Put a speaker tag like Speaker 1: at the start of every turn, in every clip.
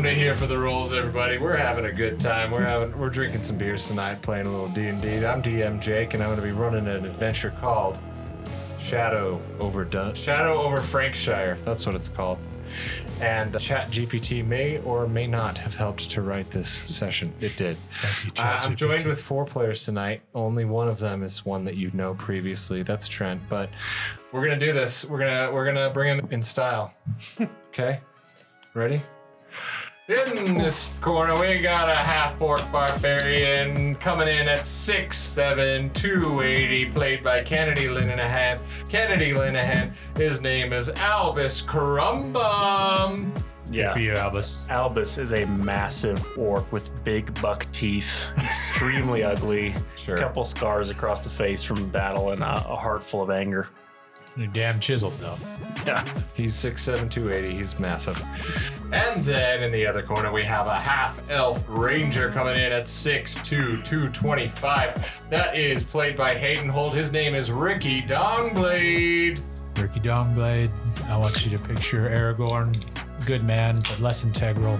Speaker 1: me here for the rolls, everybody. We're having a good time. We're having we're drinking some beers tonight, playing a little D and D. I'm DM Jake, and I'm going to be running an adventure called Shadow over Dun- Shadow over Frankshire. That's what it's called. And Chat GPT may or may not have helped to write this session. It did. Uh, I'm joined with four players tonight. Only one of them is one that you know previously. That's Trent. But we're gonna do this. We're gonna we're gonna bring him in style. Okay, ready? In this corner, we got a half orc barbarian coming in at 6'7, 280, played by Kennedy Linehan. Kennedy Linehan, his name is Albus Crumbum.
Speaker 2: Yeah.
Speaker 3: you, Albus.
Speaker 2: Albus is a massive orc with big buck teeth, extremely ugly,
Speaker 1: Sure.
Speaker 2: couple scars across the face from battle, and a, a heart full of anger.
Speaker 3: You're damn chiseled though.
Speaker 2: Yeah.
Speaker 1: He's 6'7, 280. He's massive. And then in the other corner, we have a half elf ranger coming in at 6'2, 225. That is played by Hayden Holt. His name is Ricky Dongblade.
Speaker 3: Ricky Dongblade. I want you to picture Aragorn, good man, but less integral.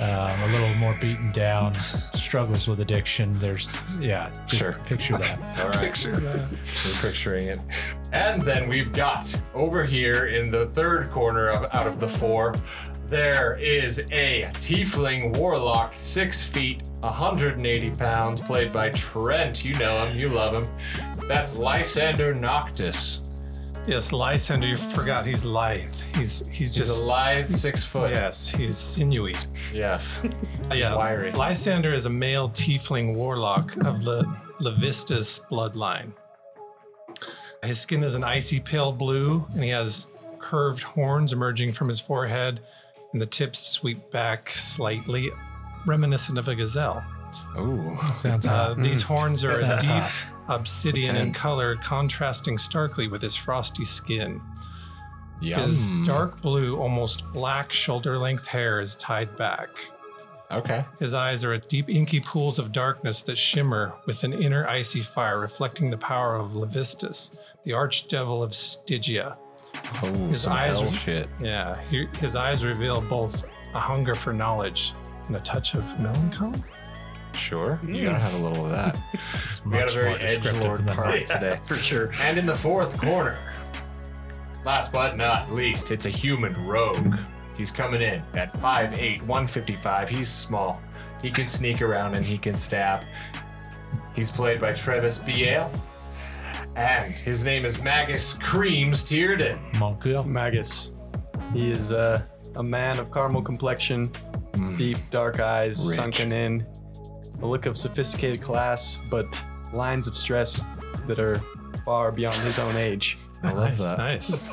Speaker 3: Um, a little more beaten down, struggles with addiction. There's, yeah, just
Speaker 1: Sure.
Speaker 3: picture that.
Speaker 1: All right. Picture We're picturing it. And then we've got over here in the third corner of out of the four, there is a tiefling warlock, six feet, 180 pounds, played by Trent. You know him, you love him. That's Lysander Noctis.
Speaker 4: Yes, Lysander, you forgot he's lithe. He's he's
Speaker 1: He's
Speaker 4: just
Speaker 1: a lithe six foot.
Speaker 4: yes, he's sinewy.
Speaker 1: Yes.
Speaker 4: Yeah,
Speaker 1: Wiry.
Speaker 4: Lysander is a male tiefling warlock of the Levistus bloodline. His skin is an icy pale blue, and he has curved horns emerging from his forehead, and the tips sweep back slightly, reminiscent of a gazelle.
Speaker 1: Ooh.
Speaker 3: Sounds
Speaker 4: Uh,
Speaker 3: hot. Mm.
Speaker 4: These horns are a
Speaker 3: Sounds
Speaker 4: deep
Speaker 3: hot.
Speaker 4: obsidian
Speaker 1: It's a ten.
Speaker 4: in color, contrasting starkly with his frosty skin.
Speaker 1: Yum.
Speaker 4: His dark blue, almost black shoulder length hair is tied back.
Speaker 1: Okay.
Speaker 4: His eyes are deep, inky pools of darkness that shimmer with an inner icy fire, reflecting the power of Levistus, the archdevil of Stygia.
Speaker 1: Oh,
Speaker 4: His
Speaker 1: some
Speaker 4: eyes
Speaker 1: hell
Speaker 4: are-
Speaker 1: shit.
Speaker 4: Yeah, he, his eyes reveal both a hunger for knowledge and a touch of melancholy.
Speaker 1: Sure. You gotta have a little of that.
Speaker 3: It's
Speaker 1: We got
Speaker 3: much
Speaker 1: a very
Speaker 3: more descriptive
Speaker 1: edgelord
Speaker 3: than
Speaker 1: party
Speaker 3: that.
Speaker 1: today.
Speaker 2: For sure.
Speaker 1: And in the fourth corner, last but not least, it's a human
Speaker 3: Hmm.
Speaker 1: rogue. He's coming in at 5'8, 155. He's small. He can sneak around and he can stab. He's played by Travis Biel. And his name is Magus Creams Tierden.
Speaker 3: Mon cœur.
Speaker 5: Magus. He is uh, a man of caramel complexion, deep dark eyes,
Speaker 1: Mm. Rich.
Speaker 5: sunken in, a look of sophisticated class, but lines of stress that are far beyond his own age.
Speaker 1: I love that.
Speaker 4: Nice.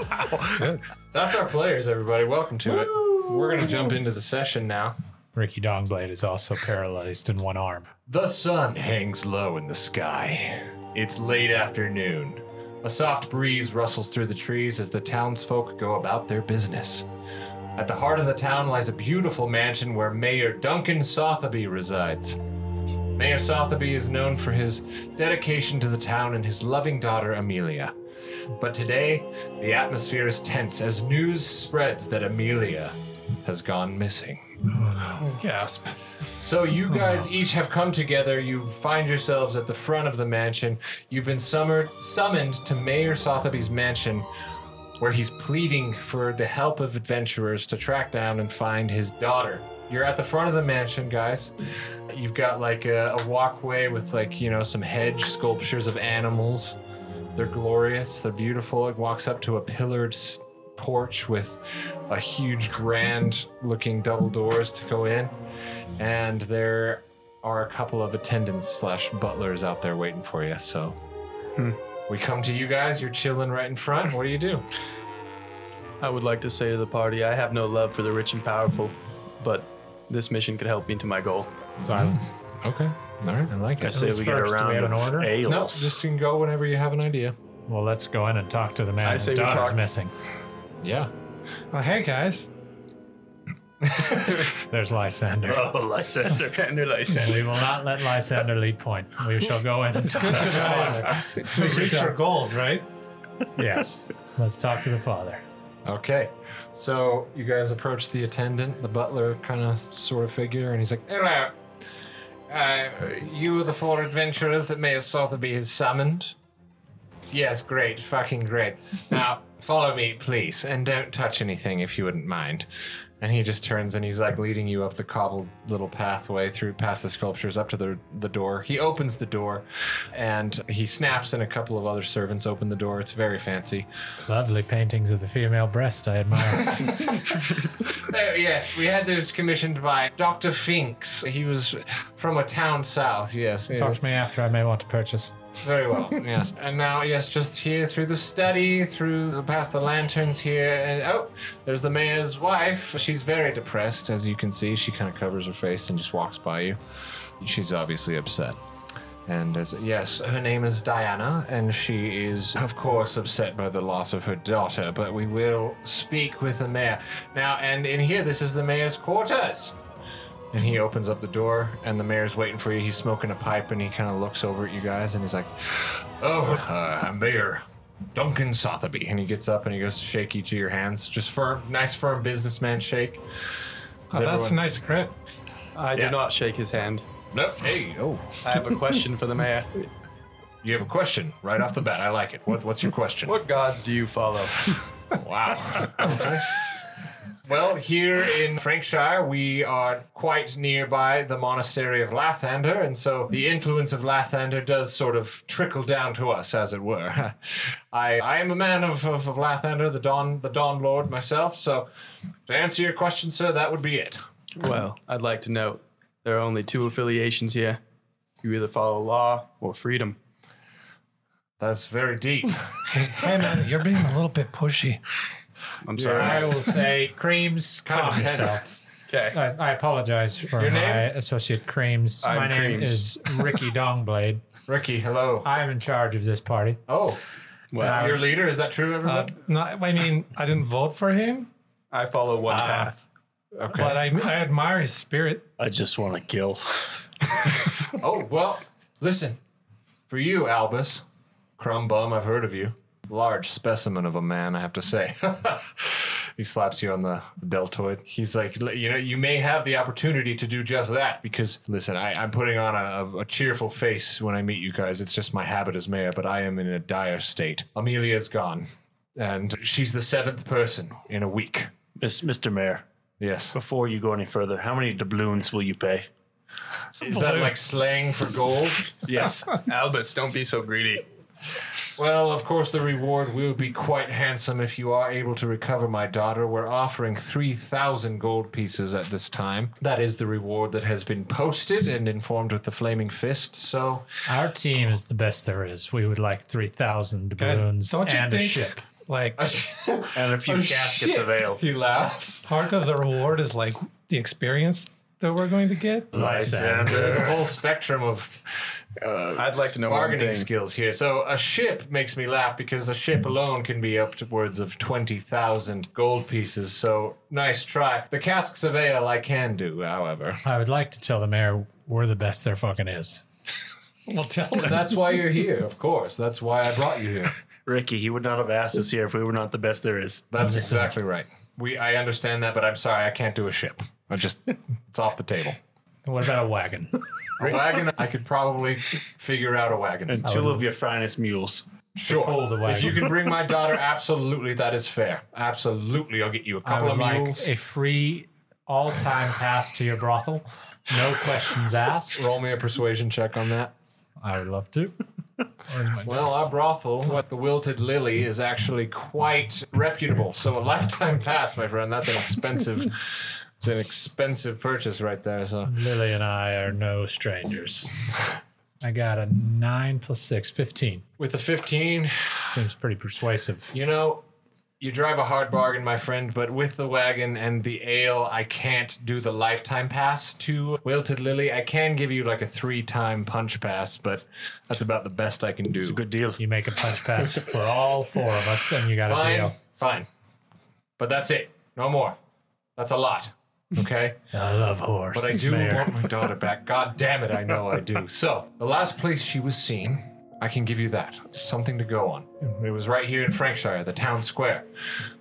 Speaker 1: That's our players, everybody. Welcome to it. We're going to jump into the session now.
Speaker 3: Ricky Dongblade is also paralyzed in one arm.
Speaker 1: The sun hangs low in the sky. It's late afternoon. A soft breeze rustles through the trees as the townsfolk go about their business. At the heart of the town lies a beautiful mansion where Mayor Duncan Sotheby resides. Mayor Sotheby is known for his dedication to the town and his loving daughter Amelia. But today, the atmosphere is tense as news spreads that Amelia has gone missing.
Speaker 4: Gasp.
Speaker 1: So you guys each have come together. You find yourselves at the front of the mansion. You've been summer- summoned to Mayor Sotheby's mansion, where he's pleading for the help of adventurers to track down and find his daughter. You're at the front of the mansion, guys. You've got like a, a walkway with like you know some hedge sculptures of animals. They're glorious. They're beautiful. It walks up to a pillared s- porch with a huge, grand-looking double doors to go in and there are a couple of attendants slash butlers out there waiting for you. So Hmm. we come to you guys. You're chilling right in front. What do you do?
Speaker 5: I would like to say to the party, I have no love for the rich and powerful, but this mission could help me to my goal.
Speaker 3: Silence.
Speaker 1: Okay. All right. I like
Speaker 2: I say
Speaker 3: Who's
Speaker 2: we get
Speaker 3: first?
Speaker 2: a
Speaker 3: Do we
Speaker 2: round
Speaker 3: have an
Speaker 2: of
Speaker 3: order?
Speaker 2: ales.
Speaker 1: No, just you can go whenever you have an idea.
Speaker 3: Well, let's go in and talk to the man
Speaker 5: I
Speaker 3: whose
Speaker 5: say we
Speaker 3: daughter's
Speaker 5: talk-
Speaker 3: missing.
Speaker 1: Yeah.
Speaker 4: Oh, hey guys.
Speaker 3: There's Lysander.
Speaker 2: Oh, Lysander.
Speaker 5: Tender
Speaker 3: And
Speaker 5: license.
Speaker 3: we will not let Lysander lead point. We shall go in and talk to the father.
Speaker 4: We reached our goals, right?
Speaker 3: Yes. Let's talk to the father.
Speaker 1: Okay, so you guys approach the attendant, the butler kind of sort of figure, and he's like, "Hello, uh, you are the four adventurers that Mayor Sotheby has summoned." Yes, great, fucking great. Now follow me, please, and don't touch anything if you wouldn't mind. And he just turns and he's like leading you up the cobbled little pathway through past the sculptures up to the the door. He opens the door, and he snaps, and a couple of other servants open the door. It's very fancy.
Speaker 3: Lovely paintings of the female breast I admire.
Speaker 1: Oh, yes, we had those commissioned by Dr. Finks. He was from a town south, yes. yes.
Speaker 3: Talk to me after I may want to purchase.
Speaker 1: Very well, yes. And now, yes, just here through the study, through the, past the lanterns here, and oh, there's the mayor's wife. She's very depressed, as you can see. She kind of covers her face and just walks by you. She's obviously upset. And as, yes, her name is Diana, and she is, of course, upset by the loss of her daughter. But we will speak with the mayor now. And in here, this is the mayor's quarters. And he opens up the door, and the mayor's waiting for you. He's smoking a pipe, and he kind of looks over at you guys, and he's like, "Oh, uh, I'm Mayor Duncan Sotheby." And he gets up and he goes to shake each of your hands, just firm, nice, firm businessman shake.
Speaker 4: Oh, that's a nice grip.
Speaker 5: I
Speaker 1: Yeah.
Speaker 5: do not shake his hand.
Speaker 1: Nope. Hey, oh,
Speaker 5: I have a question for the mayor.
Speaker 1: you have a question right off the bat. I like it. What, what's your question?
Speaker 5: What gods do you follow?
Speaker 1: Wow. well, here in Frankshire, we are quite nearby the monastery of Lathander, and so the influence of Lathander does sort of trickle down to us, as it were. I, I am a man of, of, of Lathander, the Dawn, the Dawn Lord myself, so to answer your question, sir, that would be it.
Speaker 5: Well, I'd like to note there are only two affiliations here. You either follow law or freedom.
Speaker 1: That's very deep.
Speaker 4: Hey man, you're being a little bit pushy.
Speaker 5: I'm sorry.
Speaker 3: I will say, Creams, calm
Speaker 1: intense.
Speaker 3: yourself.
Speaker 5: Okay.
Speaker 3: I, I apologize for
Speaker 1: Your name?
Speaker 3: my associate Creams.
Speaker 5: I'm
Speaker 3: my name
Speaker 5: Creams.
Speaker 3: is Ricky Dongblade.
Speaker 1: Ricky, hello.
Speaker 3: I am in charge of this party.
Speaker 1: Oh,
Speaker 5: Well,
Speaker 1: your leader, is that true, everyone?
Speaker 4: Uh, not, I mean, I didn't vote for him,
Speaker 5: I follow one path.
Speaker 1: okay.
Speaker 4: but I, I admire his spirit.
Speaker 2: I just want to kill.
Speaker 1: Oh, well, listen. For you, Albus, crumb bum, I've heard of you. Large specimen of a man, I have to say. he slaps you on the deltoid. He's like, "L- you know, you may have the opportunity to do just that because, listen, I, I'm putting on a, a, a cheerful face when I meet you guys. It's just my habit as mayor, but I am in a dire state. Amelia's gone, and she's the seventh person in a week.
Speaker 2: Miss, Mr. Mayor,
Speaker 1: Yes.
Speaker 2: before you go any further, how many doubloons will you pay?
Speaker 1: Is that like slang for gold?
Speaker 2: Yes.
Speaker 5: Albus, don't be so greedy.
Speaker 1: Well, of course, the reward will be quite handsome if you are able to recover my daughter. We're offering 3,000 gold pieces at this time. That is the reward that has been posted and informed with the Flaming Fist. So,
Speaker 3: Our team is the best there is. We would like 3,000
Speaker 4: Guys,
Speaker 3: balloons
Speaker 4: don't you
Speaker 3: and
Speaker 4: think
Speaker 3: a ship.
Speaker 4: like
Speaker 2: and a few
Speaker 1: Oh,
Speaker 2: caskets
Speaker 1: shit.
Speaker 2: of ale.
Speaker 1: he laughs.
Speaker 4: part of the reward is like the experience that we're going to get?
Speaker 5: uh,
Speaker 2: Lysander.
Speaker 1: There's a whole spectrum of uh,
Speaker 5: I'd like to know one
Speaker 1: bargaining
Speaker 5: thing.
Speaker 1: skills here. So, a ship makes me laugh because a ship alone can be upwards of 20,000 gold pieces. So, nice try. The casks of ale I can do, however.
Speaker 3: I would like to tell the mayor we're the best there fucking is.
Speaker 4: Well, tell him.
Speaker 1: That's why you're here, of course. That's why I brought you here.
Speaker 2: Ricky, he would not have asked us here if we were not the best there is.
Speaker 1: That's exactly right. We I understand that, but I'm sorry, I can't do a ship. I just it's off the table.
Speaker 3: What about a wagon?
Speaker 1: A wagon, I could probably figure out a wagon.
Speaker 2: And two of your finest mules.
Speaker 1: Sure.
Speaker 3: pull the
Speaker 1: If you
Speaker 3: wagon.
Speaker 1: can bring my daughter, absolutely, that is fair. Absolutely, I'll get you a
Speaker 3: I
Speaker 1: couple
Speaker 3: would
Speaker 1: of
Speaker 3: like
Speaker 1: mules.
Speaker 3: a free all time pass to your brothel. No questions asked.
Speaker 1: Roll me a persuasion check on that.
Speaker 3: I would love to.
Speaker 1: Well, our brothel, what the Wilted Lily, is actually quite reputable. So a lifetime pass, my friend. That's an expensive. it's an expensive purchase right there. So
Speaker 3: Lily and I are no strangers. I got a 9 plus 6, 15.
Speaker 1: with the 15,
Speaker 3: Seems pretty persuasive.
Speaker 1: You know, you drive a hard bargain, my friend, but with the wagon and the ale, I can't do the lifetime pass to Wilted Lily. I can give you like a three time punch pass, but that's about the best I can do.
Speaker 2: It's a good deal.
Speaker 3: You make a punch pass for all four of us, and you got a
Speaker 1: fine,
Speaker 3: deal.
Speaker 1: fine. But that's it. No more. That's a lot. Okay?
Speaker 3: I love horse.
Speaker 1: But I do want my daughter back. God damn it, I know I do. So, the last place she was seen I can give you that. Something to go on. It was right here in Frankshire, the town square,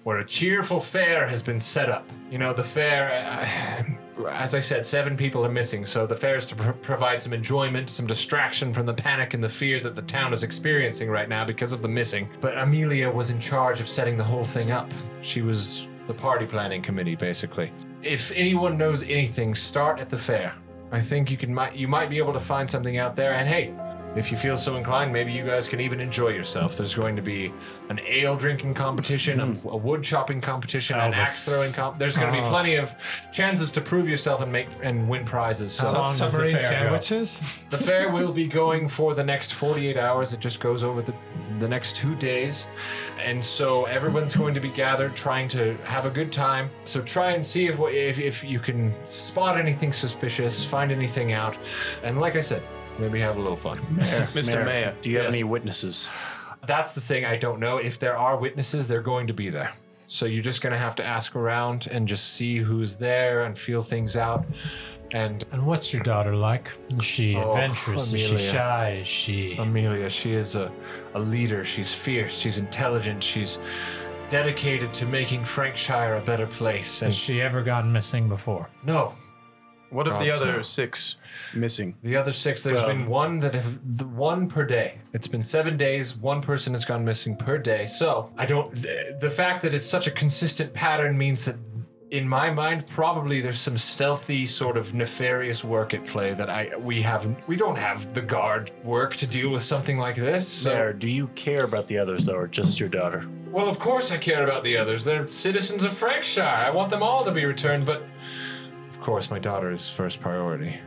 Speaker 1: where a cheerful fair has been set up. You know, the fair, uh, as I said, seven people are missing, so the fair is to pr- provide some enjoyment, some distraction from the panic and the fear that the town is experiencing right now because of the missing. But Amelia was in charge of setting the whole thing up. She was the party planning committee, basically. If anyone knows anything, start at the fair. I think you can might you might be able to find something out there. And hey, if you feel so inclined, maybe you guys can even enjoy yourself. There's going to be an ale drinking competition, a, a wood chopping competition, an
Speaker 2: Elvis.
Speaker 1: axe throwing comp. There's going to
Speaker 3: Oh.
Speaker 1: be plenty of chances to prove yourself and make and win prizes. So
Speaker 3: How long does the
Speaker 4: Submarine
Speaker 3: fair go?
Speaker 4: sandwiches.
Speaker 1: the fair will be going for the next 48 hours. It just goes over the, the next two days. And so everyone's going to be gathered trying to have a good time. So try and see if, if, if you can spot anything suspicious, find anything out. And like I said, maybe have a little fun.
Speaker 5: Mr.
Speaker 2: Mayor,
Speaker 5: Mayor.
Speaker 2: do you have
Speaker 1: Yes.
Speaker 2: any witnesses?
Speaker 1: That's the thing I don't know. If there are witnesses, they're going to be there. So you're just going to have to ask around and just see who's there and feel things out. And
Speaker 3: And what's your daughter like? Is she adventurous? Is
Speaker 1: Oh, Amelia.
Speaker 3: she shy? Is she?
Speaker 1: Amelia, she is a, a leader. She's fierce. She's intelligent. She's dedicated to making Frankshire a better place. And
Speaker 3: has she ever gone missing before?
Speaker 1: no,
Speaker 5: What of the
Speaker 1: God's
Speaker 5: other
Speaker 1: no.
Speaker 5: six missing?
Speaker 1: the other six, There's been one that have the one per day. It's been seven days. One person has gone missing per day. So I don't. The, the fact that it's such a consistent pattern means that. In my mind, probably there's some stealthy sort of nefarious work at play that I we have we don't have the guard work to deal with something like this. So.
Speaker 2: Mayor, do you care about the others though, or just your daughter?
Speaker 1: Well, of course I care about the others. They're citizens of Frankshire. I want them all to be returned, but. Of course, my daughter is first priority.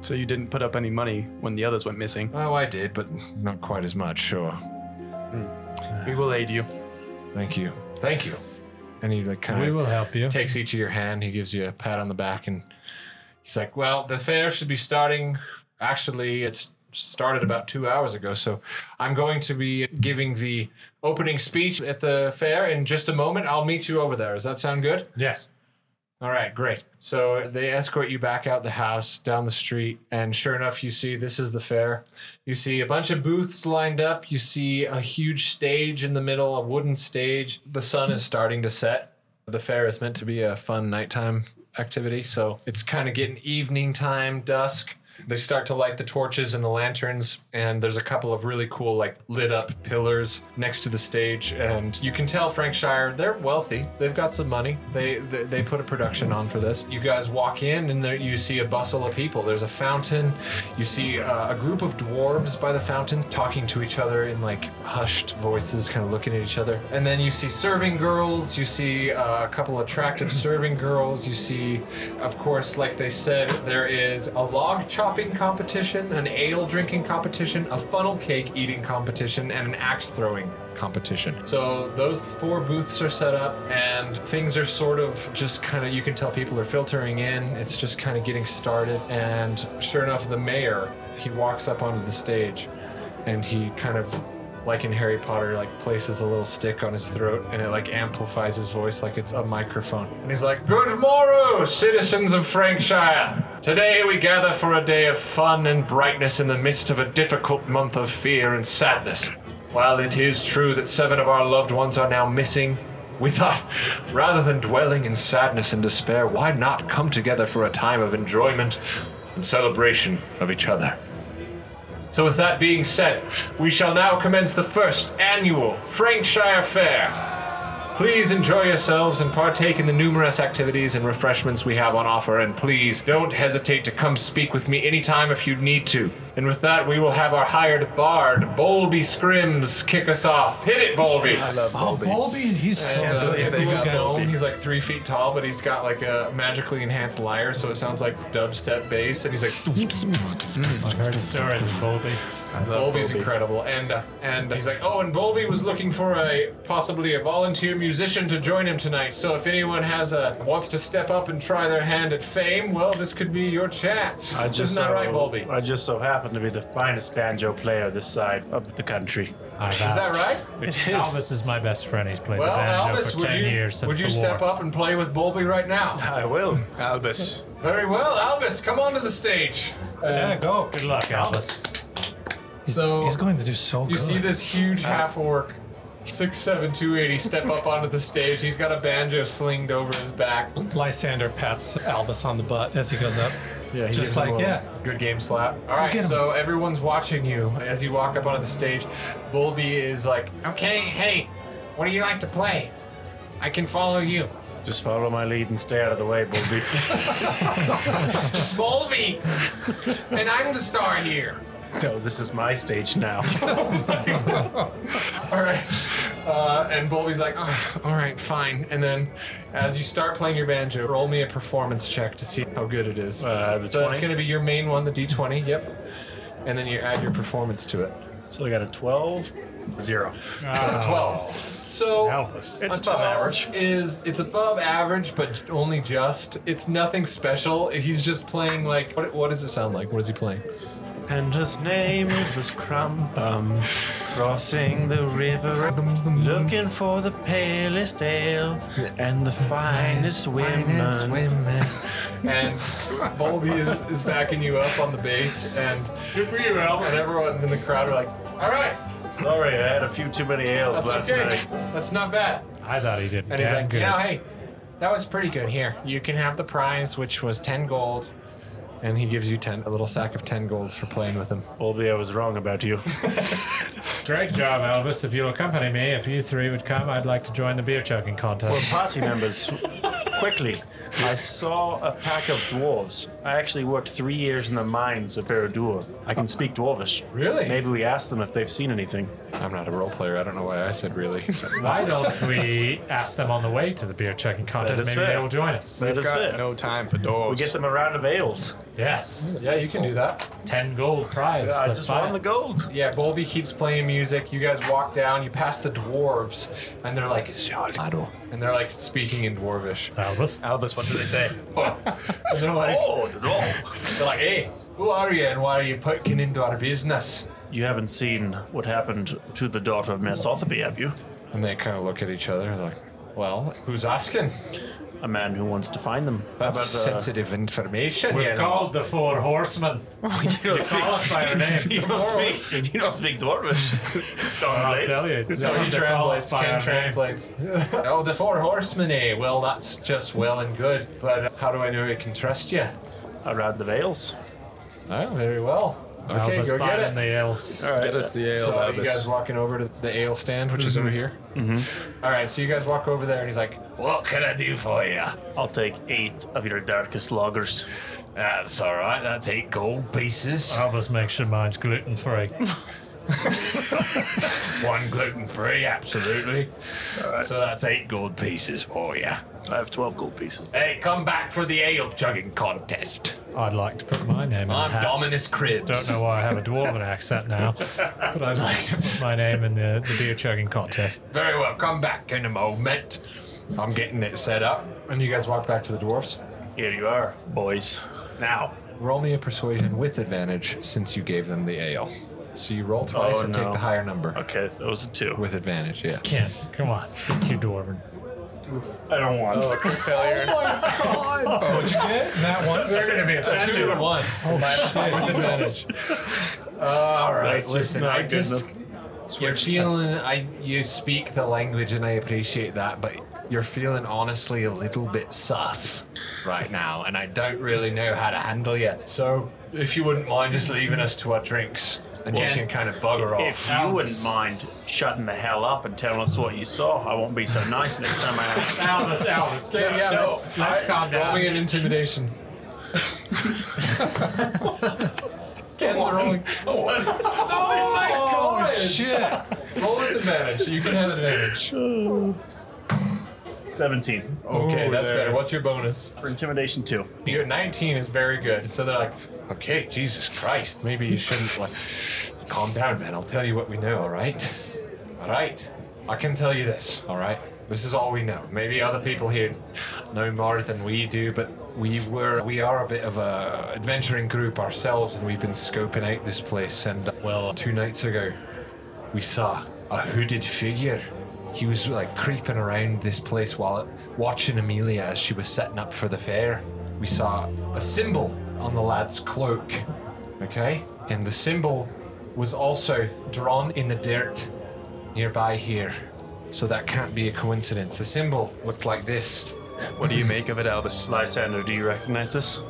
Speaker 5: So you didn't put up any money when the others went missing.
Speaker 1: Oh, I did, but not quite as much, sure.
Speaker 5: We will aid you.
Speaker 1: Thank you. Thank you. And he, like, kind
Speaker 3: We
Speaker 1: of
Speaker 3: will help you.
Speaker 1: takes each of your hand. He gives you a pat on the back, and he's like, Well, the fair should be starting. Actually, it's started about two hours ago, so I'm going to be giving the opening speech at the fair in just a moment. I'll meet you over there. Does that sound good?
Speaker 3: Yes.
Speaker 1: All right, great. So they escort you back out the house, down the street, and sure enough, you see this is the fair. You see a bunch of booths lined up. You see a huge stage in the middle, a wooden stage. The sun is starting to set. The fair is meant to be a fun nighttime activity, so it's kind of getting evening time, dusk. They start to light the torches and the lanterns, and there's a couple of really cool, like, lit up pillars next to the stage. And you can tell Frankshire, they're wealthy. They've got some money. They they, they put a production on for this. You guys walk in, and there you see a bustle of people. There's a fountain. You see uh, a group of dwarves by the fountain talking to each other in, like, hushed voices, kind of looking at each other. And then you see serving girls. You see uh, a couple attractive serving girls. You see, of course, like they said, there is a log chopping competition, an ale drinking competition, a funnel cake eating competition, and an axe throwing competition. So those four booths are set up, and things are sort of just kind of you can tell people are filtering in. It's just kind of getting started. And sure enough, the mayor he walks up onto the stage, and he kind of like in Harry Potter, like places a little stick on his throat and it like amplifies his voice like it's a microphone. And he's like, Good morrow, citizens of Frankshire! Today we gather for a day of fun and brightness in the midst of a difficult month of fear and sadness. While it is true that seven of our loved ones are now missing, we thought, rather than dwelling in sadness and despair, why not come together for a time of enjoyment and celebration of each other? So, with that being said, we shall now commence the first annual Frankshire Fair. Please enjoy yourselves and partake in the numerous activities and refreshments we have on offer, and please don't hesitate to come speak with me anytime if you need to. And with that, we will have our hired bard, Bolby Scrims, kick us off. Hit it, Bolby!
Speaker 5: I love
Speaker 4: Oh,
Speaker 5: Bobby.
Speaker 3: and he's
Speaker 1: And, uh, it's a
Speaker 5: they
Speaker 1: little
Speaker 5: got
Speaker 1: guy.
Speaker 5: Bobby.
Speaker 1: He's like three feet tall, but he's got like a magically enhanced lyre, so it sounds like dubstep bass. And he's like,
Speaker 3: I heard a story of Bobby.
Speaker 1: Bolby's
Speaker 5: Bolby.
Speaker 1: incredible, and uh, and he's like, oh, and Bolby was looking for a possibly a volunteer musician to join him tonight. So if anyone has a wants to step up and try their hand at fame, well, this could be your chance. Isn't that right, Bolby?
Speaker 2: I just so happen to be the finest banjo player this side of the country.
Speaker 3: I
Speaker 1: Is that right?
Speaker 2: It is.
Speaker 3: Elvis is my best friend. He's played
Speaker 1: Well,
Speaker 3: the banjo
Speaker 1: Elvis,
Speaker 3: for
Speaker 1: would
Speaker 3: ten
Speaker 1: you,
Speaker 3: years since
Speaker 1: would you
Speaker 3: the war.
Speaker 1: step up and play with Bolby right now?
Speaker 2: I will.
Speaker 5: Albus.
Speaker 1: Very well, Elvis, come onto the stage.
Speaker 3: Yeah, go. Good luck, Elvis.
Speaker 1: So
Speaker 4: He's going to do so good.
Speaker 1: You see this huge
Speaker 3: Uh,
Speaker 1: half orc, six seven two eighty, step up onto the stage. He's got a banjo slinged over his back.
Speaker 4: Lysander pats Albus on the butt as he goes up.
Speaker 6: Yeah, he
Speaker 4: Just
Speaker 6: gives him
Speaker 4: like,
Speaker 6: a little-
Speaker 4: yeah.
Speaker 1: Good game slap. All right,
Speaker 4: get 'em.
Speaker 1: so everyone's watching you as you walk up onto the stage. Bulby is like, "Okay, hey, what do you like to play? I can follow you."
Speaker 7: Just follow my lead and stay out of the way, Bobby.
Speaker 1: It's Bulby, and I'm the star here.
Speaker 7: no, this is my stage now.
Speaker 1: All right. Uh, and Bulby's like, "Ah, all right, fine. And then as you start playing your banjo, roll me a performance check to see how good it is.
Speaker 7: Uh, the
Speaker 1: so that's
Speaker 7: 20?
Speaker 1: going to be your main one, the d20. Yep. And then you add your performance to it.
Speaker 7: So I got a 12, 0.
Speaker 1: 12. So
Speaker 7: Help us.
Speaker 1: a 12 Is it's above average, but only just. It's nothing special. He's just playing like what? What does it sound like? What is he playing?
Speaker 7: And his name is the Scrum Bum, crossing the river, looking for the palest ale and the finest women.
Speaker 1: and Bulby is, is backing you up on the bass, and good for you, Al. And everyone in the crowd are like, "All right,
Speaker 7: Sorry, I had a few too many ales
Speaker 1: that's
Speaker 7: last
Speaker 1: okay.
Speaker 7: night.
Speaker 1: That's not bad."
Speaker 3: I thought he did
Speaker 1: And he's
Speaker 3: damn
Speaker 1: like,
Speaker 3: good.
Speaker 1: "You know, hey, that was pretty good. Here, you can have the prize, which was ten gold." And he gives you ten, a little sack of ten golds for playing with him.
Speaker 7: Bulby, I was wrong about you.
Speaker 3: Great job, Albus. If you'll accompany me, if you three would come, I'd like to join the beer chugging
Speaker 7: Well,
Speaker 3: contest.
Speaker 7: party members, quickly. I saw a pack of dwarves. I actually worked three years in the mines of Beradur. I can speak dwarvish.
Speaker 1: Really?
Speaker 7: Maybe we ask them if they've seen anything.
Speaker 1: I'm not a role player. I don't know why I said really.
Speaker 3: Why don't we ask them on the way to the beer chugging contest?
Speaker 7: is
Speaker 3: Maybe
Speaker 7: fair.
Speaker 3: they will join us.
Speaker 7: That is
Speaker 6: Got
Speaker 7: fair.
Speaker 6: no time for dogs.
Speaker 7: We get them a round of ales.
Speaker 3: Yes.
Speaker 1: yeah, you can do that.
Speaker 3: Ten gold prize.
Speaker 7: I
Speaker 3: That's
Speaker 7: just
Speaker 3: fine.
Speaker 7: won the gold.
Speaker 1: Yeah, Bulby keeps playing music. You guys walk down. You pass the dwarves, and they're like, "Shalado," and they're like speaking in dwarvish.
Speaker 3: Albus.
Speaker 8: Albus, what do they say?
Speaker 1: And they're like,
Speaker 8: Oh, the door.
Speaker 1: They're like, hey, who are you and why are you poking into our business?
Speaker 7: You haven't seen what happened to the daughter of Mesothope, have you?
Speaker 1: And they kind of look at each other like, well, who's asking?
Speaker 7: A man who wants to find them. How
Speaker 1: That's
Speaker 7: about, uh,
Speaker 1: sensitive information. you
Speaker 3: We're
Speaker 1: know.
Speaker 3: called the Four Horsemen. you call us by our name.
Speaker 7: you don't speak. You don't speak Dwarvish.
Speaker 3: I'll
Speaker 7: Darn
Speaker 3: tell you.
Speaker 1: So
Speaker 3: they'll
Speaker 1: he
Speaker 3: have to call
Speaker 1: translates.
Speaker 3: us by our
Speaker 1: Ken
Speaker 3: name.
Speaker 1: translates. oh, the four horsemen, eh? Well, that's just well and good. But how do I know I can trust you?
Speaker 7: A round of ales.
Speaker 1: Oh, very well. Okay,
Speaker 3: Albus
Speaker 1: go get
Speaker 3: buying
Speaker 1: it.
Speaker 3: the ales.
Speaker 6: Get us the ale,
Speaker 1: So you
Speaker 6: Albus.
Speaker 1: guys walking over to the ale stand, which is over here. Mm-hmm. right, so you guys walk over there, and he's like,
Speaker 8: What can I do for you?
Speaker 7: I'll take eight of your darkest lagers.
Speaker 8: That's all right. That's eight gold pieces.
Speaker 3: Albus makes sure mine's gluten free.
Speaker 8: One gluten free, absolutely. So that's eight gold pieces for you.
Speaker 7: I have 12 gold pieces.
Speaker 8: Hey, come back for the ale chugging contest.
Speaker 3: I'd like to put my name in
Speaker 8: I'm
Speaker 3: the hat.
Speaker 8: Dominus Cribs.
Speaker 3: Don't know why I have a dwarven accent now, but I'd like to put my name in the, the beer chugging contest.
Speaker 8: Very well, come back in a moment. I'm getting it set up.
Speaker 1: and you guys walk back to the dwarfs.
Speaker 7: Here you are, boys. Now.
Speaker 1: Roll me a persuasion with advantage since you gave them the ale. So you roll twice
Speaker 7: Oh,
Speaker 1: and
Speaker 7: no.
Speaker 1: take the higher number
Speaker 7: Okay, that was a two.
Speaker 1: with advantage. Yeah.
Speaker 3: Ken, come on, speak your dwarven.
Speaker 7: I don't want.
Speaker 3: That one, they're going to be a
Speaker 7: two and
Speaker 3: one.
Speaker 1: with advantage. Uh, all right. Listen,
Speaker 7: not
Speaker 1: I
Speaker 7: good
Speaker 1: just you're feeling. I you speak the language and I appreciate that, but you're feeling honestly a little bit sus right now, and I don't really know how to handle you. So if you wouldn't mind just leaving us to our drinks, and you can kind of bugger off.
Speaker 7: If you wouldn't mind shutting the hell up and telling us what you saw, I won't be so nice next time I ask.
Speaker 3: Albus, Albus,
Speaker 1: Yeah, yeah,
Speaker 3: no,
Speaker 1: let's,
Speaker 3: let's calm down.
Speaker 1: Rolling an intimidation. Ken's rolling. Oh my god! shit! Roll with advantage. You can have advantage.
Speaker 7: 17.
Speaker 1: Okay,
Speaker 7: Ooh,
Speaker 1: that's
Speaker 7: there.
Speaker 1: better. What's your bonus?
Speaker 7: Oh, For intimidation, two.
Speaker 1: Your 19 is very good. So they're like, okay, Jesus Christ, maybe you shouldn't like. Calm down, man. I'll tell you what we know. All right. All right. I can tell you this. All right. This is all we know. Maybe other people here know more than we do, but we were we are a bit of a adventuring group ourselves, and we've been scoping out this place. And well, two nights ago, we saw a hooded figure. He was like creeping around this place while watching Amelia as she was setting up for the fair. We saw a symbol on the lad's cloak, okay? And the symbol was also drawn in the dirt nearby here. So that can't be a coincidence. The symbol looked like this.
Speaker 7: What do you make of it, Albus?
Speaker 2: Lysander, do you recognize this?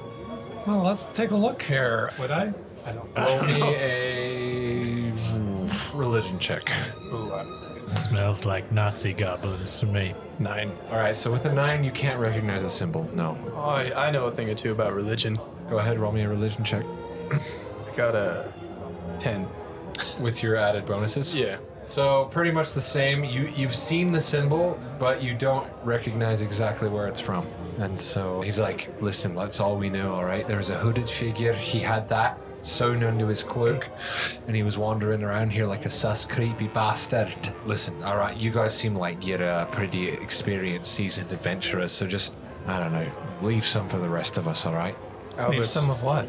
Speaker 4: Well, let's take a look here. Would I? I don't.
Speaker 1: Roll me a religion check.
Speaker 4: Ooh, I'm
Speaker 3: Smells like Nazi goblins to me.
Speaker 4: nine.
Speaker 1: All right, so with a nine, you can't recognize the symbol. No.
Speaker 5: Oh, I, I know a thing or two about religion.
Speaker 1: Go ahead, roll me a religion check
Speaker 5: I got a 10.
Speaker 1: with your added bonuses.
Speaker 5: Yeah.
Speaker 1: So pretty much the same. You you've seen the symbol, but you don't recognize exactly where it's from. And so he's like, "Listen, that's all we know. All right, there was a hooded figure. He had that sewn onto his cloak, and he was wandering around here like a sus, creepy bastard." Listen, all right, you guys seem like you're a pretty experienced, seasoned adventurers. So just, I don't know, leave some for the rest of us. All right?
Speaker 4: Leave some of what?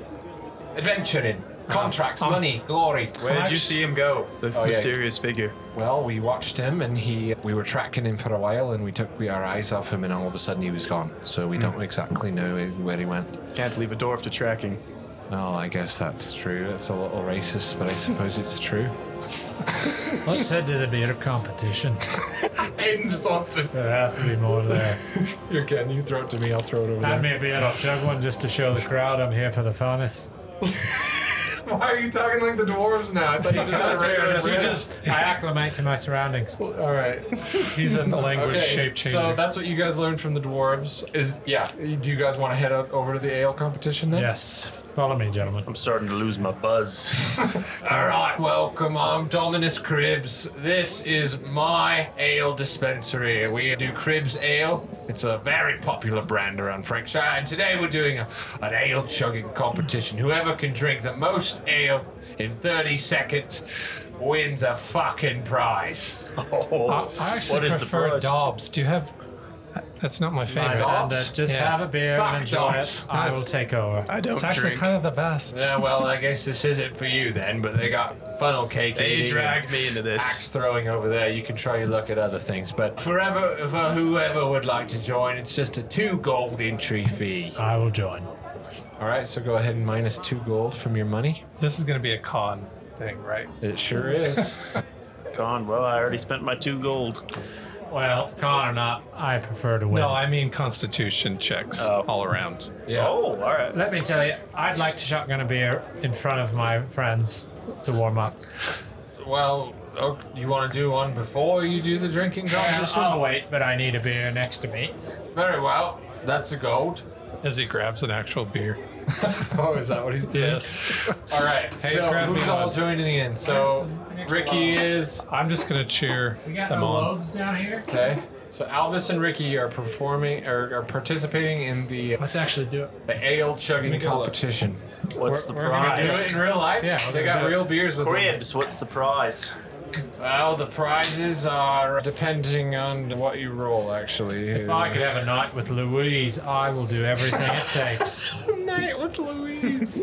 Speaker 1: Adventuring, contracts, money, glory.
Speaker 5: Where did you see him go? The
Speaker 1: Oh, yeah.
Speaker 5: mysterious figure.
Speaker 1: Well, we watched him, and he we were tracking him for a while, and we took we- our eyes off him, and all of a sudden he was gone. So we don't exactly know where he went.
Speaker 5: Can't leave a dwarf to tracking.
Speaker 1: Oh, I guess that's true. That's a little racist, but I suppose it's true.
Speaker 3: Let's head to the beer competition.
Speaker 1: Aiden just wants to.
Speaker 3: There has to be more there.
Speaker 1: You're getting you throw it to me. I'll throw it over
Speaker 3: Hand
Speaker 1: there.
Speaker 3: me a beer, I'll chug one just to show the crowd I'm here for the funnest.
Speaker 1: Why are you talking like the dwarves now? I thought you just had a regular.
Speaker 3: You just, I acclimate to my surroundings.
Speaker 1: All right.
Speaker 2: He's in the language shape changer.
Speaker 1: So that's what you guys learned from the dwarves. Is yeah. Do you guys want to head up over to the ale competition then?
Speaker 3: Yes, follow me, gentlemen.
Speaker 2: I'm starting to lose my buzz.
Speaker 1: All right, welcome. I'm Dominus Cribs. This is my ale dispensary. We do Cribs Ale. It's a very popular brand around Frankshire, and today we're doing a, an ale chugging competition. Whoever can drink the most ale in 30 seconds wins a fucking prize.
Speaker 7: Oh,
Speaker 4: I actually
Speaker 7: what is the
Speaker 4: prefer
Speaker 7: price?
Speaker 4: Dobbs. Do you have? That's not my favorite.
Speaker 1: Nice.
Speaker 3: And, uh, just
Speaker 4: Yeah.
Speaker 3: have a beer
Speaker 1: Fuck
Speaker 3: and enjoy
Speaker 1: dogs.
Speaker 3: it. I will
Speaker 4: That's-
Speaker 3: take over.
Speaker 5: I don't
Speaker 4: It's actually
Speaker 5: drink.
Speaker 4: kind of the best.
Speaker 1: Yeah, well, I guess this isn't for you then, but they got funnel cake.
Speaker 5: They
Speaker 1: eating
Speaker 5: dragged me into
Speaker 1: axe
Speaker 5: this.
Speaker 1: throwing over there. You can try your luck at other things, but forever for whoever would like to join, it's just a two gold entry fee.
Speaker 3: I will join.
Speaker 1: All right, so go ahead and minus two gold from your money.
Speaker 4: This is going to be a con thing, right?
Speaker 1: It sure is.
Speaker 7: Con, well, I already spent my two gold.
Speaker 3: Well, con or not, I prefer to win.
Speaker 4: No, I mean Constitution checks all around.
Speaker 7: Oh, all right.
Speaker 3: Let me tell you, I'd like to shotgun a beer in front of my friends to warm up.
Speaker 1: well, oh, you want to do one before you do the drinking competition?
Speaker 3: I'll wait, but I need a beer next to me.
Speaker 1: Very well. That's a gold.
Speaker 4: As he grabs an actual beer.
Speaker 1: Oh, is that what he's doing?
Speaker 4: Yes.
Speaker 1: All right. so
Speaker 4: grab me
Speaker 1: who's all
Speaker 4: one.
Speaker 1: joining in? So Ricky is
Speaker 4: I'm just going to cheer
Speaker 3: We got
Speaker 4: them
Speaker 3: no
Speaker 4: on.
Speaker 3: lobes down here.
Speaker 1: okay. So Albus and Ricky are performing or are participating in the,
Speaker 3: Let's actually do it.
Speaker 1: the ale chugging competition.
Speaker 7: What's the
Speaker 3: we're gonna
Speaker 1: Do
Speaker 3: do
Speaker 1: it
Speaker 7: prize?
Speaker 1: in real life.
Speaker 3: Yeah,
Speaker 1: they
Speaker 3: let's
Speaker 1: got
Speaker 3: do it.
Speaker 1: real beers with them.
Speaker 7: Cribs, what's the prize?
Speaker 1: Well, the prizes are depending on what you roll, actually.
Speaker 3: If I could have a night with Louise, I will do everything it takes.
Speaker 1: night with Louise.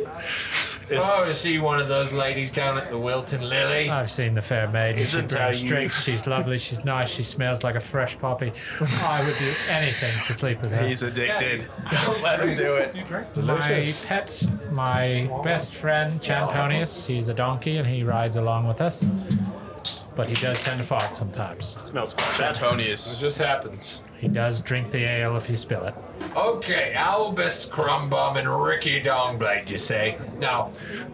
Speaker 1: oh, is she one of those ladies down at the Wilton Lily?
Speaker 3: I've seen the fair maiden.
Speaker 7: Isn't
Speaker 3: she
Speaker 7: how
Speaker 3: brings
Speaker 7: you-
Speaker 3: drinks. She's lovely. She's nice. She smells like a fresh poppy. I would do anything to sleep with her.
Speaker 5: He's addicted. Don't let him do it.
Speaker 3: my
Speaker 1: Delicious.
Speaker 3: pet, my best friend Champonius. He's a donkey and he rides along with us. But he does tend to fart sometimes.
Speaker 7: smells quite bad.
Speaker 1: It
Speaker 5: Antonius.
Speaker 1: just happens.
Speaker 3: He does drink the ale if you spill it.
Speaker 1: Okay, Albus Crumbum and Ricky Dongblade, you say. Now,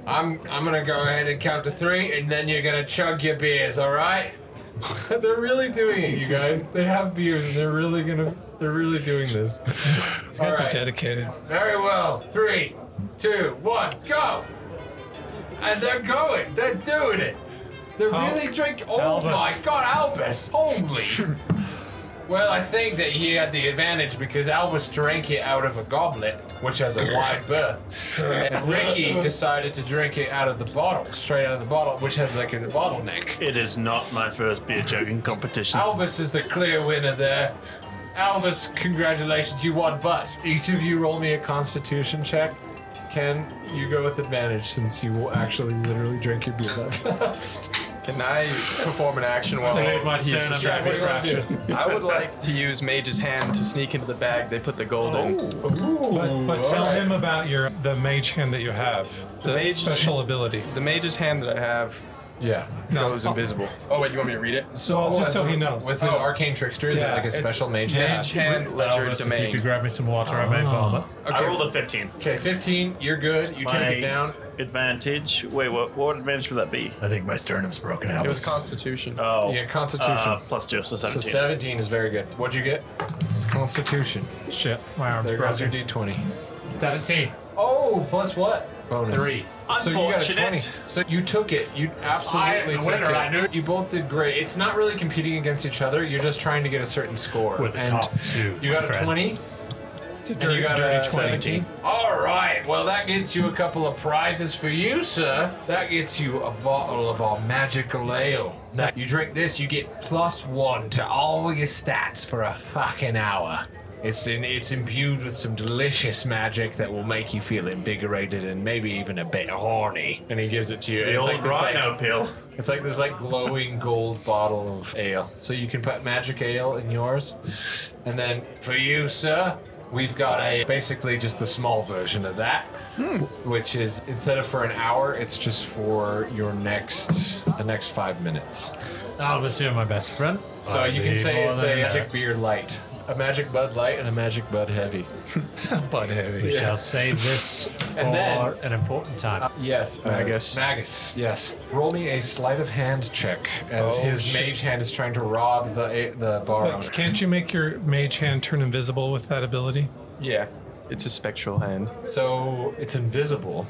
Speaker 1: I'm I'm gonna go ahead and count to three, and then you're gonna chug your beers. All right? they're really doing it, you guys. They have beers, and they're really gonna they're really doing this.
Speaker 4: These guys
Speaker 1: All right.
Speaker 4: are dedicated.
Speaker 1: Very well. Three, two, one, go! And they're going. They're doing it. They're really drinking. Oh
Speaker 3: Albus.
Speaker 1: my God, Albus! Holy. well, I think that he had the advantage because Albus drank it out of a goblet, which has a wide berth, and Ricky decided to drink it out of the bottle, straight out of the bottle, which has like a bottleneck.
Speaker 7: It is not my first beer chugging competition.
Speaker 1: Albus is the clear winner there. Albus, congratulations, you won, but each of you roll me a constitution check. Ken, you go with advantage since you will actually literally drink your beer that fast.
Speaker 5: Can I perform an action while
Speaker 3: my stand-up
Speaker 5: distracted
Speaker 3: act.
Speaker 5: from I would like to use Mage's hand to sneak into the bag they put the gold in.
Speaker 4: But, but tell him about your the mage hand that you have, the
Speaker 5: mage-
Speaker 4: special ability.
Speaker 5: The Mage's hand that I have
Speaker 1: Yeah.
Speaker 5: goes invisible. Oh wait, you want me to read it? Oh.
Speaker 1: So
Speaker 4: Just so he knows.
Speaker 1: With his arcane trickster, is it
Speaker 4: Yeah,
Speaker 1: like a
Speaker 4: it's-
Speaker 1: special mage hand?
Speaker 5: Mage hand ledger
Speaker 3: Elvis, if you
Speaker 5: domain.
Speaker 3: could grab me some water, I may vomit.
Speaker 7: I rolled a 15.
Speaker 1: Okay, 15. You're good. You take
Speaker 7: My
Speaker 1: it down.
Speaker 7: Advantage. Wait, what, what advantage would that be?
Speaker 3: I think my sternum's broken out.
Speaker 5: It was Constitution.
Speaker 7: Oh,
Speaker 1: Yeah, Constitution.
Speaker 7: uh, plus two, so 17.
Speaker 1: so 17 is very good. What'd you get? It's Constitution.
Speaker 3: Shit, my arm's
Speaker 1: There goes your
Speaker 3: broken.
Speaker 1: D20. 17. Oh, plus what? Bonus.
Speaker 7: Three.
Speaker 1: So you got a 20.
Speaker 7: Unfortunate.
Speaker 1: So you took it. You absolutely
Speaker 7: I am the
Speaker 1: took
Speaker 7: winner,
Speaker 1: it.
Speaker 7: I knew
Speaker 1: You both did great. It's not really competing against each other. You're just trying to get a certain score.
Speaker 3: With the
Speaker 1: And
Speaker 3: top two,
Speaker 1: You
Speaker 3: my
Speaker 1: got a
Speaker 3: friend.
Speaker 1: 20.
Speaker 4: It's a
Speaker 1: And you
Speaker 4: dirty,
Speaker 1: got
Speaker 4: dirty
Speaker 1: a
Speaker 4: 20.
Speaker 1: 17. All right. Well, that gets you a couple of prizes for you, sir. That gets you a bottle of our magical ale. Now, you drink this, you get plus one to all your stats for a fucking hour. It's in, it's imbued with some delicious magic that will make you feel invigorated and maybe even a bit horny. And he gives it to you.
Speaker 7: The
Speaker 1: it's
Speaker 7: old
Speaker 1: like this, like-
Speaker 7: rhino pill.
Speaker 1: it's like this like glowing gold bottle of ale. So you can put magic ale in yours. And then for you, sir, we've got a basically just the small version of that. Which is instead of for an hour, it's just for your next the next five minutes.
Speaker 3: Elvis, you're my best friend.
Speaker 1: So
Speaker 3: I'd
Speaker 1: you can
Speaker 3: be
Speaker 1: say
Speaker 3: more
Speaker 1: it's a
Speaker 3: than that.
Speaker 1: magic beer light. A magic Bud Light and a magic Bud Heavy.
Speaker 4: Bud heavy.
Speaker 3: We shall save this for
Speaker 1: And then-
Speaker 3: an important time.
Speaker 1: Yes,
Speaker 5: Magus.
Speaker 1: Uh, Magus, yes. Roll me a sleight of hand check as
Speaker 3: Oh,
Speaker 1: his mage hand is trying to rob the the bar owner.
Speaker 4: But can't you make your mage hand turn invisible with that ability?
Speaker 5: Yeah. It's a spectral hand.
Speaker 1: So it's invisible.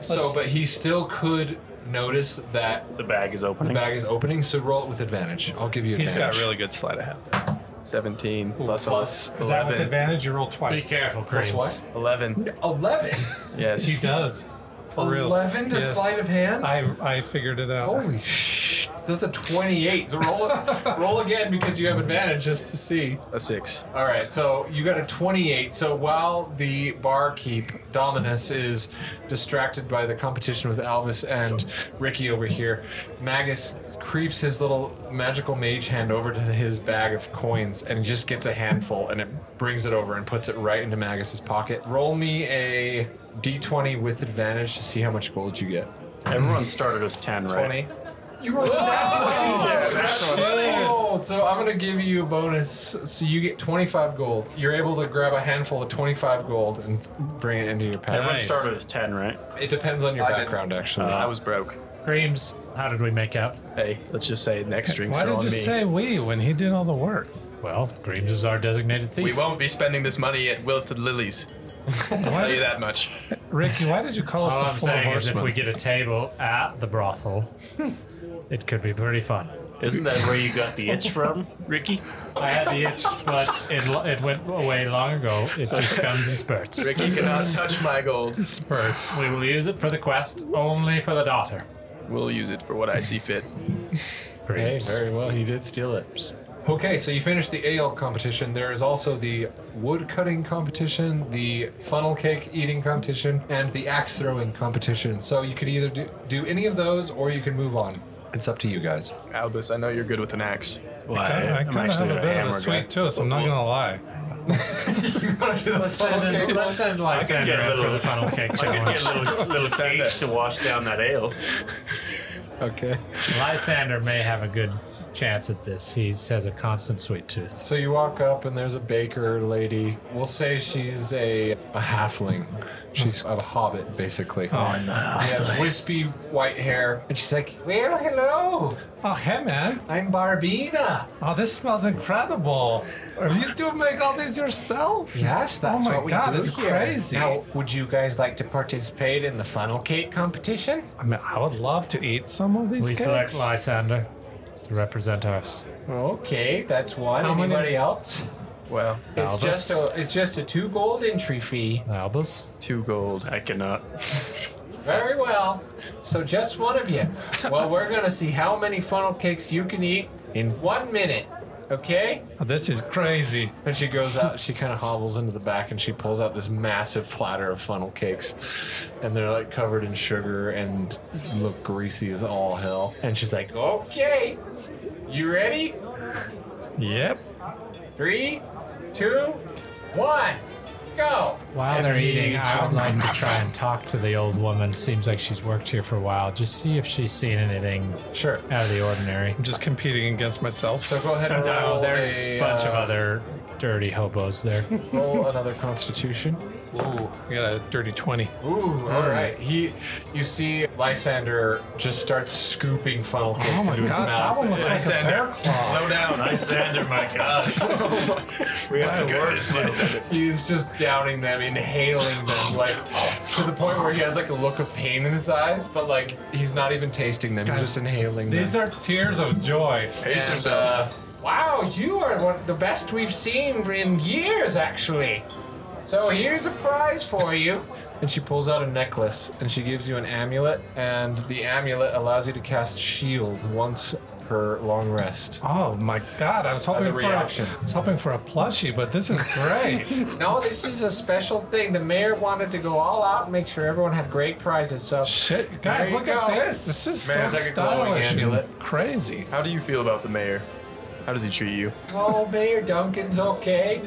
Speaker 1: So, but he still could notice that
Speaker 7: The bag is
Speaker 1: the
Speaker 7: opening.
Speaker 1: bag is opening. So roll it with advantage. I'll give you
Speaker 4: He's
Speaker 1: advantage.
Speaker 4: got really good sleight of hand.
Speaker 5: 17 plus,
Speaker 1: Plus-
Speaker 4: Is that with
Speaker 5: 11.
Speaker 4: advantage? You roll
Speaker 3: Be
Speaker 4: twice.
Speaker 3: careful,
Speaker 1: Plus what?
Speaker 3: Creams.
Speaker 5: 11.
Speaker 1: Eleven.
Speaker 5: Yes.
Speaker 4: He does. For real.
Speaker 1: Eleven to
Speaker 4: Yes.
Speaker 1: sleight of hand.
Speaker 4: I I figured it out.
Speaker 1: Holy sh! That's a twenty-eight. So roll it. roll again because you have advantage just to see.
Speaker 5: A 6.
Speaker 1: All right, so you got a 28. So while the barkeep, Dominus, is distracted by the competition with Albus and Ricky over here, Magus creeps his little magical mage hand over to his bag of coins and just gets a handful and it brings it over and puts it right into Magus's pocket. Roll me a d20 with advantage to see how much gold you get.
Speaker 7: Everyone started with 10, right?
Speaker 1: 20. You rolled that 20. Oh, so I'm gonna give you a bonus. So you get 25 gold. You're able to grab a handful of 25 gold and bring it into your pack.
Speaker 7: Everyone
Speaker 3: Nice.
Speaker 7: started with 10, right?
Speaker 1: It depends on your background, actually.
Speaker 6: Uh,
Speaker 5: I was broke.
Speaker 3: Creams, how did we make out?
Speaker 5: Hey, let's just say next drinks
Speaker 4: Why
Speaker 5: are
Speaker 4: did
Speaker 5: on
Speaker 4: you
Speaker 5: me.
Speaker 4: say we when he did all the work?
Speaker 3: Well, Creams is our designated thief.
Speaker 5: we won't be spending this money at Wilted Lilies. I'll tell you that much.
Speaker 4: Ricky, why did you call us
Speaker 3: All I'm
Speaker 4: the four
Speaker 3: saying is, if
Speaker 4: horsemen?
Speaker 3: we get a table at the brothel, it could be pretty fun.
Speaker 7: Isn't that where you got the itch from, Ricky?
Speaker 3: I had the itch, but it, lo- it went away long ago. It just comes in spurts.
Speaker 5: Ricky cannot touch my gold.
Speaker 3: Spurts. We will use it for the quest, only for the daughter.
Speaker 5: We'll use it for what I see fit.
Speaker 1: Hey,
Speaker 3: Creams.
Speaker 1: very well. He did steal it. Okay, so you finished the ale competition. There is also the wood cutting competition, the funnel cake eating competition, and the axe throwing competition. So you could either do, do any of those or you can move on. It's up to you guys.
Speaker 5: Albus, I know you're good with an axe.
Speaker 7: Why?
Speaker 4: I
Speaker 7: I'm
Speaker 4: kind of have
Speaker 7: actually
Speaker 4: a bit of a
Speaker 7: hammer guy.
Speaker 4: sweet tooth. I'm not gonna lie.
Speaker 1: Let's
Speaker 3: Send in- Let's send Lysander
Speaker 7: get a
Speaker 3: in for
Speaker 7: little-
Speaker 3: the funnel cake
Speaker 7: I could
Speaker 3: challenge.
Speaker 7: get a little, little cage to wash down that ale.
Speaker 1: Okay.
Speaker 3: Lysander may have a good chance at this. He has a constant sweet tooth.
Speaker 1: So you walk up and there's a baker lady. We'll say she's a, a halfling. She's a hobbit, basically. Oh, no. She has wispy white hair. And she's like, Well, hello.
Speaker 4: Oh hey man!
Speaker 1: I'm Barbina.
Speaker 4: Oh this smells incredible. You do make all these yourself?
Speaker 1: Yes, that's
Speaker 4: Oh my
Speaker 1: what we
Speaker 4: God,
Speaker 1: do
Speaker 4: that's
Speaker 1: here.
Speaker 4: crazy.
Speaker 1: Now, would you guys like to participate in the funnel cake competition?
Speaker 4: I mean, I would love to eat some of these
Speaker 3: We select
Speaker 4: cakes.
Speaker 3: Lysander to represent us.
Speaker 1: Okay, that's one.
Speaker 4: How many-
Speaker 1: Anybody else?
Speaker 5: Well,
Speaker 1: It's
Speaker 3: Albus?
Speaker 1: just a it's just a two gold entry fee.
Speaker 3: Albus?
Speaker 5: two gold.
Speaker 7: I cannot.
Speaker 1: Very well. So just one of you. Well, we're gonna see how many funnel cakes you can eat in one minute. Okay.
Speaker 4: Oh, This is crazy.
Speaker 1: And she goes out, she kind of hobbles into the back and she pulls out this massive platter of funnel cakes. And they're like covered in sugar and look greasy as all hell. And she's like, okay, you ready?
Speaker 4: Yep.
Speaker 1: Three, two, one, go.
Speaker 3: While
Speaker 1: And
Speaker 3: they're
Speaker 1: he-
Speaker 3: eating, I would like to try and talk to the old woman. Seems like she's worked here for a while. Just see if she's seen anything
Speaker 1: Sure.
Speaker 3: out of the ordinary.
Speaker 4: I'm just competing against myself.
Speaker 1: So go ahead and roll,
Speaker 3: No, Oh, there's
Speaker 1: a,
Speaker 3: a bunch of
Speaker 1: uh,
Speaker 3: other dirty hobos there.
Speaker 1: roll another constitution.
Speaker 4: Ooh, I got a dirty 20.
Speaker 1: Ooh, all right. He, you see, Lysander just starts scooping funnel cakes into his mouth. Lysander,
Speaker 7: Slow down, Lysander, my gosh. we have to work slow.
Speaker 1: he's just downing them, inhaling them, like to the point where he has like a look of pain in his eyes, but like he's not even tasting them; he's just inhaling them.
Speaker 4: are tears of joy.
Speaker 1: and, uh, wow, you are one, the best we've seen in years, actually. So here's a prize for you. And she pulls out a necklace and she gives you an amulet, and the amulet allows you to cast shield once per long rest.
Speaker 4: Oh my god, I was hoping
Speaker 1: As a
Speaker 4: for
Speaker 1: reaction.
Speaker 4: I was hoping for a plushie, but this is great.
Speaker 1: No, this is a special thing. The mayor wanted to go all out and make sure everyone had great prizes. So
Speaker 4: Shit,
Speaker 1: There
Speaker 4: guys,
Speaker 1: you
Speaker 4: look at
Speaker 1: go.
Speaker 4: this. This is
Speaker 1: Man, it's
Speaker 4: so
Speaker 1: like a glowing
Speaker 4: stylish
Speaker 1: amulet.
Speaker 4: and crazy.
Speaker 5: How do you feel about the mayor? How does he treat you?
Speaker 1: Oh, Mayor Duncan's okay.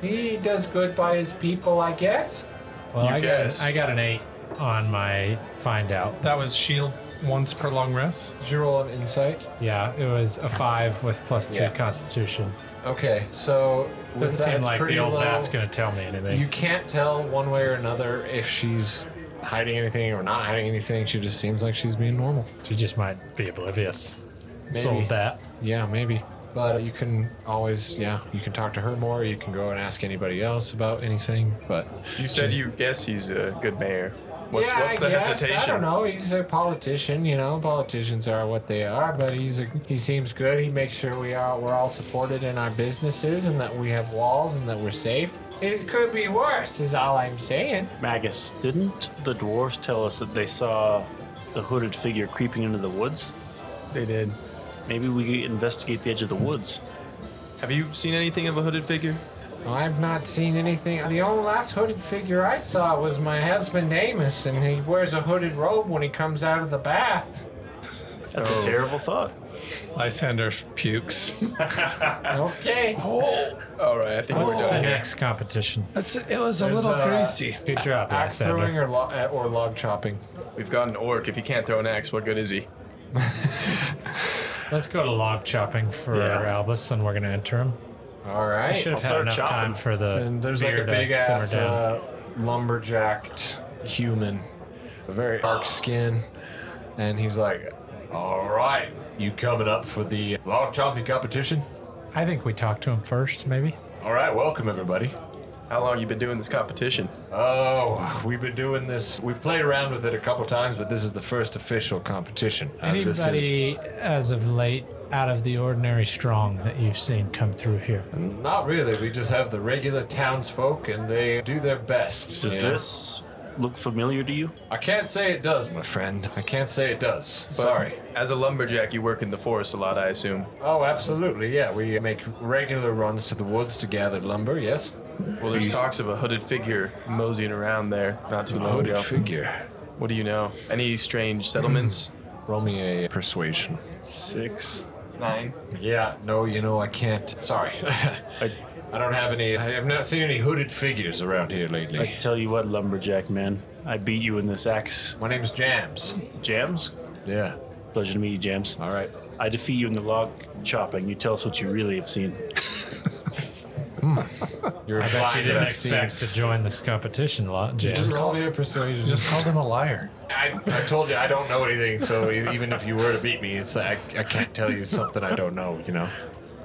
Speaker 1: He does good by his people, I guess.
Speaker 3: Well, I
Speaker 5: guess.
Speaker 3: got I got an eight on my find out.
Speaker 4: That was shield E once per long rest.
Speaker 1: Did you roll an insight?
Speaker 3: Yeah, it was a five with plus three Constitution.
Speaker 1: Okay, so with
Speaker 3: Doesn't
Speaker 1: that,
Speaker 3: seem
Speaker 1: it's
Speaker 3: like
Speaker 1: pretty
Speaker 3: the old
Speaker 1: low.
Speaker 3: bat's gonna tell me anything.
Speaker 1: You can't tell one way or another if she's hiding anything or not hiding anything. She just seems like she's being normal.
Speaker 3: she just might be oblivious. This
Speaker 1: Maybe.
Speaker 3: old bat.
Speaker 1: Yeah, maybe. But you can always, yeah, you can talk to her more. You can go and ask anybody else about anything. But
Speaker 5: You said you guess he's a good mayor. What's,
Speaker 1: yeah,
Speaker 5: what's
Speaker 1: I
Speaker 5: the
Speaker 1: guess.
Speaker 5: hesitation?
Speaker 1: I don't know. He's a politician. You know, politicians are what they are. But he's a, he seems good. He makes sure we are we're all supported in our businesses and that we have walls and that we're safe. It could be worse, is all I'm saying.
Speaker 7: Magus, didn't the dwarves tell us that they saw the hooded figure creeping into the woods?
Speaker 5: They did.
Speaker 7: Maybe we could investigate the edge of the woods.
Speaker 5: Have you seen anything of a hooded figure?
Speaker 1: I've not seen anything. The only last hooded figure I saw was my husband Amos, and he wears a hooded robe when he comes out of the bath.
Speaker 7: That's a terrible thought.
Speaker 4: Lysander pukes.
Speaker 1: Okay.
Speaker 4: Oh.
Speaker 1: Oh.
Speaker 5: All right, I think we're
Speaker 3: The
Speaker 5: done.
Speaker 3: next competition.
Speaker 4: That's it was a
Speaker 1: There's,
Speaker 4: little
Speaker 1: uh,
Speaker 4: greasy.
Speaker 3: Good job,
Speaker 1: Axe throwing
Speaker 3: Alexander.
Speaker 1: or, lo- uh, or log chopping?
Speaker 5: We've got an orc. If he can't throw an axe, what good is he?
Speaker 3: Let's go to log chopping for
Speaker 7: Yeah.
Speaker 3: Albus, and we're gonna enter him.
Speaker 1: All right.
Speaker 3: Should
Speaker 7: I'll
Speaker 3: have had
Speaker 7: start
Speaker 3: enough
Speaker 7: chopping.
Speaker 3: time for the
Speaker 1: And there's like
Speaker 3: beer
Speaker 1: a
Speaker 3: to
Speaker 1: big
Speaker 3: simmer
Speaker 1: ass
Speaker 3: down.
Speaker 1: uh, lumberjacked human, a very dark skin, and he's like, "All right, you coming up for the log chopping competition?
Speaker 3: I think we talk to him first, maybe.
Speaker 1: All right, welcome everybody.
Speaker 5: How long you been doing this competition?
Speaker 1: Oh, we've been doing this. We played around with it a couple times, but this is the first official competition. as this is-
Speaker 3: Anybody as of late out of the ordinary strong that you've seen come through here?
Speaker 1: Not really. We just have the regular townsfolk, and they do their best.
Speaker 7: Does
Speaker 1: you know?
Speaker 7: this look familiar to you?
Speaker 1: I can't say it does, my friend. I can't say it does.
Speaker 5: But
Speaker 1: Sorry.
Speaker 5: As a lumberjack, you work in the forest a lot, I assume.
Speaker 1: Oh, absolutely. Yeah, we make regular runs to the woods to gather lumber. Yes.
Speaker 5: Well, there's talks of a hooded figure moseying around there not too long
Speaker 1: Hooded
Speaker 5: ago.
Speaker 1: figure.
Speaker 5: What do you know? Any strange settlements?
Speaker 1: Roll me a persuasion.
Speaker 7: Six.
Speaker 5: Nine.
Speaker 1: Yeah. No, you know I can't. Sorry. I, I don't have any. I have not seen any hooded figures around here lately.
Speaker 7: I tell you what, lumberjack man, I beat you in this axe.
Speaker 1: my name's Jams.
Speaker 7: Jams?
Speaker 1: Yeah.
Speaker 7: Pleasure to meet you, Jams.
Speaker 1: All right.
Speaker 7: I defeat you in the log chopping. You tell us what you really have seen.
Speaker 1: You're a
Speaker 3: Bet you
Speaker 1: blind
Speaker 3: didn't
Speaker 1: I've seen.
Speaker 3: expect to join this competition, lot, James.
Speaker 1: Just roll me a persuasion.
Speaker 4: Just called him a liar.
Speaker 1: I, I told you I don't know anything, so e- even if you were to beat me, it's like I, I can't tell you something I don't know. You know.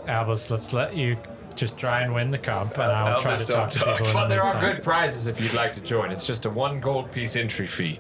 Speaker 3: Albus, let's let you just try and win the comp, and I'll try
Speaker 5: Albus,
Speaker 3: to
Speaker 5: don't
Speaker 3: talk to
Speaker 5: talk.
Speaker 3: people
Speaker 1: But there
Speaker 3: another
Speaker 1: are
Speaker 3: time.
Speaker 1: good prizes if you'd like to join. It's just a one gold piece entry fee.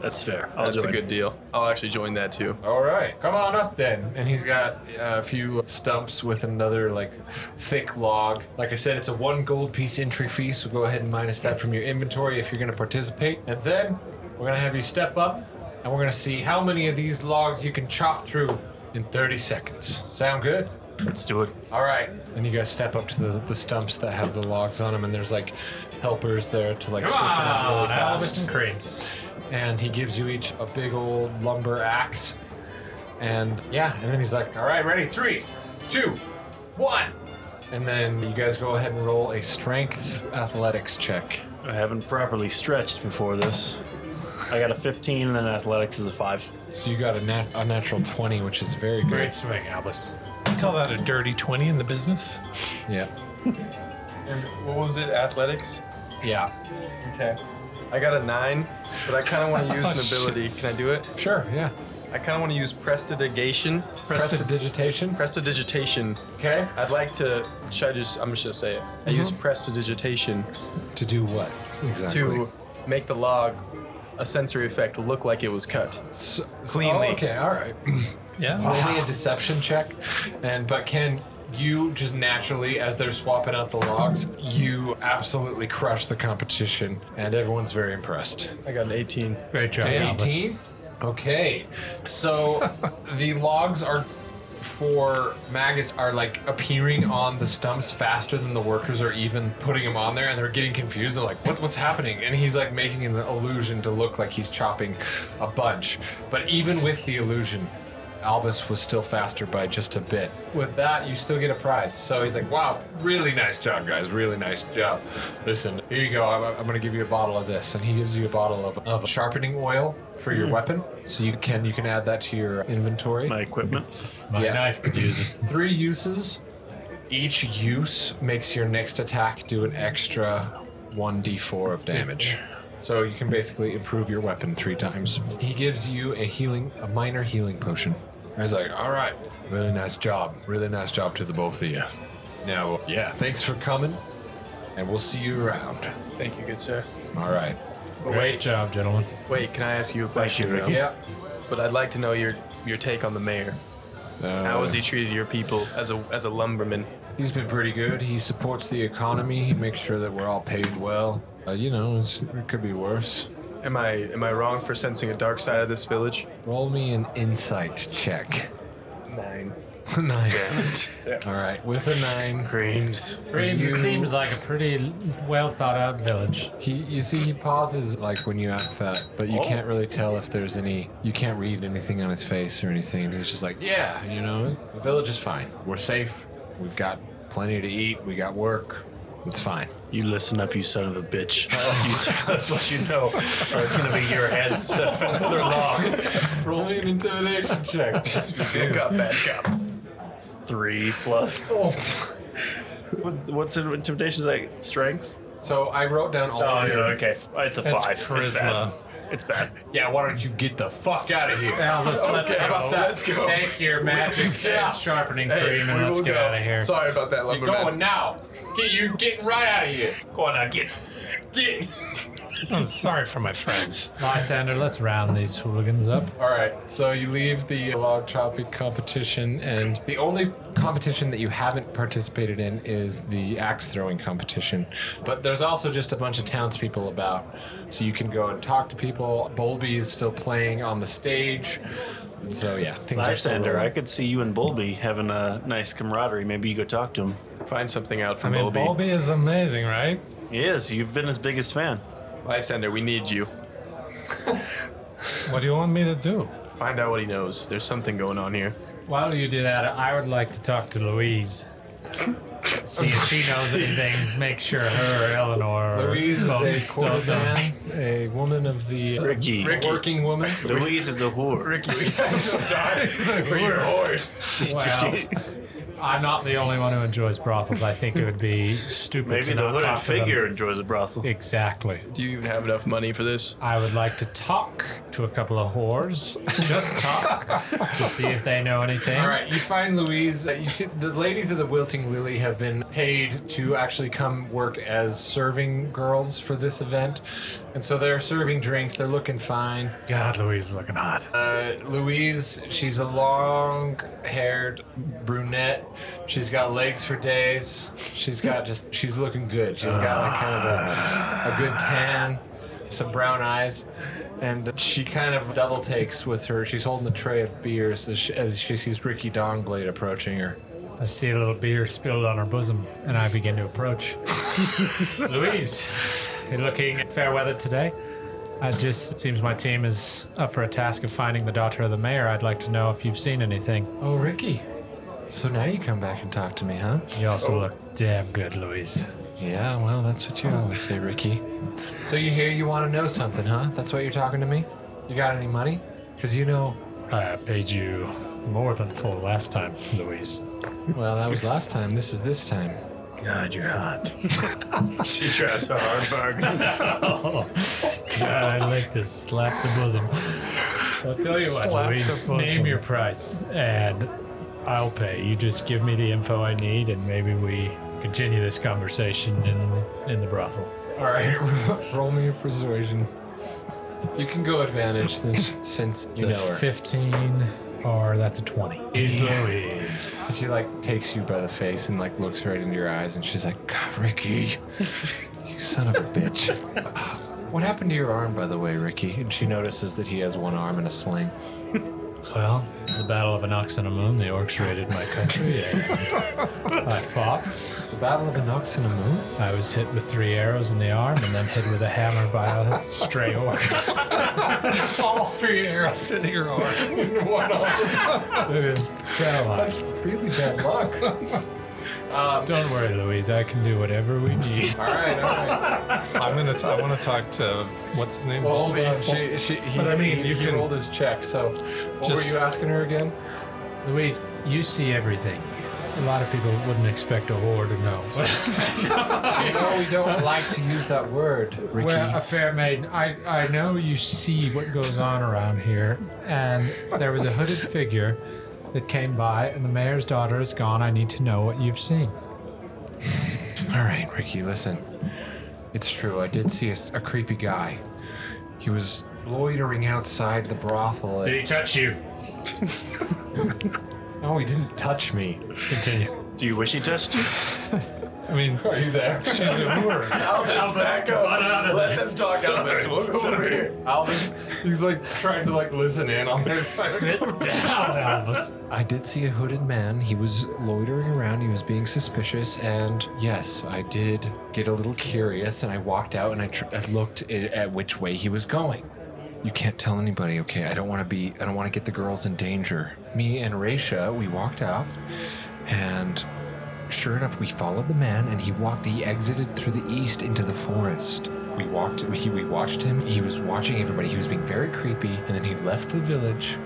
Speaker 7: That's fair. I'll
Speaker 5: That's
Speaker 7: join.
Speaker 5: a good deal. I'll actually join that too.
Speaker 1: All right, come on up then. And he's got uh, a few stumps with another like thick log. Like I said, it's a one gold piece entry fee, so go ahead and minus that from your inventory if you're going to participate. And then we're going to have you step up, and we're going to see how many of these logs you can chop through in 30 seconds. Sound good?
Speaker 7: Let's do it.
Speaker 1: All right. And you guys step up to the, the stumps that have the logs on them, and there's like helpers there to like
Speaker 3: Ah,
Speaker 1: switch it out really fast.
Speaker 2: and creams.
Speaker 1: And he gives you each a big old lumber axe. And yeah, and then he's like, all right, ready? Three, two, one. And then you guys go ahead and roll a strength athletics check.
Speaker 7: I haven't properly stretched before this. I got a 15, and then athletics is a 5.
Speaker 1: So you got a, nat- a natural 20, which is very good.
Speaker 2: Great swing, Albus.
Speaker 4: We call that a dirty 20 in the business.
Speaker 1: Yeah.
Speaker 5: And what was it? Athletics?
Speaker 1: Yeah.
Speaker 5: Okay. I got a nine, but I kind of want to
Speaker 1: Oh,
Speaker 5: use an ability. Can I do it?
Speaker 1: Sure, yeah.
Speaker 5: I kind of want to use prestidigation.
Speaker 1: Prestidigitation.
Speaker 5: Prestidigitation.
Speaker 1: Okay.
Speaker 5: I'd like to. Should I just? I'm just gonna say it. I
Speaker 1: Mm-hmm.
Speaker 5: use prestidigitation
Speaker 1: To do what? Exactly.
Speaker 5: to make the log a sensory effect look like it was cut.
Speaker 1: Oh,
Speaker 5: cleanly.
Speaker 1: okay, all right.
Speaker 4: Yeah.
Speaker 1: Roll me a deception check, and but Ken, you just naturally, as they're swapping out the logs, you absolutely crush the competition, and everyone's very impressed.
Speaker 5: I got an 18.
Speaker 3: Great job, Albus.
Speaker 1: 18? Okay. So the logs are for Magus are like appearing on the stumps faster than the workers are even putting them on there and they're getting confused. They're like, what, what's happening? And he's like making an illusion to look like he's chopping a bunch. But even with the illusion, Albus was still faster by just a bit. With that, you still get a prize. So he's like, wow, really nice job, guys. Really nice job. Listen, here you go. I'm, I'm going to give you a bottle of this. And he gives you a bottle of, of sharpening oil for your weapon. So you can you can add that to your inventory.
Speaker 7: My equipment.
Speaker 3: My
Speaker 1: Yeah.
Speaker 3: knife could use it.
Speaker 1: Three uses. Each use makes your next attack do an extra 1d4 of damage. So you can basically improve your weapon three times. He gives you a healing, a minor healing potion. And he's like, all right, really nice job. Really nice job to the both of you. Now, yeah, thanks for coming, and we'll see you around.
Speaker 5: Thank you, good sir.
Speaker 1: All right.
Speaker 3: Great job, gentlemen.
Speaker 5: Wait, can I ask you a question? though?
Speaker 1: Yeah.
Speaker 5: But I'd like to know your your take on the mayor.
Speaker 3: Uh,
Speaker 5: How has he treated your people as a as a lumberman?
Speaker 1: He's been pretty good. He supports the economy. He makes sure that we're all paid well. Uh, you know, it's, it could be worse.
Speaker 5: Am I am I wrong for sensing a dark side of this village?
Speaker 1: Roll me an insight check.
Speaker 5: Nine.
Speaker 1: nine. All right, with a nine,
Speaker 7: Creams.
Speaker 3: Creams
Speaker 1: You-
Speaker 3: seems like a pretty well thought out village.
Speaker 1: he you see he pauses like when you ask that, but you can't really tell if there's any. You can't read anything on his face or anything. He's just like, yeah, you know, the village is fine. We're safe. We've got plenty to eat. We got work. It's fine.
Speaker 7: You listen up, you son of a bitch. You tell us what you know, or it's gonna be your head set up another log.
Speaker 1: Roll me an intimidation check.
Speaker 5: Good cop, bad cop.
Speaker 7: Three plus. What, what's in- intimidation? Like strength?
Speaker 1: so I wrote down all
Speaker 7: Oh,
Speaker 1: of
Speaker 7: no,
Speaker 1: your.
Speaker 7: okay. It's a five. It's bad. It's bad.
Speaker 1: Yeah, why don't you get the fuck out of here?
Speaker 3: Albus, let's
Speaker 1: Okay,
Speaker 3: go.
Speaker 1: how about that? Let's go.
Speaker 3: Take your magic
Speaker 1: Yeah.
Speaker 3: and sharpening
Speaker 1: Hey,
Speaker 3: cream and
Speaker 1: we
Speaker 3: let's
Speaker 1: will
Speaker 3: get
Speaker 1: go.
Speaker 3: out of here.
Speaker 5: Sorry about that,
Speaker 1: You're
Speaker 5: lumberman.
Speaker 1: going now. Get you getting right out of here.
Speaker 7: Go on now, get.
Speaker 1: Get.
Speaker 4: I'm sorry for my friends.
Speaker 3: Lysander, let's round these hooligans up.
Speaker 1: All right, so you leave the log chopping competition, and the only competition that you haven't participated in is the axe throwing competition. But there's also just a bunch of townspeople about, so you can go and talk to people. Bolby is still playing on the stage, and so yeah, things are still
Speaker 7: Lysander, I
Speaker 1: rolling.
Speaker 7: could see you and Bulby having a nice camaraderie. Maybe you go talk to him.
Speaker 5: Find something out for
Speaker 4: I mean,
Speaker 5: Bobby.
Speaker 4: Bobby is amazing, right?
Speaker 7: Yes, you've been his biggest fan.
Speaker 5: Lysander, we need you.
Speaker 4: What do you want me to do?
Speaker 5: Find out what he knows. There's something going on here.
Speaker 3: While you do that, I would like to talk to Louise. See if she knows anything. Make sure her or Eleanor or
Speaker 1: Louise
Speaker 3: both
Speaker 1: is
Speaker 3: don't
Speaker 1: a courtesan,
Speaker 3: know.
Speaker 1: a woman of the
Speaker 7: Ricky.
Speaker 1: a working woman.
Speaker 7: Louise is a whore. Ricky.
Speaker 1: We're whores.
Speaker 3: Well, I'm not the only one who enjoys brothels. I think it would be stupid
Speaker 7: Maybe
Speaker 3: to
Speaker 7: the
Speaker 3: not
Speaker 7: hooded
Speaker 3: talk to them.
Speaker 7: figure enjoys a brothel.
Speaker 3: Exactly.
Speaker 5: Do you even have enough money for this?
Speaker 3: I would like to talk to a couple of whores. Just talk to see if they know anything.
Speaker 1: All right, you find Louise. uh, You see, the ladies of the Wilting Lily have been paid to actually come work as serving girls for this event, and so they're serving drinks. They're looking fine.
Speaker 2: God, Louise is looking hot.
Speaker 1: Uh, Louise, she's a long-haired brunette. She's got legs for days. She's got just. She's looking good. She's got like kind of a, a good tan, some brown eyes, and she kind of double takes with her. She's holding a tray of beers as she, as she sees Ricky Dongblade approaching her.
Speaker 3: I see a little beer spilled on her bosom, and I begin to approach. Louise, you're looking fair weather today. I just it seems my team is up for a task of finding the daughter of the mayor. I'd like to know if you've seen anything.
Speaker 1: Oh, Ricky. So now you come back and talk to me, huh?
Speaker 3: You also look damn good, Louise.
Speaker 1: Yeah, well, that's what you always say, Ricky. So you hear you want to know something, huh? That's why you're talking to me? You got any money? Because you know,
Speaker 3: I paid you more than full last time, Louise.
Speaker 1: well, that was last time. This is this time.
Speaker 7: God, you're hot. she tries so hard, bug.
Speaker 3: God, Uh, I'd like to slap the bosom. I'll tell you what,
Speaker 1: Slap the
Speaker 3: Louise,
Speaker 1: bosom.
Speaker 3: name your price and I'll pay. You just give me the info I need and maybe we continue this conversation in, in the brothel.
Speaker 1: All right, roll me a persuasion. You can go advantage since, since you know
Speaker 3: It's a
Speaker 1: her.
Speaker 3: 15 or that's a 20. He's Louise.
Speaker 1: She like takes you by the face and like looks right into your eyes, and she's like, "God, "Ricky, you son of a bitch." What happened to your arm, by the way, Ricky? And she notices that he has one arm in a sling.
Speaker 3: Well, the Battle of Anox and a Moon, the orcs raided my country and I fought.
Speaker 1: The Battle of Anox and a Moon.
Speaker 3: I was hit with three arrows in the arm and then hit with a hammer by a stray orc.
Speaker 1: All three arrows to your arm.
Speaker 3: It is paralyzed.
Speaker 1: That's really bad luck.
Speaker 3: Don't worry, Louise. I can do whatever we need.
Speaker 1: all right, all right.
Speaker 4: I'm gonna. T- I want to talk to what's his name?
Speaker 3: Oh
Speaker 1: Well, hold on. She, she, he,
Speaker 4: But I mean,
Speaker 1: he,
Speaker 4: you
Speaker 1: he
Speaker 4: can-
Speaker 1: rolled his check. So, what
Speaker 4: Just-
Speaker 1: were you asking her again?
Speaker 3: Louise, you see everything. A lot of people wouldn't expect a whore to know.
Speaker 1: No, we don't like to use that word, Ricky.
Speaker 3: Well, a fair maiden, I, I know you see what goes on around here, and there was a hooded figure that came by, and the mayor's daughter is gone. I need to know what you've seen.
Speaker 1: All right, Ricky, listen. It's true. I did see a, s- a creepy guy. He was loitering outside the brothel.
Speaker 7: Did he touch you?
Speaker 1: no, he didn't touch me.
Speaker 3: Continue.
Speaker 7: Do you wish he touched you?
Speaker 4: I mean, are you there? She's a whore.
Speaker 7: back up. Let us talk out of this. We'll go over here.
Speaker 1: He's like trying to like listen in on this.
Speaker 3: Sit down, Elvis.
Speaker 1: I did see a hooded man. He was loitering around. He was being suspicious, and yes, I did get a little curious. And I walked out and I, tr- I looked at, at which way he was going. You can't tell anybody, okay? I don't want to be. I don't want to get the girls in danger. Me and Raisha, we walked out, and sure enough, we followed the man, and he walked. He exited through the east into the forest. We walked. We, we watched him. He was watching everybody. He was being very creepy, and then he left the village,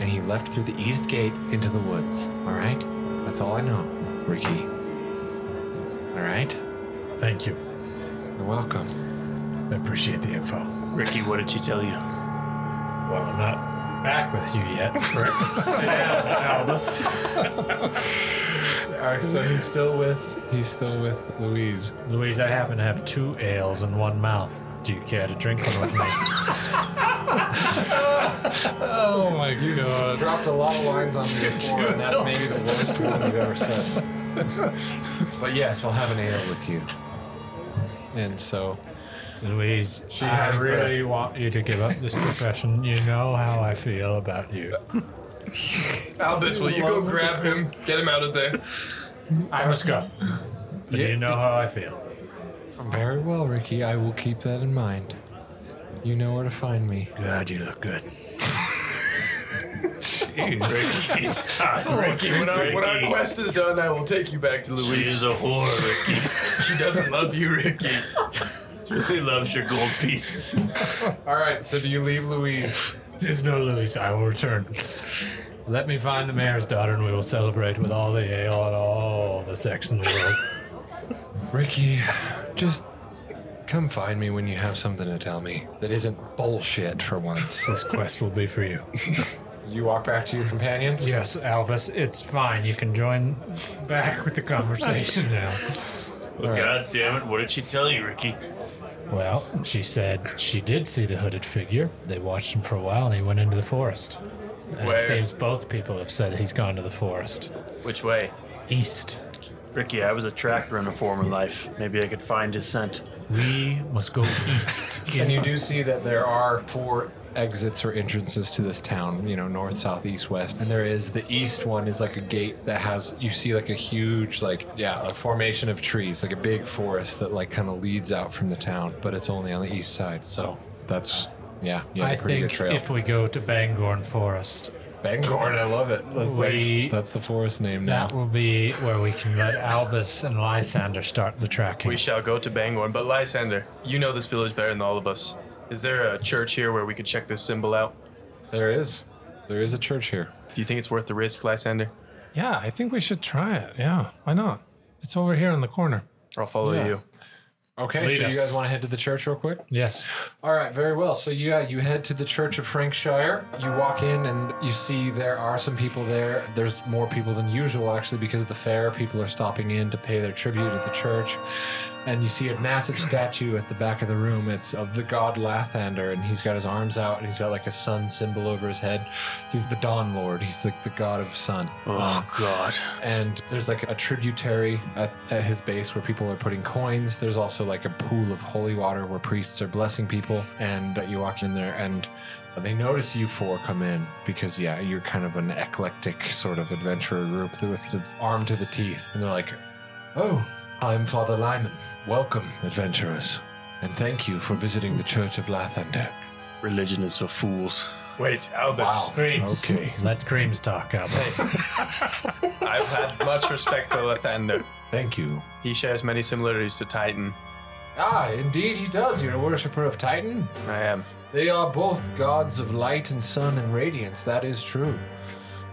Speaker 1: and he left through the east gate into the woods. All right, that's all I know, Ricky. All right,
Speaker 3: Thank you.
Speaker 1: you're welcome.
Speaker 3: I appreciate the info. Well,
Speaker 7: Ricky, what did she tell you?
Speaker 3: I'm not back with you yet. Elvis.
Speaker 1: All right, so he's still with. He's still with Louise.
Speaker 3: Louise, I happen to have two ales in one mouth. Do you care to drink them with me?
Speaker 4: Oh my god.
Speaker 1: dropped a lot of lines on me before, and that may be the worst one you've ever said. so yes, I'll have an ale with you. And so
Speaker 3: Louise, I
Speaker 1: has the-
Speaker 3: really want you to give up this profession. You know how I feel about you.
Speaker 4: Albus, will you go grab him? Get him out of there.
Speaker 3: I must go. But You know how I feel.
Speaker 1: very well, Ricky. I will keep that in mind. You know where to find me.
Speaker 3: God, you look good.
Speaker 7: Ricky, stop. Ricky,
Speaker 4: When our, when our
Speaker 7: Ricky.
Speaker 4: quest is done, I will take you back to Louise.
Speaker 7: She's a whore, Ricky.
Speaker 4: She doesn't love you, Ricky.
Speaker 7: really loves your gold pieces.
Speaker 1: All right. So do you leave Louise?
Speaker 3: There's no Louise. I will return. Let me find the mayor's daughter, and we will celebrate with all the ale and all the sex in the world.
Speaker 1: Ricky, just come find me when you have something to tell me that isn't bullshit for once.
Speaker 3: This quest will be for you.
Speaker 1: You walk back to your companions.
Speaker 3: Yes, Albus, it's fine. You can join back with the conversation now.
Speaker 7: Well, God damn it! What did she tell you, Ricky?
Speaker 3: Well, she said she did see the hooded figure. They watched him for a while, and he went into the forest. And
Speaker 7: Where?
Speaker 3: it seems both people have said he's gone to the forest.
Speaker 7: Which way?
Speaker 3: East.
Speaker 7: Ricky, I was a tractor in a former life. Maybe I could find his scent.
Speaker 3: We must go east.
Speaker 1: And you do see that there are four exits or entrances to this town, you know, north, south, east, west. And there is the east one is like a gate that has you see like a huge like yeah, a formation of trees, like a big forest that like kind of leads out from the town, but it's only on the east side. So that's yeah, yeah,
Speaker 3: I
Speaker 1: pretty good
Speaker 3: think
Speaker 1: trail.
Speaker 3: if we go to Bangorn Forest,
Speaker 1: Bangorn, I love it. That's,
Speaker 3: We-
Speaker 1: that's, that's the forest name now.
Speaker 3: that will be where we can let Albus and Lysander start the tracking.
Speaker 6: We shall go to Bangor. But Lysander, you know this village better than all of us. Is there a church here where we could check this symbol out?
Speaker 1: There is, there is a church here.
Speaker 6: Do you think it's worth the risk, Lysander?
Speaker 4: Yeah, I think we should try it. Yeah, why not? It's over here in the corner.
Speaker 6: I'll follow you.
Speaker 1: Okay, so you guys want to head to the church real quick?
Speaker 3: yes.
Speaker 1: All right, very well. So yeah, you head to the Church of Frankshire. You walk in and you see there are some people there. There's more people than usual actually because of the fair. People are stopping in to pay their tribute at the church. And you see a massive statue at the back of the room. It's of the god Lathander, and he's got his arms out and he's got like a sun symbol over his head. He's the Dawn Lord. He's like the god of sun
Speaker 7: Oh God.
Speaker 1: and there's like a tributary at, at his base where people are putting coins. There's also like a pool of holy water where priests are blessing people, and uh, you walk in there and they notice you four come in because yeah, you're kind of an eclectic sort of adventurer group with the arm to the teeth, and they're like, "Oh, I'm Father Lyman. Welcome, adventurers." And thank you for visiting the Church of Lathander.
Speaker 7: Religion is for fools.
Speaker 6: Wait, Albus.
Speaker 3: Creams.
Speaker 1: Okay.
Speaker 3: Let Creams talk, Albus.
Speaker 6: I've had much respect for Lathander.
Speaker 1: Thank you.
Speaker 6: He shares many similarities to Titan.
Speaker 1: Ah, indeed he does. You're a worshipper of Titan?
Speaker 6: I am.
Speaker 1: They are both gods of light and sun and radiance, that is true.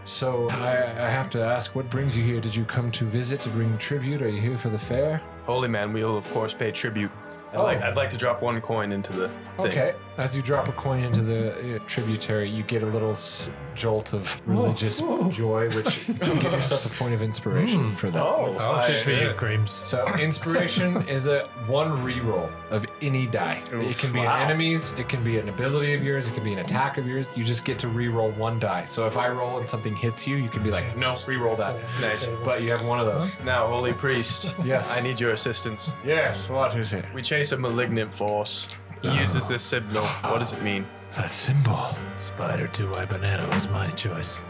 Speaker 1: So I, I have to ask, what brings you here? Did you come to visit, to bring tribute? Are you here for the fair?
Speaker 6: Holy man, we'll of course pay tribute. I'd,
Speaker 1: Oh.
Speaker 6: like, I'd like to drop one coin into the thing.
Speaker 1: Okay. As you drop a coin into the uh, tributary, you get a little s- jolt of religious joy, which you give yourself a point of inspiration for that.
Speaker 3: Oh, good for you, Creams.
Speaker 1: So inspiration is a one reroll of any die. it can be an enemy's, it can be an ability of yours, it can be an attack of yours. You just get to reroll one die. So if I roll and something hits you, you can be like, no, reroll that.
Speaker 6: Nice.
Speaker 1: But you have one of those.
Speaker 6: Now, holy priest,
Speaker 1: Yes.
Speaker 6: I need your assistance.
Speaker 1: Yes. What is it?
Speaker 6: We chase a malignant force. He
Speaker 1: Ah.
Speaker 6: uses this signal. What does it mean?
Speaker 1: That symbol.
Speaker 3: Spider two eye banana was my choice.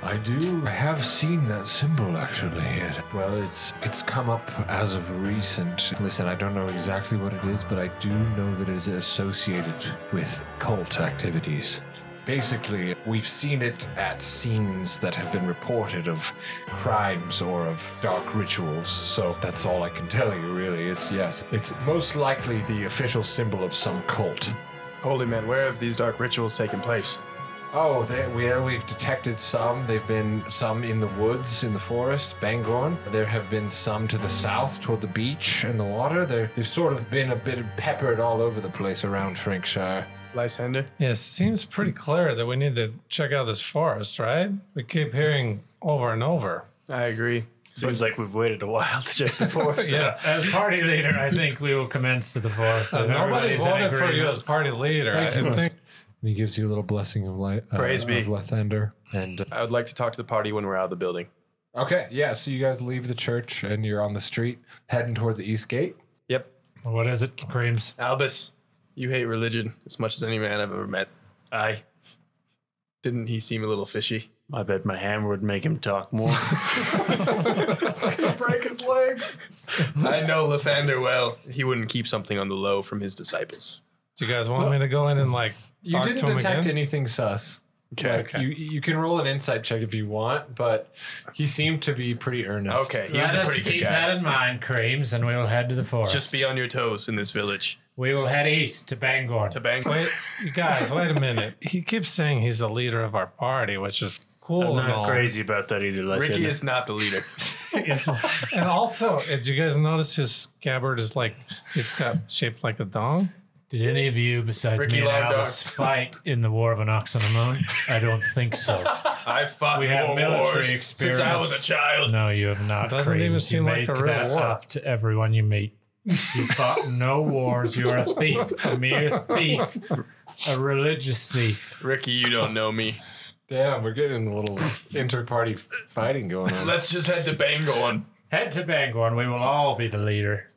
Speaker 1: I do have seen that symbol actually. It- Well, it's it's come up as of recent. Listen, I don't know exactly what it is, but I do know that it is associated with cult activities. Basically, we've seen it at scenes that have been reported of crimes or of dark rituals. So that's all I can tell you, really. It's yes, it's most likely the official symbol of some cult.
Speaker 6: Holy man, where have these dark rituals taken place?
Speaker 1: Oh, they, we, we've detected some. They've been some in the woods, in the forest, Bangorn. There have been some to the south, toward the beach and the water. They're, they've sort of been a bit peppered all over the place around Frankshire.
Speaker 6: Lysander?
Speaker 4: Yeah, it seems pretty clear that we need to check out this forest, right? We keep hearing over and over.
Speaker 6: I agree.
Speaker 7: Seems like we've waited a while to check the forest.
Speaker 4: Yeah.
Speaker 3: As party leader, I think we will commence to the forest. So
Speaker 4: Nobody
Speaker 3: everybody's in
Speaker 4: voted for you
Speaker 3: agreement.
Speaker 4: as party leader. I didn't think
Speaker 1: And he gives you a little blessing of light. Uh,
Speaker 6: Praise be.
Speaker 1: of Lathander. And uh,
Speaker 6: I would like to talk to the party when we're out of the building.
Speaker 1: okay, yeah. So you guys leave the church and you're on the street, heading toward the east gate.
Speaker 6: Yep.
Speaker 3: What is it, Creams?
Speaker 6: Albus, you hate religion as much as any man I've ever met.
Speaker 7: I,
Speaker 6: Didn't he seem a little fishy?
Speaker 7: I bet my hammer would make him talk more.
Speaker 1: Break his legs.
Speaker 6: I know Lathander well. He wouldn't keep something on the low from his disciples.
Speaker 4: Do you guys want me to go in and like
Speaker 1: You
Speaker 4: talk to
Speaker 1: didn't
Speaker 4: him
Speaker 1: detect
Speaker 4: again?
Speaker 1: anything sus.
Speaker 6: Okay.
Speaker 1: Like, You you can roll an insight check if you want, but he seemed to be pretty earnest.
Speaker 6: Okay, he was
Speaker 3: Let
Speaker 6: a
Speaker 3: us
Speaker 6: pretty good
Speaker 3: keep
Speaker 6: guy.
Speaker 3: that in mind, Creams, and we will head to the forest.
Speaker 6: Just be on your toes in this village.
Speaker 3: we will head east to Bangor.
Speaker 6: To Bangor.
Speaker 4: Wait, you guys, wait a minute. He keeps saying he's the leader of our party, which is
Speaker 7: I'm
Speaker 4: cool and
Speaker 7: not
Speaker 4: all.
Speaker 7: crazy about that either. Lysander.
Speaker 6: Ricky is not the leader.
Speaker 4: And also, did you guys notice his scabbard is like it's got shaped like a dong?
Speaker 3: Did any of you, besides me
Speaker 6: Ricky
Speaker 3: and
Speaker 6: Long Dog.
Speaker 3: Albus, fight in the War of an Ox and a Moon? I don't think so.
Speaker 6: I fought
Speaker 3: We have
Speaker 6: war
Speaker 3: military
Speaker 6: wars since I was a
Speaker 3: experience.
Speaker 6: child.
Speaker 3: No, you have not.
Speaker 4: Doesn't even
Speaker 3: Creams.
Speaker 4: seem
Speaker 3: you
Speaker 4: like
Speaker 3: make
Speaker 4: a real
Speaker 3: that
Speaker 4: war.
Speaker 3: up to everyone you meet. You fought no wars. You are a thief, a mere thief, a religious thief.
Speaker 6: Ricky, you don't know me.
Speaker 1: Damn, we're getting a little inter-party fighting going on.
Speaker 6: Let's just head to Bangor.
Speaker 3: Head to Bangor, and we will all be the leader.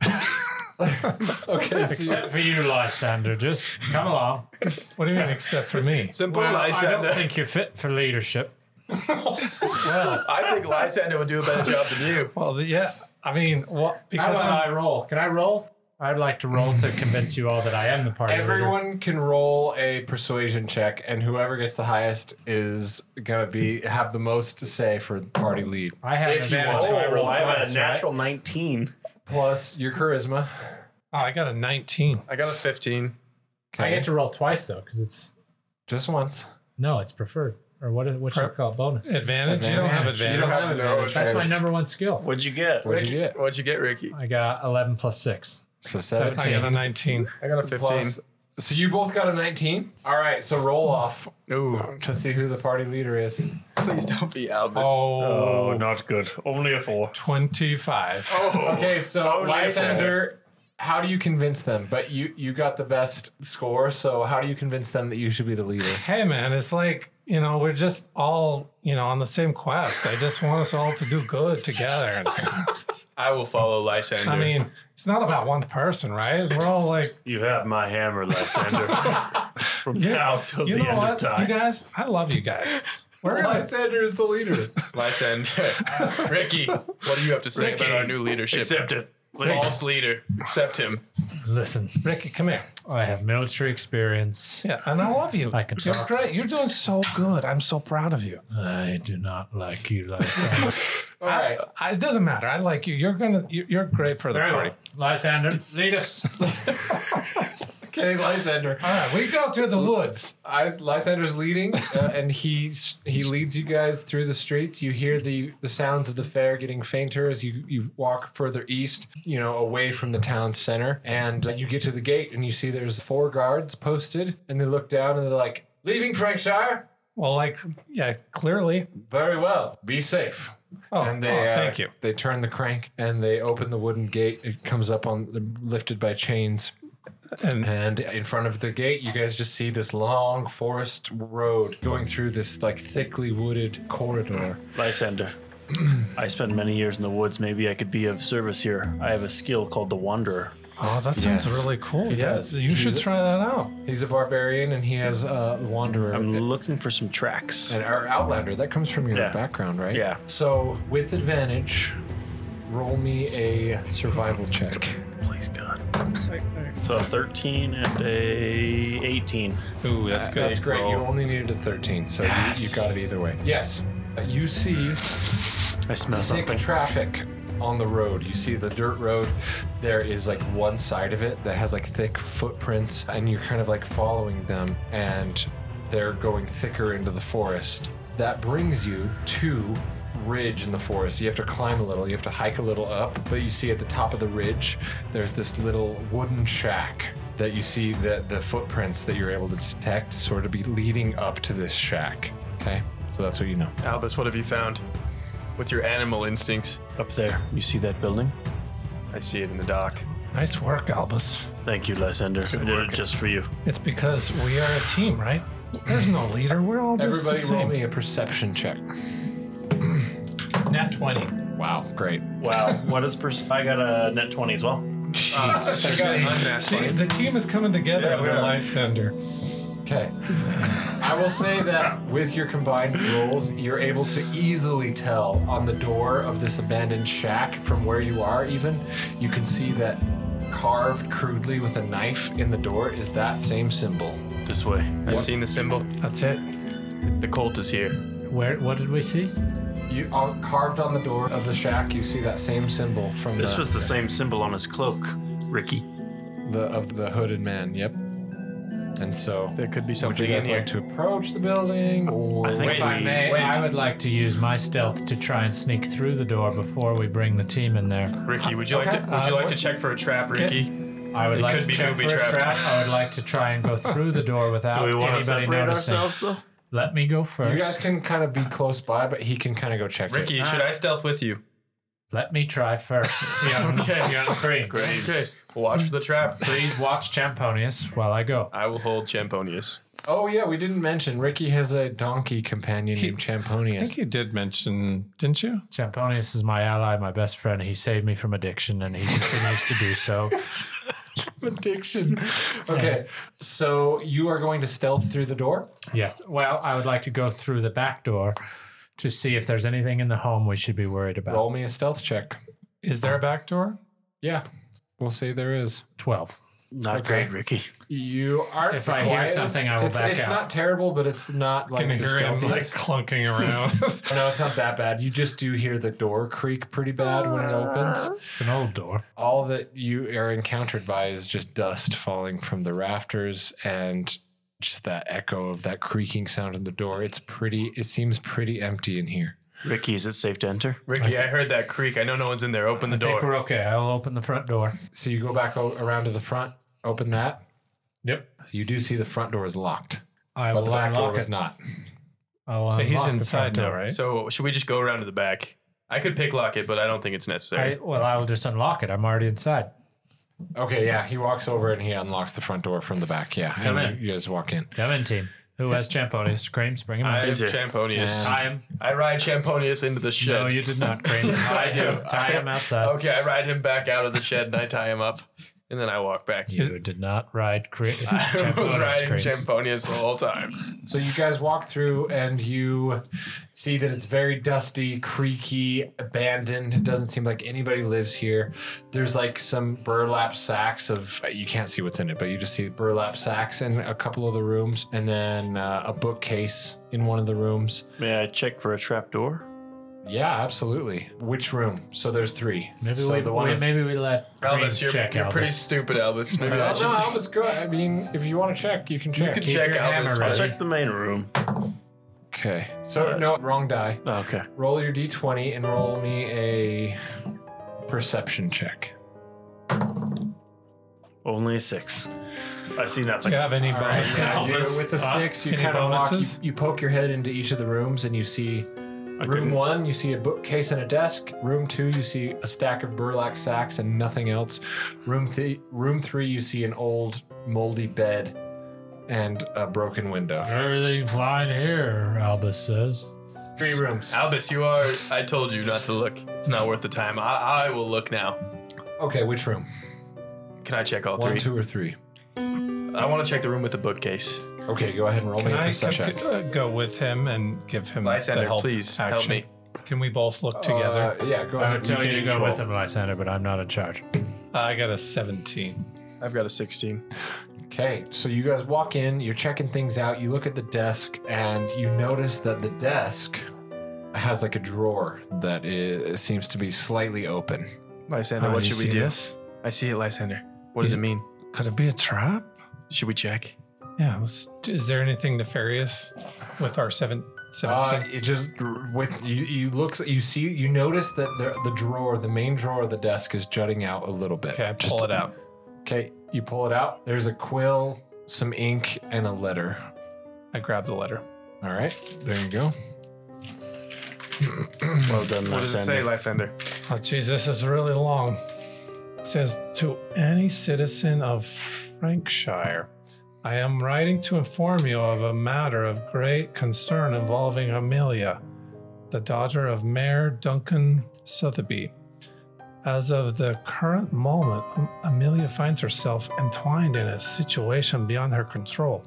Speaker 5: Okay, so
Speaker 3: Except for you, Lysander. Just come along.
Speaker 4: What do you mean, except for me?
Speaker 6: Simple
Speaker 3: Well, I don't
Speaker 6: Lysander.
Speaker 3: think you're fit for leadership.
Speaker 6: I think Lysander would do a better job than you.
Speaker 4: Well, the- yeah. I mean, what?
Speaker 3: How
Speaker 4: Because
Speaker 3: about
Speaker 4: I'm,
Speaker 3: I roll? Can I roll? I'd like to roll to convince you all that I am the party leader.
Speaker 1: Everyone can roll a persuasion check, and whoever gets the highest is gonna be have the most to say for the party lead.
Speaker 3: I have an
Speaker 6: If you
Speaker 3: advantage,
Speaker 6: want.
Speaker 3: so I roll
Speaker 7: Oh, I have
Speaker 3: twice,
Speaker 7: a
Speaker 3: right?
Speaker 7: natural 19.
Speaker 1: Plus your charisma.
Speaker 4: oh, I got a 19.
Speaker 6: I got a 15.
Speaker 3: I get to roll twice though, because it's
Speaker 1: just once.
Speaker 3: no, it's preferred or what? What's it called? Bonus.
Speaker 4: Advantage? You don't have
Speaker 1: You don't
Speaker 4: advantage.
Speaker 1: have advantage.
Speaker 3: That's my
Speaker 1: Travis.
Speaker 3: number one skill.
Speaker 7: What'd you get?
Speaker 1: What'd you get?
Speaker 6: What'd you get, Ricky?
Speaker 3: I got eleven plus six.
Speaker 1: So
Speaker 4: I
Speaker 1: 17.
Speaker 4: got a 19.
Speaker 6: I got a 15.
Speaker 1: Plus, so you both got a 19? All right, so roll off
Speaker 6: Ooh.
Speaker 1: to see who the party leader is.
Speaker 6: Please don't be Albus.
Speaker 4: Oh,
Speaker 7: Oh, not good. Only a four.
Speaker 4: 25.
Speaker 1: Okay, so
Speaker 7: no.
Speaker 1: Lysander, how do you convince them? But you you got the best score, so how do you convince them that you should be the leader?
Speaker 4: Hey, man, it's like, you know, we're just all, you know, on the same quest. I just want us all to do good together.
Speaker 6: I will follow Lysander.
Speaker 4: I mean, it's not about one person, right? We're all like,
Speaker 7: You have my hammer, Lysander. From now till
Speaker 4: you
Speaker 7: the
Speaker 4: know
Speaker 7: end
Speaker 4: what?
Speaker 7: of time.
Speaker 4: You guys, I love you guys. We're gonna-
Speaker 1: Lysander is the leader.
Speaker 6: Lysander. Ricky, what do you have to say about our new leadership?
Speaker 7: Accept it.
Speaker 6: False leader. Accept him.
Speaker 3: Listen,
Speaker 4: Ricky, come here.
Speaker 3: I have military experience.
Speaker 4: Yeah, and I love you.
Speaker 3: I can
Speaker 4: You're
Speaker 3: talk.
Speaker 4: great. You're doing so good. I'm so proud of you.
Speaker 3: I do not like you, Lysander.
Speaker 1: All right.
Speaker 4: I, it doesn't matter. I like you. You're gonna. You're, you're great for the
Speaker 3: Very
Speaker 4: party.
Speaker 3: well. Lysander, lead us.
Speaker 1: Okay, Lysander.
Speaker 4: All right, we go to the woods.
Speaker 1: I, Lysander's leading, uh, and he s- he leads you guys through the streets. You hear the the sounds of the fair getting fainter as you you walk further east, you know, away from the town center, and uh, you get to the gate, and you see there's four guards posted, and they look down and they're like, "Leaving Frankshire?
Speaker 4: Well, like, yeah, clearly.
Speaker 1: Very well. Be safe."
Speaker 4: Oh,
Speaker 1: and they,
Speaker 4: oh,
Speaker 1: uh,
Speaker 4: thank you.
Speaker 1: They turn the crank and they open the wooden gate. It comes up on lifted by chains.
Speaker 4: And
Speaker 1: And in front of the gate, you guys just see this long forest road going through this like thickly wooded corridor.
Speaker 7: Lysander. I spent many years in the woods. Maybe I could be of service here. I have a skill called the Wanderer.
Speaker 4: oh, that sounds
Speaker 1: Yes.
Speaker 4: really cool. Yes, you should try that out.
Speaker 1: He's a barbarian and he has a wanderer
Speaker 7: I'm looking for some tracks.
Speaker 1: and our outlander. That comes from your
Speaker 7: Yeah.
Speaker 1: background, right?
Speaker 7: Yeah.
Speaker 1: So with advantage, roll me a survival check.
Speaker 7: Please, God. So 13 and a 18.
Speaker 4: Ooh, that's good.
Speaker 1: That's great. You only needed a 13, so you, you got it either way. Yes. You see
Speaker 7: I smell
Speaker 1: thick
Speaker 7: something.
Speaker 1: traffic on the road. You see the dirt road. There is like one side of it that has like thick footprints, and you're kind of like following them, and they're going thicker into the forest. That brings you to ridge in the forest. You have to climb a little, you have to hike a little up, but you see at the top of the ridge, there's this little wooden shack that you see that the footprints that you're able to detect sort of be leading up to this shack. Okay? So that's what you know.
Speaker 6: Albus, what have you found? With your animal instincts.
Speaker 7: Up there. You see that building?
Speaker 6: I see it in the dock.
Speaker 4: Nice work, Albus.
Speaker 7: Thank you, Lysander. I did it just for you.
Speaker 4: It's because we are a team, right? There's no leader. We're all just
Speaker 1: Everybody
Speaker 4: the
Speaker 1: roll
Speaker 4: same.
Speaker 1: me a perception check.
Speaker 4: Nat twenty.
Speaker 1: Wow, great.
Speaker 7: Wow. What is pers- I got a net 20 as well.
Speaker 4: See, the team is coming together with Lysander.
Speaker 1: Okay. I will say that with your combined rolls, you're able to easily tell on the door of this abandoned shack from where you are, even. You can see that carved crudely with a knife in the door is that same symbol.
Speaker 7: This way.
Speaker 6: I've seen the symbol.
Speaker 4: That's it.
Speaker 6: The cult is here.
Speaker 3: Where? What did we see?
Speaker 1: You on, carved on the door of the shack, you see that same symbol from
Speaker 7: This
Speaker 1: the,
Speaker 7: was the same symbol on his cloak, Ricky.
Speaker 1: the of the hooded man. Yep. And so,
Speaker 6: There could
Speaker 1: would
Speaker 6: be
Speaker 1: you
Speaker 6: something in
Speaker 1: guys
Speaker 6: here.
Speaker 1: like to approach the building? Or
Speaker 7: I think
Speaker 3: If I
Speaker 7: we-
Speaker 3: may,
Speaker 6: wait.
Speaker 3: I would like to use my stealth to try and sneak through the door before we bring the team in there.
Speaker 6: Ricky, would you like to Uh, would you like to check for a trap, Ricky?
Speaker 3: I would like
Speaker 6: could
Speaker 3: to
Speaker 6: be
Speaker 3: check for
Speaker 6: booby
Speaker 3: a
Speaker 6: trapped.
Speaker 3: trap. I would like to try and go through the door without
Speaker 7: Do we want to
Speaker 3: anybody
Speaker 7: separate
Speaker 3: noticing.
Speaker 7: ourselves, though?
Speaker 3: Let me go
Speaker 1: you guys
Speaker 3: first.
Speaker 1: can kind of be close by, but he can kind of go check it.
Speaker 6: Ricky, should I stealth with you?
Speaker 3: Let me try first. young, young cream.
Speaker 6: Okay. Watch for the trap.
Speaker 3: Please watch Champonius while I go.
Speaker 6: I will hold Champonius.
Speaker 1: Oh yeah, we didn't mention Ricky has a donkey companion named
Speaker 4: I think
Speaker 1: Champonius.
Speaker 4: you did mention, didn't you?
Speaker 3: Champonius is my ally, my best friend. He saved me from addiction, and he continues to do so.
Speaker 1: Addiction. Okay, so you are going to stealth through the door.
Speaker 3: Yes. Well, I would like to go through the back door to see if there's anything in the home we should be worried about.
Speaker 1: Roll me a stealth check.
Speaker 4: Is there a back door?
Speaker 1: Yeah, we'll say there is.
Speaker 3: Twelve.
Speaker 7: Not great, Ricky.
Speaker 1: You are.
Speaker 3: If I hear something, I will
Speaker 1: it's,
Speaker 3: back
Speaker 1: It's
Speaker 3: out.
Speaker 1: not terrible, but it's not like
Speaker 4: Can
Speaker 1: the
Speaker 4: you hear him like
Speaker 1: stealthiest.
Speaker 4: clunking around?
Speaker 1: No, it's not that bad. You just do hear the door creak pretty bad when it opens.
Speaker 3: It's an old door.
Speaker 1: All that you are encountered by is just dust falling from the rafters and just that echo of that creaking sound in the door. It's pretty, it seems pretty empty in here.
Speaker 7: Ricky, is it safe to enter?
Speaker 6: Ricky, I heard that creak. I know no one's in there. Open the
Speaker 3: I think
Speaker 6: door.
Speaker 3: we're okay. I'll open the front door.
Speaker 1: So you go back o- around to the front, open that.
Speaker 3: Yep.
Speaker 1: You do see the front door is locked,
Speaker 3: I
Speaker 1: but the
Speaker 3: will
Speaker 1: back door
Speaker 3: unlock
Speaker 1: is
Speaker 3: it.
Speaker 1: not.
Speaker 3: I will unlock
Speaker 4: He's
Speaker 3: the
Speaker 4: inside
Speaker 3: front
Speaker 4: now,
Speaker 3: door.
Speaker 4: right?
Speaker 6: So should we just go around to the back? I could pick lock it, but I don't think it's
Speaker 3: I,
Speaker 6: necessary.
Speaker 3: well, I will just unlock it. I'm already inside.
Speaker 1: Okay, yeah. He walks over and he unlocks the front door from the back. Yeah.
Speaker 3: Come
Speaker 1: and
Speaker 3: in.
Speaker 1: You, you guys walk in.
Speaker 3: Come in, team. Who has Champonius? Creams, bring him
Speaker 6: I am
Speaker 3: in.
Speaker 7: Is it-
Speaker 6: Champonius.
Speaker 1: Yeah.
Speaker 3: Tie him.
Speaker 6: I ride Champonius into the shed.
Speaker 3: No, you did not. Creams. I do. Tie him outside.
Speaker 6: Okay, I ride him back out of the shed and I tie him up, and then I walk back.
Speaker 3: You did not ride Cre-
Speaker 6: I was riding
Speaker 3: Champonius. Creams.
Speaker 6: Champonius the whole time.
Speaker 1: So you guys walk through and you see that it's very dusty, creaky, abandoned. It doesn't seem like anybody lives here. There's like some burlap sacks of you can't see what's in it, but you just see burlap sacks in a couple of the rooms, and then uh, a bookcase in one of the rooms.
Speaker 7: May I check for a trap door?
Speaker 1: Yeah, absolutely. Which room? So there's three.
Speaker 3: Maybe
Speaker 1: so
Speaker 3: we,
Speaker 1: the one.
Speaker 3: we-
Speaker 1: with-
Speaker 3: maybe we let Creams
Speaker 6: Elvis, you're,
Speaker 3: check
Speaker 6: you're
Speaker 3: out.
Speaker 6: pretty stupid, Elvis. Maybe I
Speaker 1: Uh, no,
Speaker 6: should
Speaker 1: I'll just go. I mean, if you want to check, you can check.
Speaker 6: could check
Speaker 3: your hammer
Speaker 6: Elvis.
Speaker 3: ready.
Speaker 7: I'll
Speaker 6: first.
Speaker 7: check the main room.
Speaker 1: okay. So no, wrong die.
Speaker 7: Oh, Okay.
Speaker 1: Roll your d20 and roll me a perception check.
Speaker 7: Only a six. I see nothing.
Speaker 4: Do you have any bonuses?
Speaker 1: You- with the six, you
Speaker 4: any
Speaker 1: kind of walk, you,
Speaker 4: bonuses?
Speaker 1: you poke your head into each of the rooms and you see room
Speaker 7: couldn't-
Speaker 1: one, you see a bookcase and a desk. Room two, you see a stack of burlap sacks and nothing else. Room, th- room three, you see an old moldy bed and a broken window.
Speaker 3: Everything fine here, Albus says.
Speaker 1: Three rooms.
Speaker 6: Albus, you are. I told you not to look. It's not worth the time. I, I will look now.
Speaker 1: Okay, which room?
Speaker 6: Can I check all
Speaker 1: One,
Speaker 6: three?
Speaker 1: two, or three?
Speaker 6: I want to check the room with the bookcase.
Speaker 1: Okay, go ahead and roll
Speaker 4: Can
Speaker 1: me a
Speaker 4: I
Speaker 1: perception check.
Speaker 4: g- uh, go with him and give him
Speaker 6: Lysander,
Speaker 4: the help
Speaker 6: please
Speaker 4: action?
Speaker 6: help me.
Speaker 4: Can we both look together?
Speaker 1: Uh, yeah, go
Speaker 3: I
Speaker 1: ahead.
Speaker 3: would tell you to
Speaker 1: can
Speaker 3: go
Speaker 1: each
Speaker 3: with
Speaker 1: roll.
Speaker 3: him, Lysander, but I'm not in charge.
Speaker 4: I got a 17.
Speaker 6: I've got a 16.
Speaker 1: Okay, so you guys walk in, you're checking things out, you look at the desk, and you notice that the desk has like a drawer that is, seems to be slightly open.
Speaker 6: Lysander,
Speaker 4: Uh,
Speaker 6: what
Speaker 4: you
Speaker 6: should we
Speaker 4: see
Speaker 6: do?
Speaker 4: this?
Speaker 6: I see it, Lysander. What does it mean?
Speaker 4: Could it be a trap?
Speaker 6: Should we check?
Speaker 4: Yeah. Let's, is there anything nefarious with our seven, 17?
Speaker 1: Uh, it just with you, you look, you see, you notice that the, the drawer, the main drawer of the desk, is jutting out a little bit.
Speaker 4: okay, I
Speaker 1: Just-
Speaker 4: pull it out.
Speaker 1: Okay, you pull it out. There's a quill, some ink, and a letter.
Speaker 4: I grab the letter.
Speaker 1: All right, there you go.
Speaker 7: Well done,
Speaker 6: What does it say, Lysander?
Speaker 4: Oh, geez, this is really long. It says to any citizen of Frankshire, I am writing to inform you of a matter of great concern involving Amelia, the daughter of Mayor Duncan Sotheby. As of the current moment, Am- Amelia finds herself entwined in a situation beyond her control.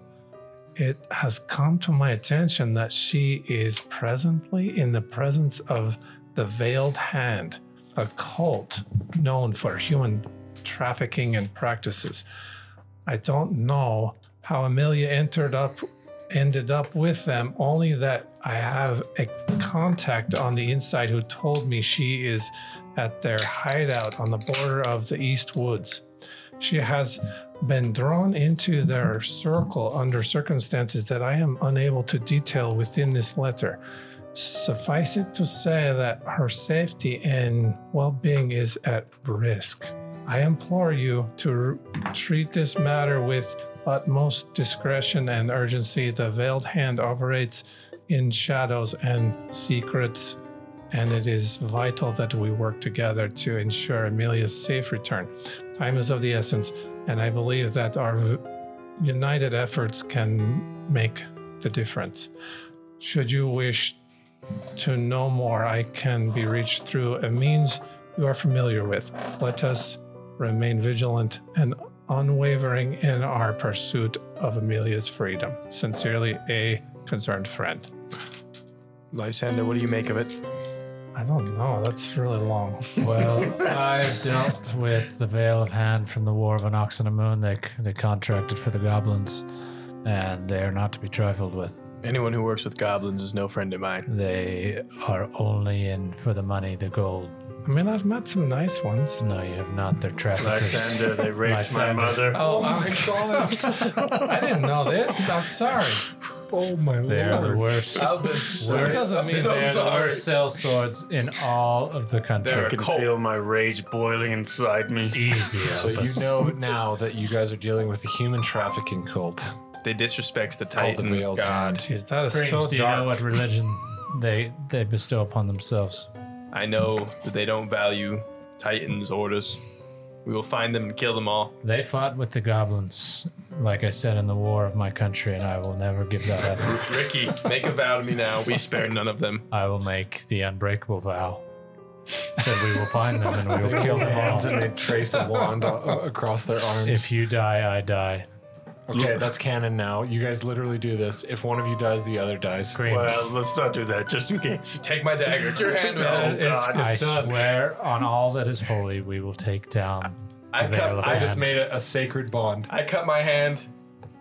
Speaker 4: It has come to my attention that she is presently in the presence of the Veiled Hand, a cult known for human trafficking and practices. I don't know how Amelia entered up ended up with them, only that I have a contact on the inside who told me she is at their hideout on the border of the East Woods. She has been drawn into their circle under circumstances that I am unable to detail within this letter. Suffice it to say that her safety and well being is at risk. I implore you to r- treat this matter with utmost discretion and urgency. The Veiled Hand operates in shadows and secrets, and it is vital that we work together to ensure Amelia's safe return. Time is of the essence, and I believe that our v- united efforts can make the difference. Should you wish to know more, I can be reached through a means you are familiar with. Let us remain vigilant and unwavering in our pursuit of Amelia's freedom. Sincerely, a concerned friend.
Speaker 5: Lysander, what do you make of it?
Speaker 4: I don't know. Oh, That's really long.
Speaker 3: Well, I've dealt with the Veil of Hand from the War of an Ox and a Moon. They, they contracted for the goblins, and they are not to be trifled with.
Speaker 6: Anyone who works with goblins is no friend of mine.
Speaker 3: They are only in for the money, the gold.
Speaker 4: I mean, I've met some nice ones.
Speaker 3: No, you have not. They're traffickers.
Speaker 7: Lysander, they raped my
Speaker 3: Lysander.
Speaker 7: mother.
Speaker 4: Oh, I'm sorry. I didn't know this. I'm sorry. Oh my
Speaker 3: They are the
Speaker 4: lord.
Speaker 3: worst.
Speaker 5: Albus.
Speaker 4: doesn't mean
Speaker 3: They're
Speaker 4: that.
Speaker 3: the worst sellswords in all of the country.
Speaker 7: I can feel my rage boiling inside me.
Speaker 1: So
Speaker 3: Easy,
Speaker 1: you
Speaker 3: Albus.
Speaker 1: know now that you guys are dealing with a human trafficking cult.
Speaker 6: They disrespect the
Speaker 1: called the
Speaker 6: Titan
Speaker 1: Veiled
Speaker 6: Mm, god.
Speaker 1: Hand.
Speaker 4: Jeez, that is
Speaker 3: Dreams,
Speaker 4: so
Speaker 3: do you know
Speaker 4: dark.
Speaker 3: what religion they they bestow upon themselves?
Speaker 6: I know that they don't value Titan's orders. We will find them and kill them all.
Speaker 3: They fought with the goblins, like I said, in the war of my country, and I will never give that up.
Speaker 6: Ricky, make a vow to me now. We spare none of them.
Speaker 3: I will make the unbreakable vow that we will find them and we will kill them
Speaker 1: Hands and
Speaker 3: all.
Speaker 1: they trace a wand a- across their arms.
Speaker 3: If you die, I die.
Speaker 1: okay, that's canon now. You guys literally do this. If one of you dies, the other dies.
Speaker 3: Dreams.
Speaker 7: Well, let's not do that, just in case.
Speaker 6: Take my dagger. It's your hand.
Speaker 7: Oh,
Speaker 6: With it.
Speaker 7: God.
Speaker 3: I
Speaker 7: it's done.
Speaker 3: swear on all that is holy, we will take down.
Speaker 6: I
Speaker 3: the Veil
Speaker 6: cut,
Speaker 3: of
Speaker 6: I,
Speaker 1: I just
Speaker 3: Hand.
Speaker 1: made a, a sacred bond.
Speaker 6: I cut my hand.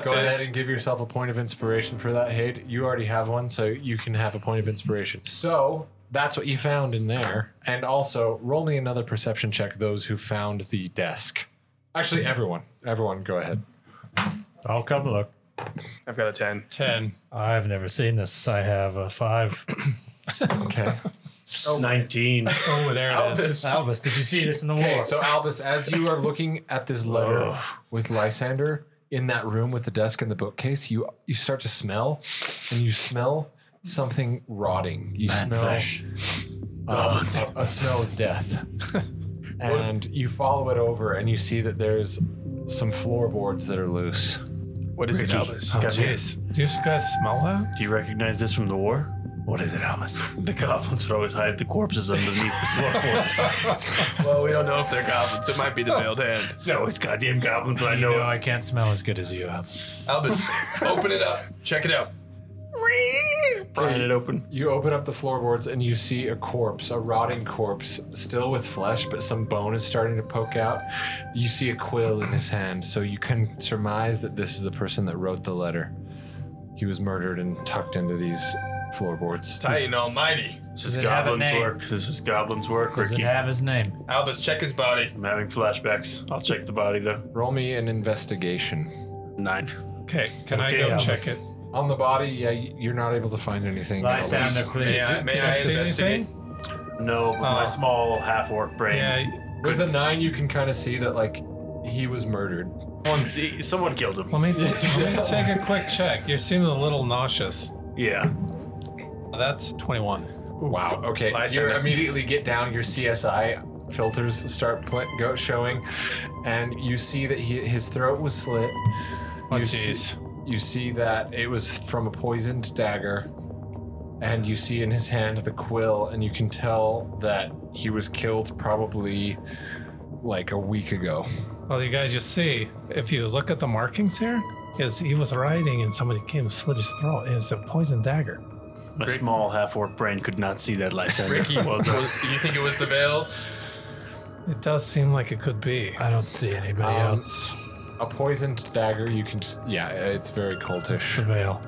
Speaker 1: Go
Speaker 6: Says-
Speaker 1: ahead and give yourself a point of inspiration for that, Hade. You already have one, so you can have a point of inspiration. So that's what you found in there. And also, roll me another perception check, those who found the desk. Actually, everyone. Everyone, go ahead.
Speaker 3: I'll Oh, come look.
Speaker 6: I've got a 10.
Speaker 4: Ten.
Speaker 3: I've never seen this. I have a five.
Speaker 1: Okay.
Speaker 7: 19.
Speaker 4: Oh, there it is.
Speaker 3: Albus, did you see this in the war?
Speaker 1: So, Albus, as you are looking at this letter with Lysander in that room with the desk and the bookcase, you you start to smell, and you smell something rotting. You smell uh, a, a smell of death, and you follow it over, and you see that there's some floorboards that are loose.
Speaker 6: What is it, Albus?
Speaker 7: Come here.
Speaker 4: Jeez. Do you guys smell that?
Speaker 7: Do you recognize this from the war? What is it, Albus? The goblins would always hide the corpses underneath the floorboards.
Speaker 6: Well, we don't know if they're goblins. It might be the veiled hand.
Speaker 7: no, it's goddamn goblins. I
Speaker 3: No,
Speaker 7: know.
Speaker 3: I can't smell as good as you, Albus.
Speaker 6: Albus, open it up. Check it out.
Speaker 7: Prying it open.
Speaker 1: You open up the floorboards, and you see a corpse, a rotting corpse, still with flesh, but some bone is starting to poke out. You see a quill in his hand, so you can surmise that this is the person that wrote the letter. He was murdered and tucked into these floorboards.
Speaker 6: Titan Almighty.
Speaker 7: This is
Speaker 3: it have a
Speaker 7: goblins
Speaker 3: name?
Speaker 7: work. This is goblins work,
Speaker 3: Does it
Speaker 7: Ricky.
Speaker 3: have his name?
Speaker 6: Albus, check his body.
Speaker 7: I'm having flashbacks. I'll check the body though.
Speaker 1: Roll me an investigation.
Speaker 7: Nine.
Speaker 4: Okay. Can
Speaker 7: Okay,
Speaker 4: I go
Speaker 7: Alice.
Speaker 4: check it?
Speaker 1: On the body, yeah, you're not able to find anything. Albus.
Speaker 3: Lysander, please.
Speaker 6: May I, may
Speaker 4: Did
Speaker 6: I
Speaker 4: you see
Speaker 6: investigate?
Speaker 4: anything?
Speaker 7: No, but my
Speaker 4: Oh.
Speaker 7: small half-orc brain.
Speaker 4: Yeah.
Speaker 1: With a nine, you can kind of see that like he was murdered.
Speaker 7: Someone, someone killed him.
Speaker 4: Let me, let me take a quick check. You seem a little nauseous.
Speaker 7: Yeah.
Speaker 4: That's 21.
Speaker 1: Wow. Okay. You
Speaker 6: Lysander.
Speaker 1: immediately get down your CSI filters start pl- go showing, and you see that he, his throat was slit. you see, you see that it was from a poisoned dagger, and you see in his hand the quill, and you can tell that he was killed probably like a week ago.
Speaker 4: Well, you guys, you see, if you look at the markings here, is he was riding and somebody came and slit his throat. It's a poison dagger.
Speaker 7: My small half-orc brain could not see that Lysander.
Speaker 6: Ricky,
Speaker 7: well done.
Speaker 6: was, you think it was the veils?
Speaker 4: It does seem like it could be.
Speaker 3: I don't see anybody
Speaker 1: Um,
Speaker 3: else.
Speaker 1: A poisoned dagger. You can just yeah. It's very cultish.
Speaker 3: The veil.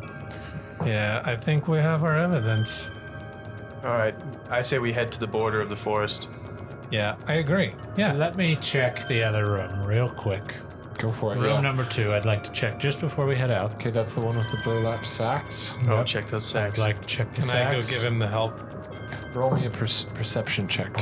Speaker 4: Yeah, I think we have our evidence.
Speaker 6: All right. I say we head to the border of the forest.
Speaker 4: Yeah, I agree. Yeah.
Speaker 3: Let me check the other room real quick.
Speaker 1: Go for it.
Speaker 3: Room
Speaker 1: yeah.
Speaker 3: number two, I'd like to check just before we head out.
Speaker 1: Okay, that's the one with the burlap sacks.
Speaker 6: Oh, check those
Speaker 3: I'd
Speaker 6: sacks.
Speaker 3: like to check the
Speaker 4: Can I go
Speaker 3: sacks.
Speaker 4: give him the help?
Speaker 1: Roll me a perc- perception check.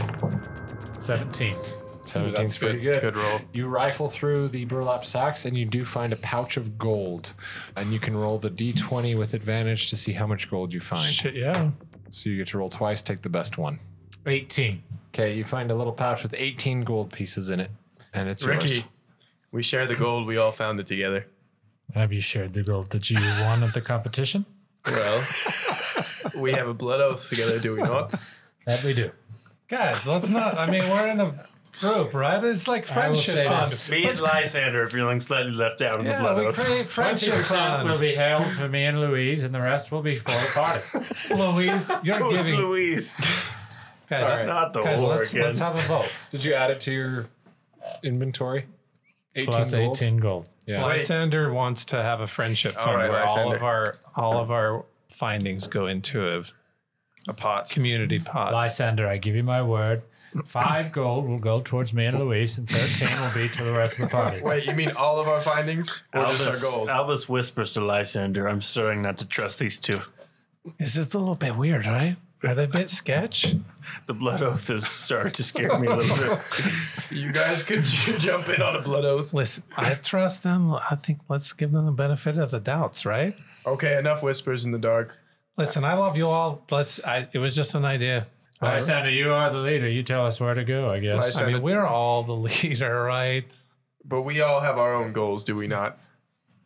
Speaker 3: 17.
Speaker 1: 17's
Speaker 6: good.
Speaker 1: pretty good.
Speaker 6: Good roll.
Speaker 1: You rifle through the burlap sacks and you do find a pouch of gold. And you can roll the d20 with advantage to see how much gold you find.
Speaker 4: Shit, yeah.
Speaker 1: So you get to roll twice, take the best one.
Speaker 3: 18.
Speaker 1: Okay, you find a little pouch with 18 gold pieces in it. And it's
Speaker 6: Ricky,
Speaker 1: yours.
Speaker 6: we share the gold. We all found it together.
Speaker 3: Have you shared the gold that you won at the competition?
Speaker 6: Well, we have a blood oath together, do we not?
Speaker 3: That we do.
Speaker 4: Guys, let's not. I mean, we're in the group, right? It's like friendship
Speaker 3: say
Speaker 4: fund.
Speaker 3: this.
Speaker 7: Me and Lysander are feeling slightly left out in the
Speaker 4: Yeah,
Speaker 7: blood
Speaker 4: we
Speaker 7: oath.
Speaker 4: create friendship
Speaker 3: 20% will
Speaker 4: fund.
Speaker 3: be held for me and Louise, and the rest will be for the party.
Speaker 4: Louise, you're
Speaker 7: Who's
Speaker 4: giving.
Speaker 7: Louise?
Speaker 4: Guys,
Speaker 7: Not the
Speaker 4: guys let's, let's
Speaker 7: Oregons.
Speaker 4: have a vote.
Speaker 1: Did you add it to your inventory? 18
Speaker 3: Plus
Speaker 1: gold?
Speaker 3: 18 gold.
Speaker 1: Yeah.
Speaker 4: Lysander wants to have a friendship fund
Speaker 6: right,
Speaker 4: where all
Speaker 6: Lysander.
Speaker 4: of our all of our findings go into a
Speaker 6: A pot.
Speaker 4: community pot.
Speaker 3: Lysander, I give you my word. Five gold will go towards me and Louise, and 13 will be to the rest of the party.
Speaker 6: Wait, you mean all of our findings or just our
Speaker 7: Albus,
Speaker 6: gold?
Speaker 7: Albus whispers to Lysander, I'm starting not to trust these two.
Speaker 4: This is a little bit weird, right? Are they a bit sketch?
Speaker 7: The blood oath is starting to scare me a little bit.
Speaker 6: You guys could j- jump in on a blood oath.
Speaker 4: Listen, I trust them. I think let's give them the benefit of the doubts, right?
Speaker 6: Okay, enough whispers in the dark.
Speaker 4: Listen, I love you all. Let's. I, it was just an idea.
Speaker 3: Lysander, you are the leader. You tell us where to go, I guess.
Speaker 4: I
Speaker 6: Lysander,
Speaker 4: mean, we're all the leader, right?
Speaker 6: but we all have our own goals, do we not?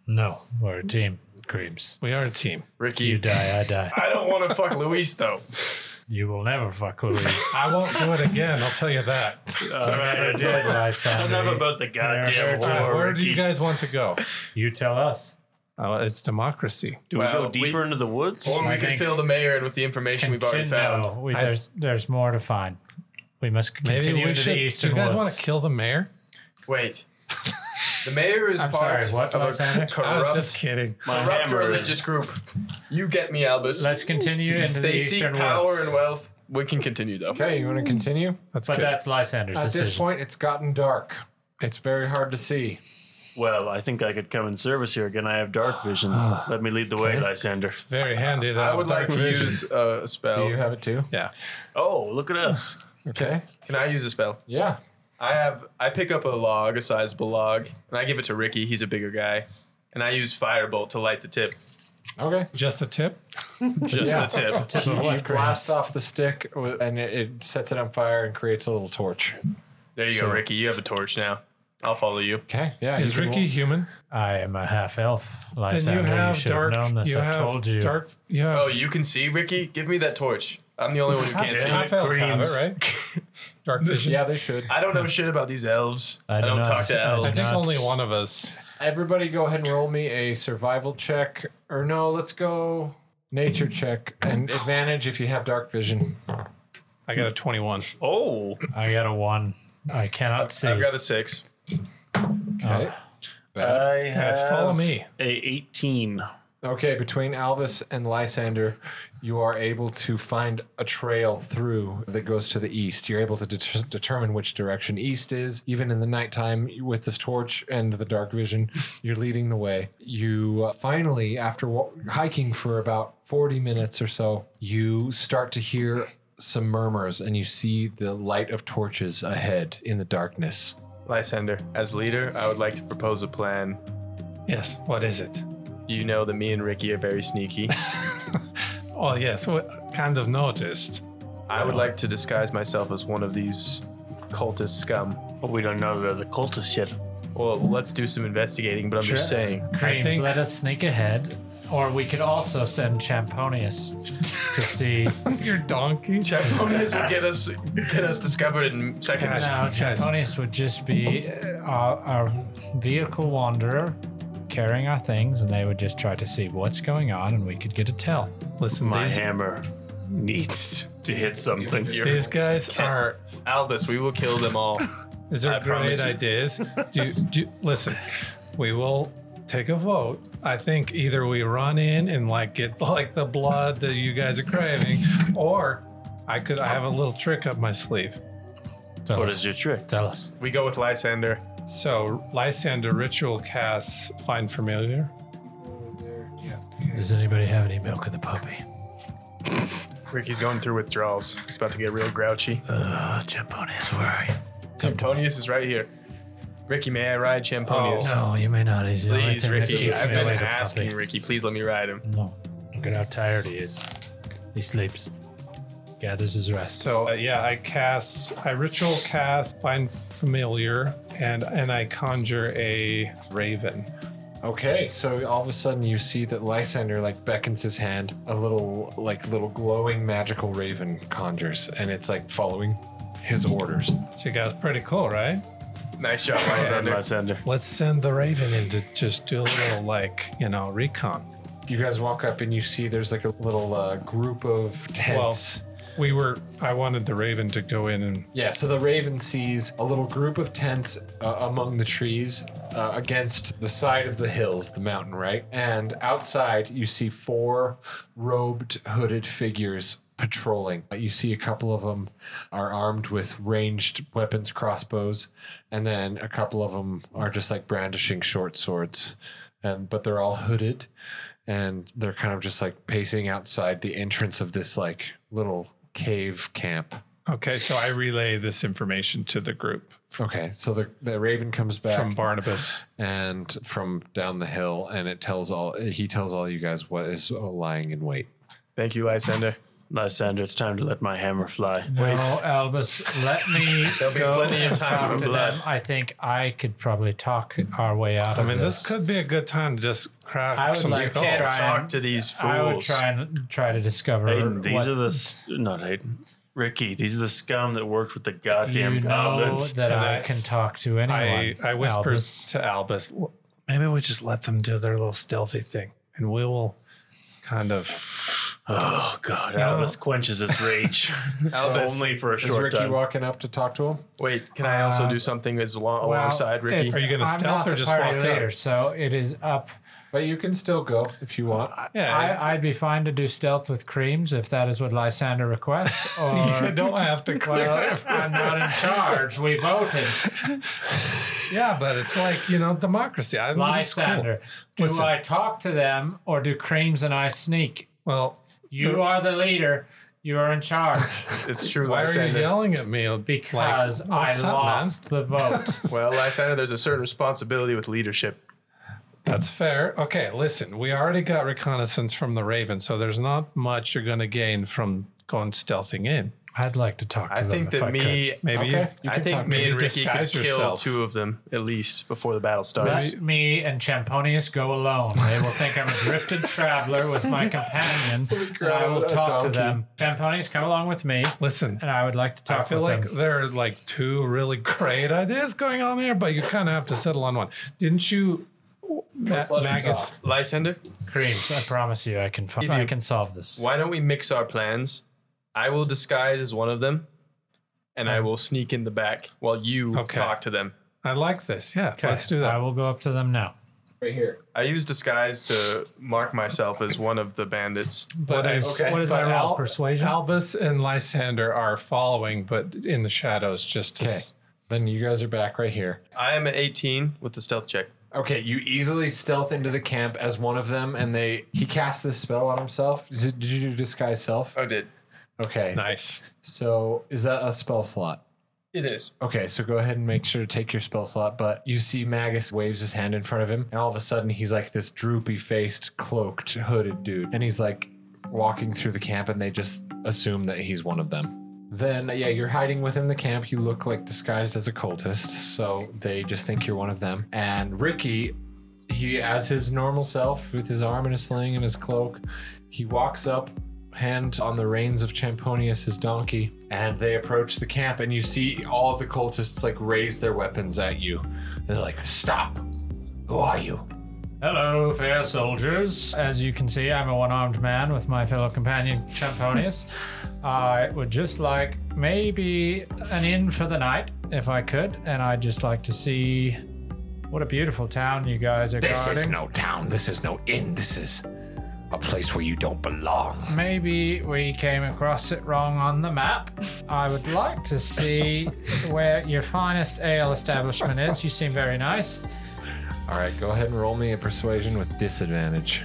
Speaker 3: No, we're a team. Creeps.
Speaker 4: We are a team.
Speaker 6: Ricky,
Speaker 3: You die, I die.
Speaker 6: I don't want to fuck Luis though.
Speaker 3: You will never fuck Louise.
Speaker 4: I won't do it again. I'll tell you that.
Speaker 3: you never did, Lysander.
Speaker 7: Enough about the
Speaker 3: Fair
Speaker 7: goddamn
Speaker 3: time.
Speaker 7: war.
Speaker 4: Where do you
Speaker 7: Ricky.
Speaker 4: guys want to go?
Speaker 3: You tell us.
Speaker 4: Oh, it's democracy.
Speaker 7: Do we
Speaker 6: Well,
Speaker 7: go
Speaker 6: we-
Speaker 7: deeper into the woods?
Speaker 6: Or we
Speaker 3: I
Speaker 6: could
Speaker 3: think-
Speaker 6: fill the mayor in with the information we've already found.
Speaker 3: No, we,
Speaker 4: I-
Speaker 3: there's, there's more to find. We must
Speaker 4: Maybe
Speaker 3: continue
Speaker 4: we
Speaker 3: into
Speaker 4: should.
Speaker 3: the
Speaker 4: Do
Speaker 3: eastern
Speaker 4: you guys want
Speaker 3: woods.
Speaker 4: to kill the mayor?
Speaker 6: Wait. The mayor is
Speaker 3: I'm
Speaker 6: part
Speaker 3: sorry, what,
Speaker 6: of
Speaker 3: Lysander?
Speaker 6: a
Speaker 4: I was
Speaker 6: corrupt,
Speaker 4: just kidding.
Speaker 6: corrupt
Speaker 7: hammer is-
Speaker 6: religious group. You get me, Albus.
Speaker 3: Let's continue into the
Speaker 6: they seek
Speaker 3: eastern
Speaker 6: power
Speaker 3: woods.
Speaker 6: and wealth. We can continue though.
Speaker 1: Okay, you want to continue?
Speaker 4: That's
Speaker 3: but
Speaker 4: good.
Speaker 3: that's Lysander's
Speaker 1: At
Speaker 3: decision.
Speaker 1: this point, it's gotten dark. It's very hard to see.
Speaker 7: Well, I think I could come in service here again. I have dark vision. Let me lead the way, Lysander.
Speaker 4: Very handy. Though.
Speaker 6: I would like to use uh, a
Speaker 1: Do you
Speaker 6: spell.
Speaker 1: have it too?
Speaker 4: Yeah.
Speaker 7: Oh, look at us.
Speaker 1: Okay.
Speaker 6: Can I use a spell?
Speaker 1: Yeah.
Speaker 6: I have I pick up a log, a sizable log, and I give it to Ricky. He's a bigger guy, and I use firebolt to light the tip,
Speaker 1: Okay.
Speaker 4: Just a tip.
Speaker 6: just the tip.
Speaker 1: You blast off the stick with- and it, it sets it on fire and creates a little torch.
Speaker 6: There you go, Ricky. You have a torch now. I'll follow you.
Speaker 1: Okay. Yeah.
Speaker 4: Is
Speaker 1: you can
Speaker 4: Ricky human?
Speaker 3: I am a half elf,
Speaker 4: And
Speaker 3: Lysander. You, should have known this.
Speaker 4: You
Speaker 3: I've
Speaker 4: have
Speaker 3: told you.
Speaker 4: dark. You have.
Speaker 6: Oh, you can see, Ricky. Give me that torch. I'm the only one who can't see.
Speaker 4: half elves have it, right? Dark
Speaker 1: roll-
Speaker 4: vision.
Speaker 1: Yeah, they should.
Speaker 6: I don't know shit about these elves. I,
Speaker 3: I do
Speaker 6: don't
Speaker 3: not.
Speaker 6: talk to
Speaker 3: I
Speaker 6: elves.
Speaker 4: I think
Speaker 3: Not-
Speaker 4: only one of us.
Speaker 1: Everybody go ahead and roll me a survival check. Or no, let's go nature check and advantage if you have dark vision.
Speaker 4: I got a 21.
Speaker 6: Oh,
Speaker 3: I got a one. I cannot see.
Speaker 6: I've got a six.
Speaker 1: Okay. Bad.
Speaker 7: I
Speaker 4: Guys, follow me.
Speaker 7: a 18.
Speaker 1: Okay, between Albus and Lysander, you are able to find a trail through that goes to the east. You're able to det- determine which direction east is, even in the nighttime with this torch and the dark vision. You're leading the way. You uh, finally, after wa- hiking for about 40 minutes or so, you start to hear some murmurs and you see the light of torches ahead in the darkness.
Speaker 6: Lysander, as leader, I would like to propose a plan.
Speaker 4: Yes. What is it?
Speaker 6: You know that me and Ricky are very sneaky.
Speaker 4: Oh, yes. What kind of noticed?
Speaker 6: I would like to disguise myself as one of these cultist scum.
Speaker 7: But Oh, we don't know about the cultists yet.
Speaker 6: Well, let's do some investigating, but I'm just saying.
Speaker 3: Creams,
Speaker 4: think-
Speaker 3: let us sneak ahead. Or we could also send Champonius to see. no,
Speaker 4: Your donkey.
Speaker 6: Bonus will get us get us discovered in seconds.
Speaker 3: Champonius would just be uh, our, our vehicle wanderer carrying our things, and they would just try to see what's going on, and we could get a tell.
Speaker 4: Listen,
Speaker 7: My
Speaker 4: these,
Speaker 7: hammer needs to hit something.
Speaker 4: these guys are.
Speaker 6: Albus, we will kill them all.
Speaker 4: Is there
Speaker 6: I
Speaker 4: great
Speaker 6: promise you.
Speaker 4: ideas? Do, you- do you- listen, we will take a vote. I think either we run in and like get like the blood that you guys are craving, or I could I have a little trick up my sleeve.
Speaker 3: Tell
Speaker 7: What
Speaker 3: us.
Speaker 7: is your trick?
Speaker 3: tell us.
Speaker 6: We go with Lysander.
Speaker 4: So Lysander ritual casts find familiar.
Speaker 3: Does anybody have any milk in the puppy?
Speaker 6: Ricky's going through withdrawals. He's about to get real grouchy.
Speaker 3: Oh, Champonius, where are you?
Speaker 6: Champonius is right here. Ricky, may I ride Champonius?
Speaker 3: No, you may not. He's the only
Speaker 6: Please,
Speaker 3: thing that
Speaker 6: Ricky.
Speaker 3: keeps
Speaker 6: I've
Speaker 3: me
Speaker 6: been
Speaker 3: away from
Speaker 6: asking
Speaker 3: puppy.
Speaker 6: Ricky. Please let me ride him.
Speaker 3: No. Look at how tired he is. He sleeps. Gathers his rest.
Speaker 4: So uh, yeah, I cast I ritual cast find familiar and and I conjure a raven.
Speaker 1: Okay, so all of a sudden you see that Lysander like beckons his hand. A little like little glowing magical raven conjures, and it's like following his orders.
Speaker 4: So you guys pretty cool, right?
Speaker 6: Nice job,
Speaker 7: Send
Speaker 6: Lysander.
Speaker 7: Lysander.
Speaker 4: Let's send the Raven in to just do a little like, you know, recon.
Speaker 1: You guys walk up and you see there's like a little uh, group of tents.
Speaker 4: We were I wanted the Raven to go in and
Speaker 1: Yeah, so the raven sees a little group of tents uh, among the trees uh, against the side of the hills, the mountain, right? And outside, you see four robed, hooded figures patrolling. Uh, You see a couple of them are armed with ranged weapons, crossbows, and then a couple of them are just like brandishing short swords. And but they're all hooded, and they're kind of just like pacing outside the entrance of this like little cave camp.
Speaker 4: Okay, so I relay this information to the group
Speaker 1: Okay, so the, the raven comes back
Speaker 4: from Barnabas.
Speaker 1: and from down the hill, and it tells all he tells all you guys what is lying in wait.
Speaker 6: Thank you, Lysander.
Speaker 7: Lysander, it's time to let my hammer fly.
Speaker 3: Wait, Albus, let me
Speaker 6: There'll be plenty of time
Speaker 3: talk
Speaker 6: for
Speaker 3: to
Speaker 6: blood.
Speaker 3: them. I think I could probably talk our way out
Speaker 4: I
Speaker 3: of
Speaker 4: mean,
Speaker 3: this.
Speaker 4: this could be a good time to just crack
Speaker 3: I would
Speaker 4: some
Speaker 3: like to
Speaker 4: skulls.
Speaker 3: try-
Speaker 6: Talk to these fools.
Speaker 3: I would try and try to discover
Speaker 7: Hayden, these
Speaker 3: what
Speaker 7: are the s- not Hayden, Ricky. These are the scum that worked with the goddamn
Speaker 3: you know
Speaker 7: goblins.
Speaker 3: that
Speaker 4: and
Speaker 3: I,
Speaker 4: I-
Speaker 3: can talk to anyone.
Speaker 4: I, I whispered
Speaker 3: Albus.
Speaker 4: to Albus, "Well, maybe we just let them do their little stealthy thing, and we will kind of.
Speaker 7: Oh God, Albus quenches his rage.
Speaker 6: Albus,
Speaker 7: only for a
Speaker 1: Is
Speaker 7: short
Speaker 1: Ricky
Speaker 7: time.
Speaker 1: walking up to talk to him?
Speaker 6: Wait, can I also do something as long, alongside Ricky?
Speaker 4: Are you gonna
Speaker 3: I'm
Speaker 4: stealth
Speaker 3: not
Speaker 4: or
Speaker 3: the
Speaker 4: just
Speaker 3: party
Speaker 4: walk up?
Speaker 3: leader, So it is up.
Speaker 1: But you can still go if you want.
Speaker 4: Yeah,
Speaker 3: I, I'd be fine to do stealth with creams if that is what Lysander requests. Or
Speaker 4: you don't have to clear.
Speaker 3: well, if I'm not in charge. We voted.
Speaker 4: yeah, but it's like you know democracy. I think it's cool.
Speaker 3: Lysander, do
Speaker 4: Listen.
Speaker 3: I talk to them or do creams and I sneak?
Speaker 4: Well,
Speaker 3: You are the leader. You are in charge
Speaker 6: it's true,
Speaker 4: why are you
Speaker 6: Lysander.
Speaker 4: yelling at me? Like,
Speaker 3: because I
Speaker 4: what's up, man?
Speaker 3: lost the vote.
Speaker 6: Well, Lysander, there's a certain responsibility with leadership.
Speaker 4: That's fair. Okay, listen, we already got reconnaissance from the Raven, so there's not much you're going to gain from going stealthing in.
Speaker 3: I'd like to talk to
Speaker 6: I
Speaker 3: them.
Speaker 6: think
Speaker 3: if
Speaker 6: that
Speaker 3: I
Speaker 6: me,
Speaker 3: could.
Speaker 4: Maybe
Speaker 1: Okay, you
Speaker 6: I
Speaker 1: can talk
Speaker 6: think
Speaker 1: to him.
Speaker 6: me and Ricky could
Speaker 4: disguise
Speaker 6: kill
Speaker 4: yourself.
Speaker 6: two of them at least before the battle starts.
Speaker 3: Let me and Champonius go alone. They will think I'm a drifted traveler with my companion, and I will
Speaker 1: a
Speaker 3: talk to
Speaker 1: donkey.
Speaker 3: them. Champonius, come along with me,
Speaker 4: listen.
Speaker 3: and I would like to talk
Speaker 4: I feel
Speaker 3: with
Speaker 4: like
Speaker 3: them.
Speaker 4: there are like two really great ideas going on here, but you kind of have to settle on one. Didn't you, Ma-
Speaker 1: let him
Speaker 4: Magus?
Speaker 6: Lysander,
Speaker 3: Creams, I promise you, I can. Fi- I can solve this.
Speaker 6: why don't we mix our plans? I will disguise as one of them, and I will sneak in the back while you
Speaker 4: Okay.
Speaker 6: talk to them.
Speaker 4: I like this. Yeah, let's do
Speaker 3: I
Speaker 4: that.
Speaker 3: will go up to them now.
Speaker 6: I use disguise to mark myself as one of the bandits.
Speaker 4: But I-
Speaker 1: okay. What is
Speaker 4: but
Speaker 3: my roll?
Speaker 4: Al-
Speaker 3: Persuasion?
Speaker 4: Albus and Lysander are following, but in the shadows, just to.
Speaker 1: Okay,
Speaker 4: s-
Speaker 1: then you guys are back right here.
Speaker 6: I am an 18 with the stealth check.
Speaker 1: Okay, you easily stealth into the camp as one of them, and they he casts this spell on himself. Is it- Did you do disguise self?
Speaker 6: I did.
Speaker 1: Okay,
Speaker 4: Nice.
Speaker 1: so is that a spell slot?
Speaker 6: It is.
Speaker 1: Okay, so go ahead and make sure to take your spell slot. But you see Magus waves his hand in front of him, and all of a sudden he's like this droopy faced, cloaked, hooded dude. And he's like walking through the camp, and they just assume that he's one of them. Then, yeah, you're hiding within the camp. You look like disguised as a cultist, so they just think you're one of them. And Ricky, he as his normal self with his arm in a sling and his cloak, he walks up hand on the reins of Champonius, his donkey, and they approach the camp. And you see all of the cultists like raise their weapons at you. And they're like, "Stop! Who are you?"
Speaker 3: Hello, fair soldiers. As you can see, I'm a one armed man with my fellow companion Champonius. I would just like maybe an inn for the night, if I could, and I'd just like to see what a beautiful town you guys are
Speaker 9: This is
Speaker 3: guarding.
Speaker 9: no town. This is no inn. This is a place where you don't belong.
Speaker 3: maybe we came across it wrong on the map. I would like to see where your finest ale establishment is. You seem very nice.
Speaker 1: All right, go ahead and roll me a persuasion with disadvantage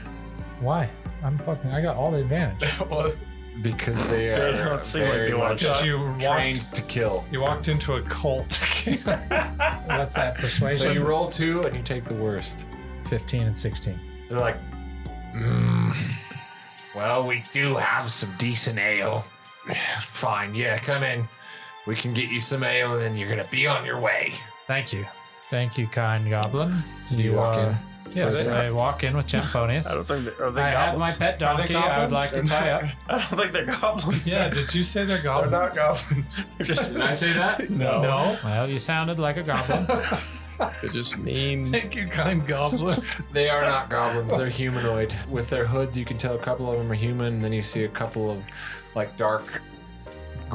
Speaker 3: Why? I'm fucking. I got all the advantage.
Speaker 1: because they are
Speaker 7: don't seem like
Speaker 1: very
Speaker 7: they wanna
Speaker 1: much
Speaker 7: talk.
Speaker 4: You walked,
Speaker 1: trained to kill.
Speaker 4: you walked into a cult.
Speaker 3: What's that
Speaker 1: So
Speaker 3: persuasion?
Speaker 1: you roll two and you take the worst.
Speaker 3: 15 and 16.
Speaker 9: They're like, "Mm, well, we do have some decent ale. Fine, yeah, come in. We can get you some ale, and then you're gonna be on your way.
Speaker 3: Thank you. Thank you, kind goblin.
Speaker 1: So you walk
Speaker 3: are-
Speaker 1: in.
Speaker 3: Yeah,
Speaker 1: Is
Speaker 3: they, walk in with champonius.
Speaker 7: I don't think they, are they
Speaker 3: I have my
Speaker 7: goblins?
Speaker 3: pet donkey. I would like to tie up.
Speaker 7: I don't think they're goblins.
Speaker 4: Yeah, did you say they're goblins?
Speaker 1: goblins.
Speaker 7: They're just
Speaker 1: Did I say that?
Speaker 7: no.
Speaker 3: No. Well, you sounded like a goblin.
Speaker 6: It just
Speaker 4: Thank you, kind goblin.
Speaker 1: They are not goblins. They're humanoid. With their hoods, you can tell a couple of them are human. And then you see a couple of like dark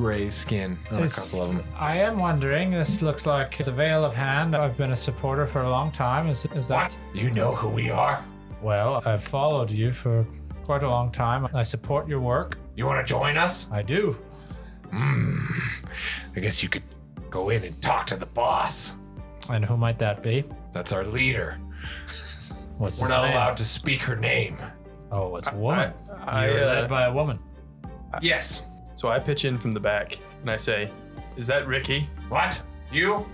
Speaker 1: gray skin on a couple of them.
Speaker 3: I am wondering. This looks like the Veil of Hand. I've been a supporter for a long time. Is is that?
Speaker 9: You know who we are.
Speaker 3: Well, I've followed you for quite a long time. I support your work.
Speaker 9: You want to join us?
Speaker 3: I do.
Speaker 9: I guess you could go in and talk to the boss.
Speaker 3: And who might that be?
Speaker 9: That's our leader.
Speaker 3: What's
Speaker 9: We're
Speaker 3: his
Speaker 9: not
Speaker 3: name?
Speaker 9: allowed to speak her name.
Speaker 3: Oh, it's a woman.
Speaker 6: I,
Speaker 3: You're
Speaker 6: uh,
Speaker 3: led by a woman. Uh,
Speaker 9: Yes.
Speaker 6: so I pitch in from the back and I say, "Is that Ricky?
Speaker 9: What? You?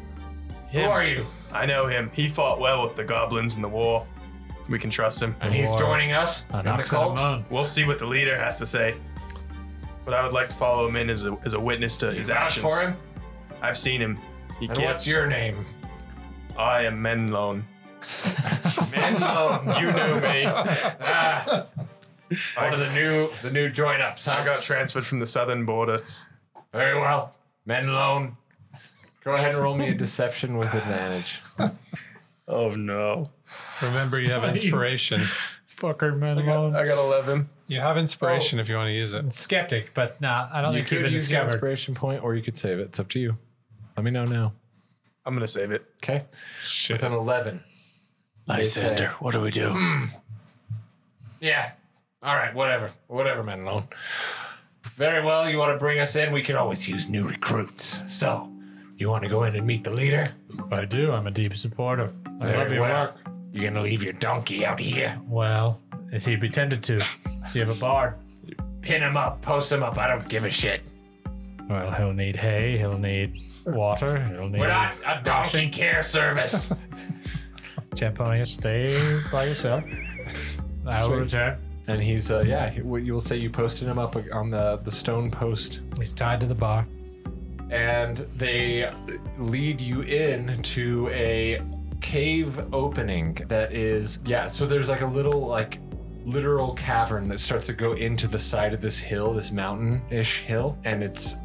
Speaker 9: Who
Speaker 6: Him.
Speaker 9: are you?
Speaker 6: I know him. He fought well with the goblins in the war. We can trust him.
Speaker 9: And he's
Speaker 3: Or
Speaker 9: joining us
Speaker 3: An
Speaker 9: in the
Speaker 3: ox and a
Speaker 9: cult.
Speaker 3: moon.
Speaker 6: We'll see what the leader has to say. But I would like to follow him in as a, as a witness to his
Speaker 9: Vouch
Speaker 6: actions.
Speaker 9: for him.
Speaker 6: I've seen him. He
Speaker 9: And
Speaker 6: can't.
Speaker 9: what's your name?
Speaker 6: I am Menlone.
Speaker 9: Menlo.
Speaker 6: You know me.
Speaker 9: One of the new the new join ups.
Speaker 6: I got transferred from the southern border.
Speaker 9: Very well. Menlone.
Speaker 1: Go ahead and roll me a deception with advantage.
Speaker 7: Oh no.
Speaker 4: Remember, you have inspiration.
Speaker 3: Fucker, man alone.
Speaker 6: I got 11.
Speaker 4: You have inspiration if you want to use it.
Speaker 3: Skeptic, but nah, I don't
Speaker 1: You
Speaker 3: think you've
Speaker 1: could
Speaker 3: been
Speaker 1: use your
Speaker 3: discovered.
Speaker 1: inspiration point, or you could save it. It's up to you. Let me know now.
Speaker 6: I'm going to save it.
Speaker 1: Okay. With an eleven.
Speaker 7: Lysander, what do we do?
Speaker 9: Hmm. Yeah. All right, whatever. Whatever, Menlone. Very well, you want to bring us in? We can always use new recruits. So, you want to go in and meet the leader?
Speaker 3: I do. I'm a deep supporter. I love your
Speaker 9: well.
Speaker 3: work.
Speaker 9: You're going to leave your donkey out here.
Speaker 3: Well, is he pretended to? Do you have a bard?
Speaker 9: Pin him up, post him up. I don't give a shit.
Speaker 3: Well, he'll need hay. He'll need water. He'll need.
Speaker 9: We're not a donkey care service.
Speaker 3: Champonius, stay by yourself. I will
Speaker 1: Sweet.
Speaker 3: return.
Speaker 1: And he's uh, yeah. he- what You will say you posted him up on the the stone post,
Speaker 3: He's tied to the bar.
Speaker 1: and they lead you in to a cave opening that is yeah. So there's like a little like literal cavern that starts to go into the side of this hill, this mountain-ish hill, and it's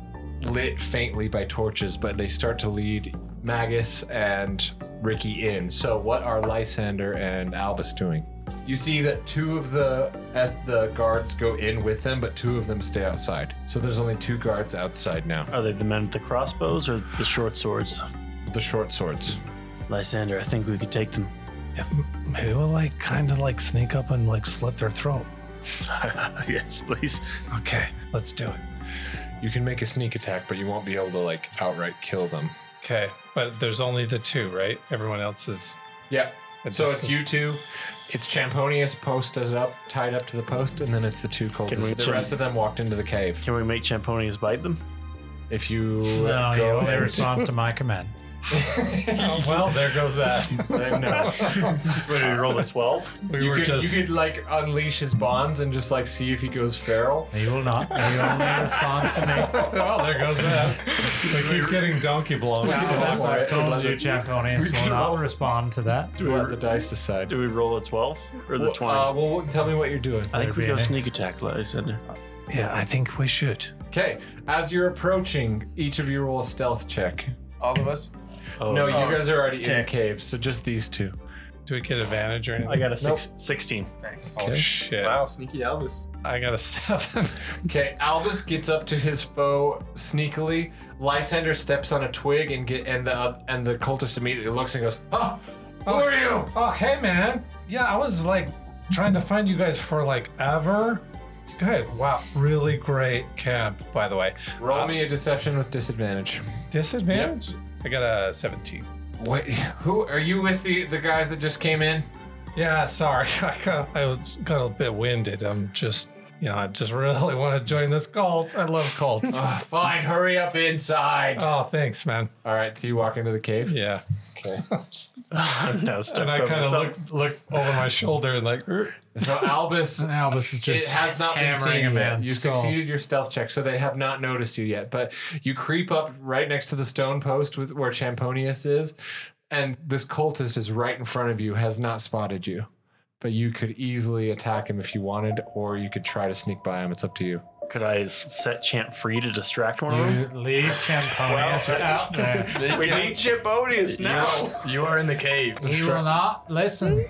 Speaker 1: lit faintly by torches, but they start to lead Magus and Ricky in. So what are Lysander and Albus doing? You see that two of the as the guards go in with them, but two of them stay outside. So there's only two guards outside now.
Speaker 7: Are they the men with the crossbows or the short swords?
Speaker 1: The short swords.
Speaker 7: Lysander, I think we could take them.
Speaker 4: Maybe we'll like kind of like sneak up and like slit their throat.
Speaker 7: yes, please.
Speaker 4: Okay, let's do it.
Speaker 1: You can make a sneak attack, but you won't be able to like outright kill them.
Speaker 4: Okay, but there's only the two, right? Everyone else is.
Speaker 1: Yeah.
Speaker 4: It
Speaker 1: So
Speaker 4: just-
Speaker 1: it's you two. It's Champonius posted up, tied up to the post, and then it's the two
Speaker 7: Can
Speaker 1: cultists.
Speaker 7: we
Speaker 1: The
Speaker 7: check-
Speaker 1: rest of them walked into the cave.
Speaker 7: Can we make Champonius bite them?
Speaker 1: If you
Speaker 3: No, he
Speaker 1: go
Speaker 3: only
Speaker 1: and-
Speaker 3: responds to my command.
Speaker 4: Well, there goes that.
Speaker 7: Ready to roll a 12?
Speaker 4: We
Speaker 1: you
Speaker 4: were
Speaker 1: could,
Speaker 4: just.
Speaker 1: you could like unleash his bonds and just like see if he goes feral.
Speaker 3: He will not. He only responds to me.
Speaker 4: well, there goes that. we keep getting donkey blown.
Speaker 1: That's
Speaker 3: As
Speaker 1: all
Speaker 3: I've
Speaker 1: right.
Speaker 3: told
Speaker 1: Let
Speaker 3: you,
Speaker 1: it-
Speaker 3: Champonius will not respond to that.
Speaker 1: Let the dice decide.
Speaker 7: Do we roll a 12 or the 20?
Speaker 1: Uh, well, tell me what you're doing.
Speaker 7: I think we
Speaker 3: be
Speaker 7: go
Speaker 3: an eight.
Speaker 7: sneak attack, Lysander.
Speaker 4: Yeah, I think we should.
Speaker 1: Okay, as you're approaching, each of you roll a stealth check.
Speaker 6: All of us?
Speaker 7: Oh,
Speaker 1: no, you guys are already in the cave, so just these two.
Speaker 4: Do we get advantage or anything?
Speaker 7: I got a six, 16.
Speaker 4: oh, shit.
Speaker 6: sneaky Elvis.
Speaker 4: I got a seven.
Speaker 1: Okay, Albus gets up to his foe sneakily. Lysander steps on a twig and get and the and the cultist immediately looks and goes, "Oh, who are you?"
Speaker 4: oh, hey, man. Yeah, I was like trying to find you guys for like ever. You guys, wow, really great camp, by the way.
Speaker 1: Roll me a deception with disadvantage.
Speaker 4: Disadvantage? I got a 17.
Speaker 1: Wait, who are you with the the guys that just came in?
Speaker 4: Yeah, sorry. I got, I was- got a bit winded. I'm just, you know, I just really want to join this cult. I love cults.
Speaker 1: Ah, fine, hurry up inside.
Speaker 4: oh, thanks, man.
Speaker 1: All right, so you walk into the cave.
Speaker 4: Yeah.
Speaker 1: Okay.
Speaker 7: no, stop.
Speaker 4: And I
Speaker 7: poking
Speaker 4: kind
Speaker 7: us
Speaker 4: of
Speaker 7: up.
Speaker 4: look, look over my shoulder and like, "Er."
Speaker 1: So Albus
Speaker 3: Albus is just
Speaker 1: it has not been
Speaker 3: hammering
Speaker 1: seen
Speaker 3: a
Speaker 1: yet.
Speaker 3: man's
Speaker 1: You
Speaker 3: skull.
Speaker 1: succeeded your stealth check, so they have not noticed you yet. But you creep up right next to the stone post with where Champonius is, and this cultist is right in front of you, has not spotted you, but you could easily attack him if you wanted, or you could try to sneak by him. It's up to you.
Speaker 7: Could I s- set Champ free to distract one of them?
Speaker 3: Leave Champonius out there.
Speaker 6: We need Chipodius now.
Speaker 7: You are in the cave.
Speaker 3: He will not listen.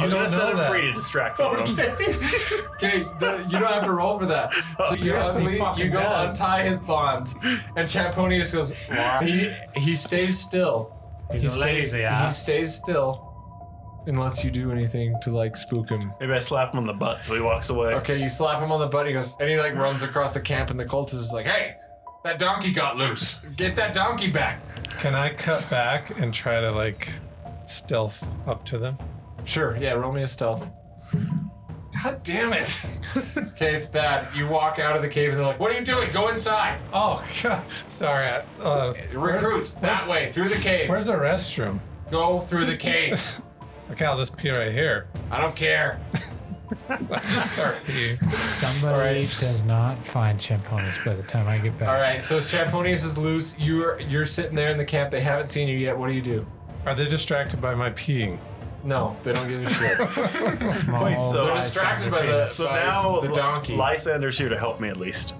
Speaker 7: I'm gonna set him
Speaker 1: that.
Speaker 7: free to distract one of them.
Speaker 1: Okay, the, you don't have to roll for that. So you,
Speaker 3: Yes, he
Speaker 1: unle-
Speaker 3: fucking
Speaker 1: you go
Speaker 3: does.
Speaker 1: untie his bonds, and Champonius goes. "Wah." He he stays still.
Speaker 3: He's
Speaker 1: He
Speaker 3: a lazy
Speaker 1: stays,
Speaker 3: ass.
Speaker 1: He stays still, unless you do anything to like spook him.
Speaker 7: Maybe I slap him on the butt so he walks away.
Speaker 1: Okay, you slap him on the butt. He goes, and he like runs across the camp, and the cultist is like, "Hey, that donkey got loose. Get that donkey back."
Speaker 4: Can I cut back and try to like stealth up to them?
Speaker 1: Sure. Yeah, roll me a stealth. God damn it. okay, it's bad. You walk out of the cave, and they're like, "What are you doing? Go inside."
Speaker 4: Oh, God. sorry. I- Uh,
Speaker 1: Recruits that way through the cave.
Speaker 4: where's the restroom?
Speaker 1: Go through the cave.
Speaker 4: Okay, I'll just pee right here.
Speaker 1: I don't care.
Speaker 4: Just start peeing.
Speaker 3: Somebody does not find Champonius by the time I get back.
Speaker 1: All right, so Stramponius is loose. You're you're sitting there in the camp. They haven't seen you yet. What do you do?
Speaker 4: Are they distracted by my peeing?
Speaker 1: No, they don't give a shit.
Speaker 3: Small
Speaker 7: Wait, so-
Speaker 1: They're
Speaker 7: Oh, I
Speaker 1: distracted by the,
Speaker 7: So
Speaker 1: by
Speaker 7: now
Speaker 1: the donkey.
Speaker 7: Lysander's here to help me at least.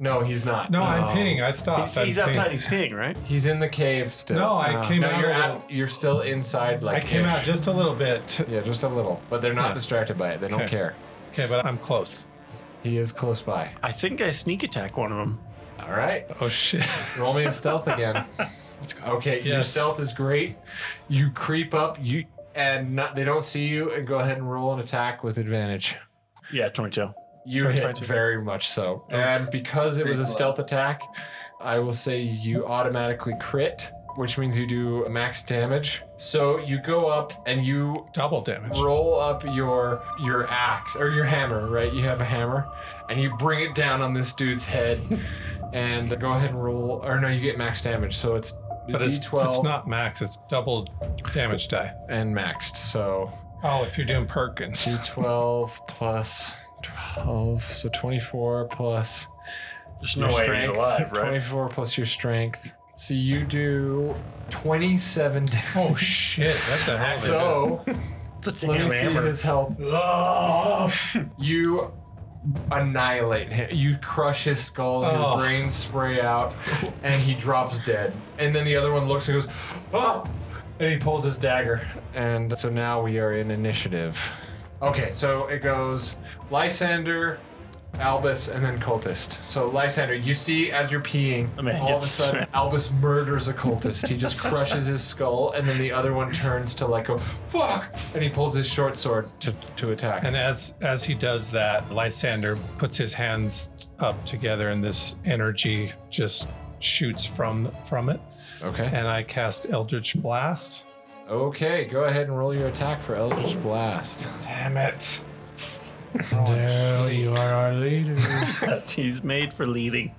Speaker 1: no, he's not.
Speaker 4: No, I'm peeing. I stopped.
Speaker 7: He's,
Speaker 4: I'm
Speaker 7: he's
Speaker 4: peeing.
Speaker 7: outside. He's peeing, right?
Speaker 1: he's in the cave still.
Speaker 4: No, I came
Speaker 1: no,
Speaker 4: out
Speaker 1: You're
Speaker 4: a
Speaker 1: at, you're still inside.
Speaker 4: I
Speaker 1: Like
Speaker 4: came
Speaker 1: ish.
Speaker 4: out just a little bit.
Speaker 1: yeah, just a little, but they're not
Speaker 4: Yeah.
Speaker 1: distracted by it. They don't
Speaker 4: Okay.
Speaker 1: care.
Speaker 4: Okay, but I'm close.
Speaker 1: He is close by.
Speaker 7: I think I sneak attack one of them.
Speaker 1: All right,
Speaker 4: Oh shit.
Speaker 1: roll me in stealth again. Okay, your
Speaker 4: Yes.
Speaker 1: stealth is great. You creep up. You and not, they don't see you, and go ahead and roll an attack with advantage.
Speaker 7: Yeah, 22.
Speaker 1: You hit very much so. And because it was a stealth attack, I will say you automatically crit, which means you do max damage. So you go up and you
Speaker 4: Double damage.
Speaker 1: roll up your your axe or your hammer, right? You have a hammer and you bring it down on this dude's head and go ahead and roll or no, you get max damage. So it's
Speaker 4: But it's,
Speaker 1: D12
Speaker 4: it's not max. It's double damage die.
Speaker 1: and maxed. So
Speaker 4: Oh, if you're doing Perkins.
Speaker 1: D12 plus 12, so 24 plus
Speaker 7: There's no way he's
Speaker 1: strength,
Speaker 7: alive, right?
Speaker 1: 24 plus your strength. So you do 27 damage.
Speaker 4: Oh shit, that's a hell of a hit.
Speaker 1: so
Speaker 7: It's a
Speaker 1: let me
Speaker 7: damn
Speaker 1: see
Speaker 7: hammer.
Speaker 1: his health. you annihilate him. You crush his skull, his
Speaker 4: Oh.
Speaker 1: brains spray out, and he drops dead. And then the other one looks and goes, oh! And he pulls his dagger. And so now we are in initiative. Okay, so it goes Lysander, Albus, and then Cultist. So Lysander, you see as you're peeing,
Speaker 7: mean,
Speaker 1: all of a
Speaker 7: yes.
Speaker 1: sudden Albus murders a cultist. He just crushes his skull, and then the other one turns to like go fuck, and he pulls his short sword to, to attack.
Speaker 4: And as as he does that, Lysander puts his hands up together and this energy just shoots from from it.
Speaker 1: okay.
Speaker 4: And I cast Eldritch Blast.
Speaker 1: Okay, go ahead and roll your attack for Eldritch Blast.
Speaker 4: Damn it.
Speaker 3: Daryl, you are our leader.
Speaker 7: he's made for leading.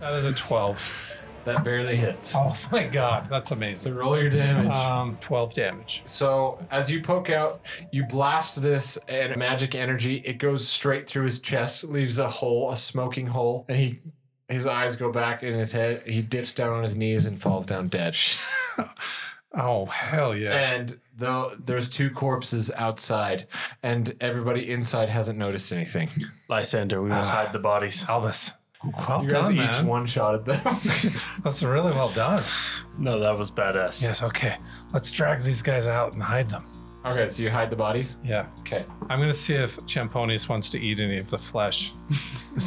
Speaker 4: That is a 12.
Speaker 1: That barely hits.
Speaker 4: Oh my god, that's amazing.
Speaker 1: So roll your damage.
Speaker 4: Um 12 damage.
Speaker 1: So as you poke out, you blast this and magic energy. It goes straight through his chest, leaves a hole, a smoking hole, and he his eyes go back in his head. He dips down on his knees and falls down dead.
Speaker 4: Oh hell yeah.
Speaker 1: And though there's two corpses outside, and everybody inside hasn't noticed anything.
Speaker 7: Lysander, we must hide the bodies.
Speaker 4: Albus. Well
Speaker 1: You guys
Speaker 4: done,
Speaker 1: each
Speaker 4: man.
Speaker 1: one shot at them.
Speaker 4: That's really well done.
Speaker 7: No, that was badass.
Speaker 4: Yes, okay. Let's drag these guys out and hide them.
Speaker 1: okay, so you hide the bodies.
Speaker 4: Yeah.
Speaker 1: Okay.
Speaker 4: I'm gonna see if Champonius wants to eat any of the flesh.
Speaker 7: He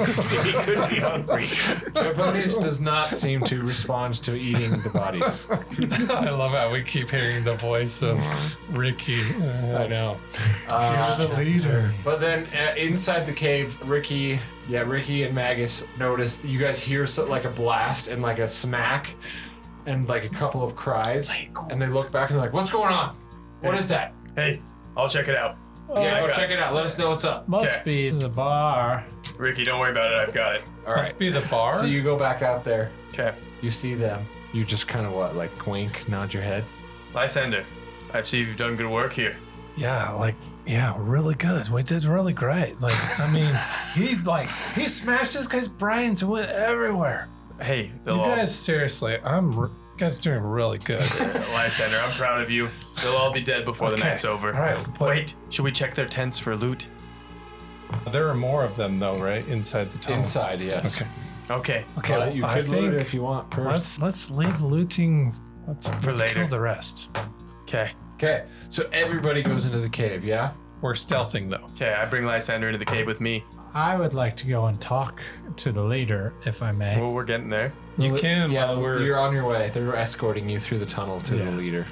Speaker 7: could, he could be hungry.
Speaker 1: Champonius does not seem to respond to eating the bodies.
Speaker 4: I love how we keep hearing the voice of Ricky.
Speaker 1: I know. Uh,
Speaker 4: You're the leader.
Speaker 1: But then uh, inside the cave, Ricky, yeah, Ricky and Magus notice you guys hear so, like a blast and like a smack and like a couple of cries. And they look back and they're like, what's going on? What is that?
Speaker 7: Hey,
Speaker 6: I'll check it out.
Speaker 1: yeah, go
Speaker 6: got
Speaker 1: check it out. Let us know what's up.
Speaker 3: Must be
Speaker 6: Okay.
Speaker 3: the bar.
Speaker 6: Ricky, don't worry about it. I've got it.
Speaker 1: All right.
Speaker 4: Must be the bar.
Speaker 1: So you go back out there.
Speaker 6: Okay.
Speaker 1: You see them. You just kind of what, like quink, nod your head.
Speaker 6: Lysander, I see you've done good work here.
Speaker 4: yeah, like yeah, really good. We did really great. Like I mean, he like he smashed this guy's brains and went everywhere.
Speaker 6: Hey, they'll
Speaker 4: You
Speaker 6: all,
Speaker 4: guys, seriously, I'm r- guys are doing really good.
Speaker 6: Lysander, I'm proud of you. They'll all be dead before the night's over.
Speaker 4: All right. but
Speaker 6: Wait, should we check their tents for loot?
Speaker 4: There are more of them though, right? Inside the tunnel.
Speaker 1: Oh. Inside, yes.
Speaker 4: Okay.
Speaker 6: Okay.
Speaker 4: Okay.
Speaker 1: you
Speaker 4: I
Speaker 1: could loot
Speaker 4: think
Speaker 1: it if you want. First.
Speaker 4: let's let's leave looting. Let's, let's
Speaker 6: later.
Speaker 4: kill the rest.
Speaker 6: Okay.
Speaker 1: Okay, so everybody goes into the cave, yeah?
Speaker 4: We're stealthing though.
Speaker 6: Okay, I bring Lysander into the cave with me.
Speaker 3: I would like to go and talk to the leader, if I may.
Speaker 6: Well, we're getting there.
Speaker 4: You can.
Speaker 1: Yeah,
Speaker 4: while we're,
Speaker 1: you're on your way. They're escorting you through the tunnel to the leader.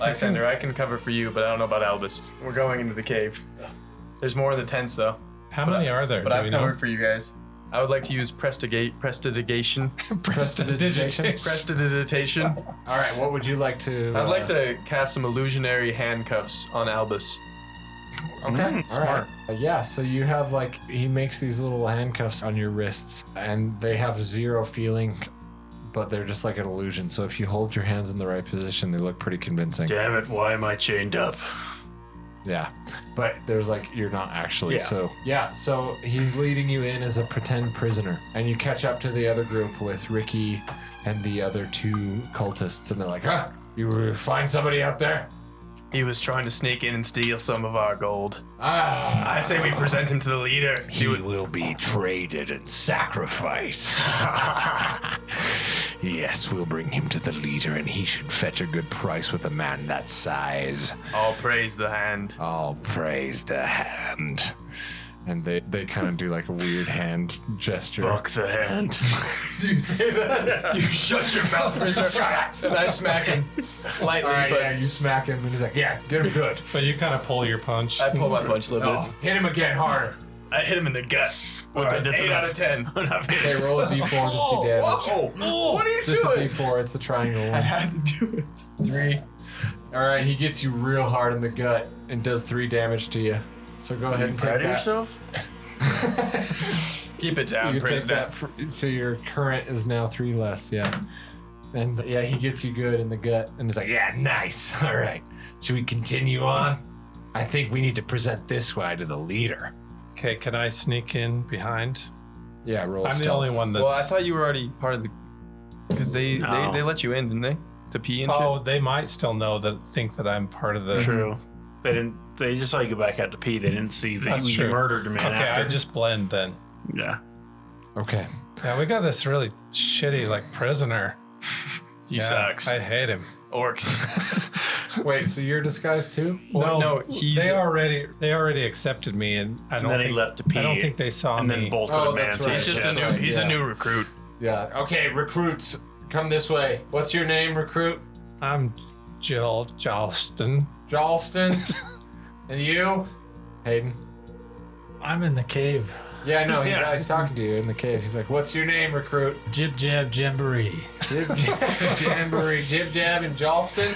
Speaker 6: Lysander, I can cover for you, but I don't know about Albus. We're going into the cave. There's more in the tents, though.
Speaker 4: how many are there?
Speaker 6: But
Speaker 4: Do
Speaker 6: I've
Speaker 4: we know?
Speaker 6: covered for you guys. I would like to use prestiga- prestidigation.
Speaker 1: Prestidigitation.
Speaker 6: prestidigitation.
Speaker 1: All right, what would you like to?
Speaker 6: I'd like
Speaker 1: uh,
Speaker 6: to cast some illusionary handcuffs on Albus.
Speaker 1: Okay,
Speaker 6: Mm, smart.
Speaker 1: Uh, yeah, so you have like he makes these little handcuffs on your wrists, and they have zero feeling, but they're just like an illusion. So if you hold your hands in the right position, they look pretty convincing.
Speaker 7: Damn it, why am I chained up?
Speaker 1: Yeah, but there's like you're not actually. So yeah, so he's leading you in as a pretend prisoner, and you catch up to the other group with Ricky and the other two cultists, and they're like, "Huh, you were- find somebody out there."
Speaker 6: He was trying to sneak in and steal some of our gold.
Speaker 1: Ah,
Speaker 6: I say we present him to the leader. He
Speaker 7: He
Speaker 6: would-
Speaker 7: will be traded and sacrificed. yes, we'll bring him to the leader, and he should fetch a good price with a man that size.
Speaker 6: all praise the hand.
Speaker 7: All praise the hand.
Speaker 1: and they they kind of do like a weird hand gesture.
Speaker 7: Fuck the hand.
Speaker 6: you shut your mouth, prisoner. and I smack him lightly,
Speaker 1: All right,
Speaker 6: but
Speaker 1: yeah, you smack him, and he's like, "Yeah, get him good.
Speaker 4: But you kind of pull your punch.
Speaker 6: I pull my punch a little bit.
Speaker 1: Hit him again harder."
Speaker 7: I hit him in the gut. With
Speaker 6: But eight out of ten.
Speaker 1: They roll a d4 to see damage.
Speaker 6: Oh, what are you
Speaker 1: Just a d4. It's the triangle one.
Speaker 6: had to do it.
Speaker 1: Three. All right, he gets you real hard in the gut and does three damage to you. So go ahead and take
Speaker 7: Proud of
Speaker 1: that.
Speaker 7: yourself?
Speaker 6: Keep it down,
Speaker 1: you take
Speaker 6: prisoner.
Speaker 1: that. Fr- so your current is now three less. Yeah. And yeah, he gets you good in the gut, and he's like, "Yeah, nice. All right, should we continue on? I think we need to present this way to the leader."
Speaker 4: Okay, can I sneak in behind?
Speaker 1: Yeah, roll.
Speaker 4: I'm the
Speaker 1: stealth.
Speaker 4: only one that's.
Speaker 6: Well, I thought you were already part of the. Because they,
Speaker 7: No.
Speaker 6: they they let you in, didn't they? To pee and
Speaker 4: oh, they might still know that. Think that I'm part of the.
Speaker 7: True. They didn't. They just saw you go back out to pee. They didn't see that
Speaker 4: That's
Speaker 7: you
Speaker 4: true.
Speaker 7: murdered a man
Speaker 4: Okay,
Speaker 7: after.
Speaker 4: I just blend then.
Speaker 7: yeah.
Speaker 1: Okay.
Speaker 4: Yeah, we got this really shitty like prisoner.
Speaker 7: He
Speaker 4: yeah,
Speaker 7: sucks.
Speaker 4: I hate him.
Speaker 6: Orcs.
Speaker 1: Wait, so you're disguised too?
Speaker 4: Well,
Speaker 6: no, he's-
Speaker 4: they already they already accepted me, and I don't
Speaker 7: then he
Speaker 4: think
Speaker 7: left to
Speaker 4: I don't
Speaker 7: pee,
Speaker 4: think they saw
Speaker 7: and
Speaker 4: me.
Speaker 7: then bolted
Speaker 1: Oh,
Speaker 7: a man
Speaker 1: that's
Speaker 7: through
Speaker 1: right.
Speaker 6: he's
Speaker 7: the
Speaker 6: just a
Speaker 7: chest.
Speaker 6: new. He's
Speaker 1: Yeah.
Speaker 6: a new recruit.
Speaker 1: Yeah. Okay, recruits, come this way. What's your name, recruit?
Speaker 4: I'm Jill Jolston.
Speaker 1: Jolston. and you? Hayden.
Speaker 2: I'm in the cave.
Speaker 1: Yeah, I know. He's, he's talking to you in the cave. He's like, What's your name, recruit?
Speaker 2: Jib jab jamboree.
Speaker 1: Jib, Jamboree, Jib Jab, and Jolston?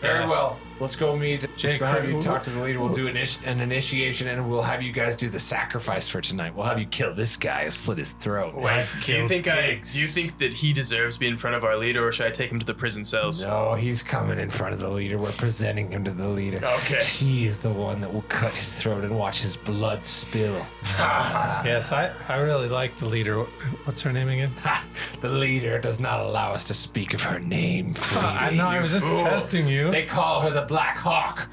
Speaker 1: Very well. Let's go meet. Jake, have you talk to the leader. We'll do an, ish- an initiation, and we'll have you guys do the sacrifice for tonight. We'll have you kill this guy, slit his throat.
Speaker 6: Do you think I? Do you think that he deserves to be in front of our leader, or should I take him to the prison cells?
Speaker 1: No, he's coming in front of the leader. We're presenting him to the leader.
Speaker 6: Okay.
Speaker 1: He is the one that will cut his throat and watch his blood spill.
Speaker 4: Yes, I I really like the leader. What's her name again?
Speaker 1: Ha! The leader does not allow us to speak of her name.
Speaker 4: I know. I was just testing you.
Speaker 1: They call her the Black Hawk.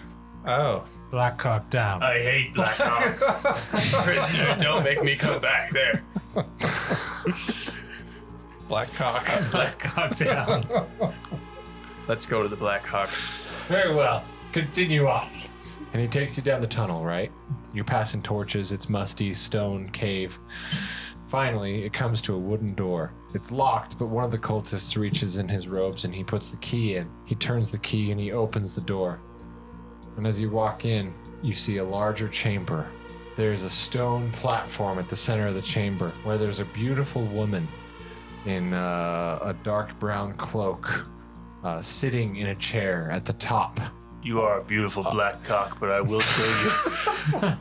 Speaker 4: Oh,
Speaker 3: Black cock down.
Speaker 7: I hate Black Hawk.
Speaker 6: Prisoner, don't make me come back there.
Speaker 4: black cock.
Speaker 3: Black cock down.
Speaker 6: Let's go to the Black Hawk.
Speaker 1: Very well. Continue on. And he takes you down the tunnel, right? You're passing torches. It's musty stone cave. Finally, it comes to a wooden door. It's locked, but one of the cultists reaches in his robes and he puts the key in. He turns the key and he opens the door. And as you walk in, you see a larger chamber. There is a stone platform at the center of the chamber where there's a beautiful woman in uh, a dark brown cloak uh, sitting in a chair at the top
Speaker 7: You are a beautiful black cock, but I will kill you.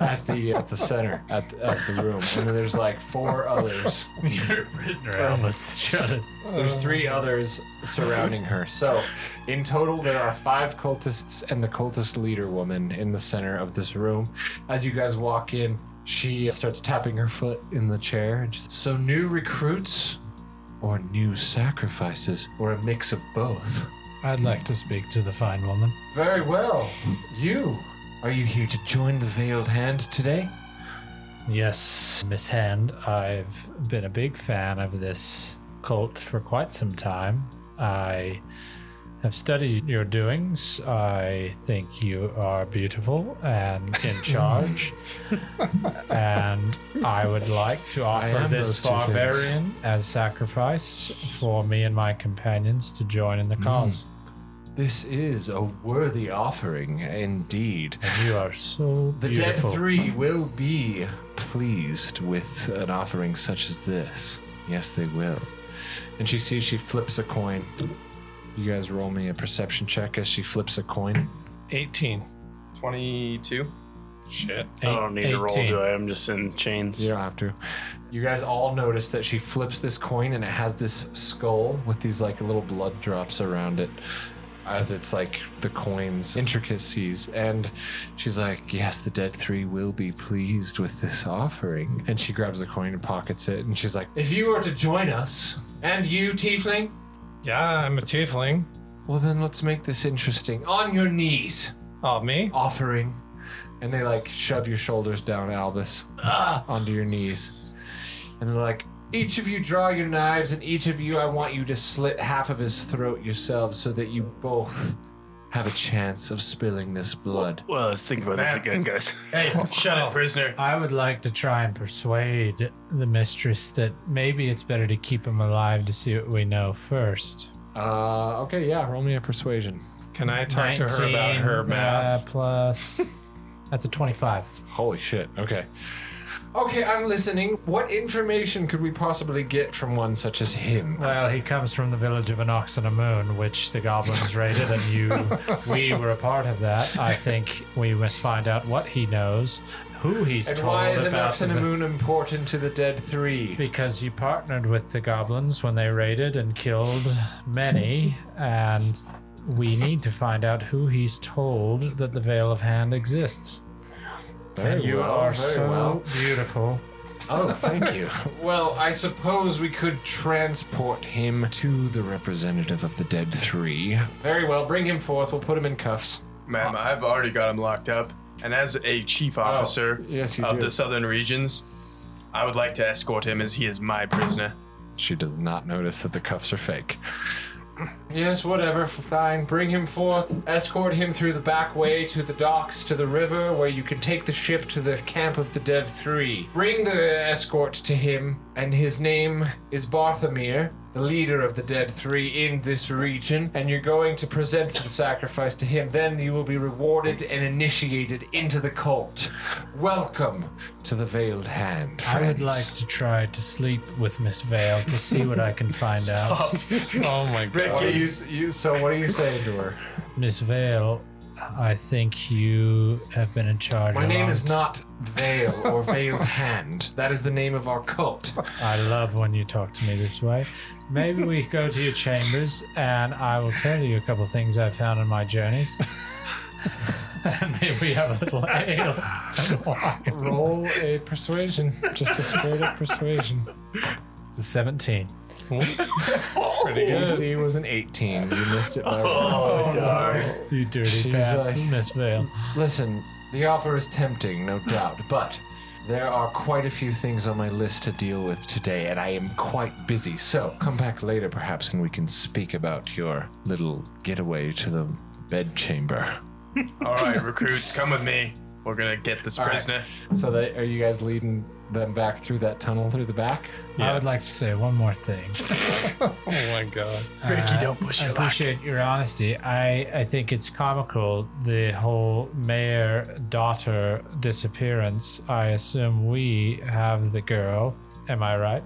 Speaker 1: at the at the center at the, of the room and then there's like four others
Speaker 3: You're a prisoner, Albus. Shut it.
Speaker 1: there's three others surrounding her so in total there are five cultists and the cultist leader woman in the center of this room as you guys walk in she starts tapping her foot in the chair and just so new recruits or new sacrifices, or a mix of both.
Speaker 2: I'd like to speak to the fine woman.
Speaker 1: Very well. You. Are you here to join the Veiled Hand today?
Speaker 3: Yes, Miss Hand, I've been a big fan of this cult for quite some time. I have studied your doings. I think you are beautiful and in charge. and I would like to offer
Speaker 1: am those
Speaker 3: this
Speaker 1: two things.
Speaker 3: barbarian as sacrifice for me and my companions to join in the
Speaker 1: Mm.
Speaker 3: cause.
Speaker 1: This is a worthy offering indeed.
Speaker 3: You are so
Speaker 1: The
Speaker 3: beautiful.
Speaker 1: Dead Three will be pleased with an offering such as this. Yes, they will. And she sees she flips a coin. You guys roll me a perception check as she flips a coin.
Speaker 4: 18.
Speaker 6: 22.
Speaker 7: I don't need to roll,
Speaker 3: 18.
Speaker 7: do I? I'm just in chains.
Speaker 1: You don't have to. You guys all notice that she flips this coin and it has this skull with these like little blood drops around it as it's like the coin's intricacies. And she's like, Yes, the dead three will be pleased with this offering. And she grabs the coin and pockets it. And she's like, If you were to join us, and you, Tiefling,
Speaker 4: Yeah, I'm a tiefling.
Speaker 1: well, then let's make this interesting. On your knees,
Speaker 4: Oh, me?
Speaker 1: offering. And they like shove your shoulders down, Albus, onto your knees. And they're like, each of you draw your knives, and each of you, I want you to slit half of his throat yourselves so that you both have a chance of spilling this blood.
Speaker 7: Well, let's think about this again, guys.
Speaker 3: Hey,
Speaker 6: Shut up, prisoner.
Speaker 3: I would like to try and persuade the mistress that maybe it's better to keep him alive to see what we know first.
Speaker 1: Uh, okay, yeah, roll me a persuasion.
Speaker 4: Can I talk to her about
Speaker 3: 19,
Speaker 4: her
Speaker 3: uh,
Speaker 4: math?
Speaker 3: plus, that's a 25.
Speaker 1: Holy shit, okay. Okay, I'm listening. What information could we possibly get from one such as him?
Speaker 3: Well, he comes from the village of an ox and a moon, which the goblins raided, and you, we were a part of that. I think we must find out what he knows, who he's
Speaker 1: And
Speaker 3: told
Speaker 1: why is an
Speaker 3: about
Speaker 1: ox and
Speaker 3: the-
Speaker 1: a moon important to the dead three?
Speaker 3: Because you partnered with the goblins when they raided and killed many, and we need to find out who he's told that the Veil of Hand exists.
Speaker 1: Very
Speaker 3: you
Speaker 1: well,
Speaker 3: are
Speaker 1: very
Speaker 3: so
Speaker 1: well.
Speaker 3: beautiful.
Speaker 1: Oh, thank you. well, I suppose we could transport him to the representative of the dead three. Very well, bring him forth. We'll put him in cuffs.
Speaker 6: Ma'am, I've already got him locked up. And as a chief officer
Speaker 1: yes, you
Speaker 6: of
Speaker 1: do.
Speaker 6: the southern regions, I would like to escort him as he is my prisoner.
Speaker 1: She does not notice that the cuffs are fake. Yes, whatever, fine. Bring him forth, escort him through the back way to the docks, to the river, where you can take the ship to the camp of the Dead Three. Bring the escort to him, and his name is Barthamir, the leader of the Dead Three in this region, and you're going to present the sacrifice to him. Then you will be rewarded and initiated into the cult. Welcome to the Veiled Hand.
Speaker 3: I would
Speaker 1: friends.
Speaker 3: like to try to sleep with Miss Vale to see what I can find out.
Speaker 4: Oh my god.
Speaker 1: Rick, you, you, so what are you saying to her?
Speaker 3: Miss Vale, I think you have been in charge.
Speaker 1: My
Speaker 3: a
Speaker 1: name
Speaker 3: long
Speaker 1: is
Speaker 3: t-
Speaker 1: not Veil or Veiled Hand. That is the name of our cult.
Speaker 3: I love when you talk to me this way. Maybe we go to your chambers, and I will tell you a couple things I've found on my journeys. and maybe we have a little ale. and wine.
Speaker 1: Roll a persuasion, just a straight up persuasion.
Speaker 3: It's a seventeen.
Speaker 1: The DC was an 18. You missed it by one.
Speaker 3: You dirty
Speaker 1: She's,
Speaker 3: cat,
Speaker 1: uh,
Speaker 3: Miss Vale.
Speaker 1: Listen, the offer is tempting, no doubt, but there are quite a few things on my list to deal with today, and I am quite busy. So come back later, perhaps, and we can speak about your little getaway to the bedchamber.
Speaker 6: All right, recruits, come with me. We're gonna get this
Speaker 1: right.
Speaker 6: prisoner.
Speaker 1: So, that, are you guys leading them back through that tunnel through the back?
Speaker 3: I would like to say one more thing.
Speaker 4: Oh my god.
Speaker 6: Ricky, don't push
Speaker 3: I
Speaker 6: your luck.
Speaker 3: appreciate your honesty. I, I think it's comical the whole mayor daughter disappearance. I assume we have the girl. Am I right?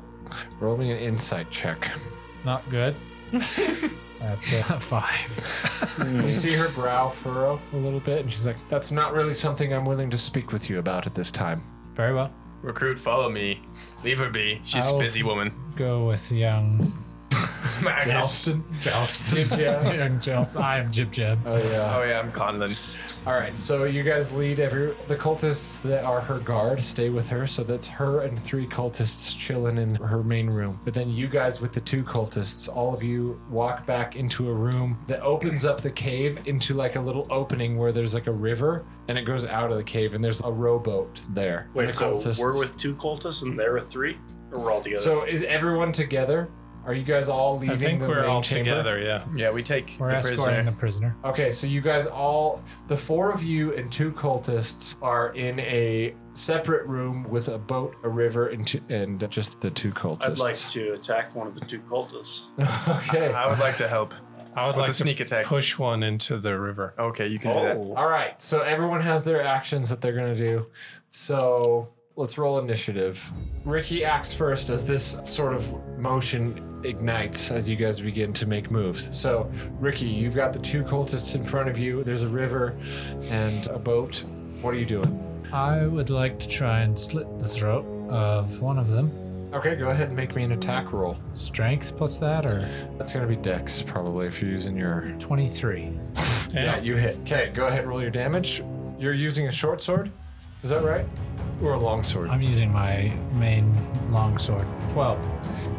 Speaker 1: Roll me an insight check.
Speaker 3: Not good. That's a five.
Speaker 1: You see her brow furrow a little bit, and she's like, That's not really something I'm willing to speak with you about at this time.
Speaker 3: Very well.
Speaker 6: Recruit, follow me. Leave her be. She's a
Speaker 3: I'll-
Speaker 6: busy woman.
Speaker 3: Go with young
Speaker 6: Max.
Speaker 3: Jib Jab. Young Jels. I am Jib Jab.
Speaker 1: Oh yeah.
Speaker 6: Oh yeah, I'm Conlon.
Speaker 1: All right, so you guys lead every the cultists that are her guard stay with her, so that's her and three cultists chilling in her main room. But then you guys with the two cultists, all of you walk back into a room that opens up the cave into like a little opening where there's like a river and it goes out of the cave and there's a rowboat there. And
Speaker 7: Wait,
Speaker 1: the
Speaker 7: so
Speaker 1: cultists-
Speaker 7: we're with two cultists and they're with three? Or we're all together?
Speaker 1: So is everyone together? Are you guys all leaving
Speaker 4: I think
Speaker 1: the
Speaker 4: we're
Speaker 1: main
Speaker 4: all
Speaker 1: chamber?
Speaker 4: together. Yeah.
Speaker 6: Yeah, we take
Speaker 3: We're
Speaker 6: the
Speaker 3: escorting
Speaker 6: prisoner.
Speaker 3: the prisoner.
Speaker 1: Okay, so you guys all, the four of you and two cultists are in a separate room with a boat, a river, and, two, and just the two cultists.
Speaker 7: I'd like to attack one of the two cultists.
Speaker 1: Okay.
Speaker 6: I would like to help.
Speaker 4: I would
Speaker 6: With
Speaker 4: like
Speaker 6: a sneak
Speaker 4: to
Speaker 6: attack.
Speaker 4: push one into the river.
Speaker 6: Okay, you can do
Speaker 1: all right, so everyone has their actions that they're going to do. So let's roll initiative. Ricky acts first as this sort of motion ignites as you guys begin to make moves. So, Ricky, you've got the two cultists in front of you, there's a river and a boat. What are you doing?
Speaker 3: I would like to try and slit the throat of one of them.
Speaker 1: Okay, go ahead and make me an attack roll.
Speaker 3: Strength plus that or
Speaker 1: That's gonna be Dex, probably, if you're using your.
Speaker 3: 23.
Speaker 1: Yeah, you hit. Okay, go ahead, roll your damage. You're using a short sword, is that right? Or a long sword?
Speaker 3: I'm using my main longsword.
Speaker 1: 12.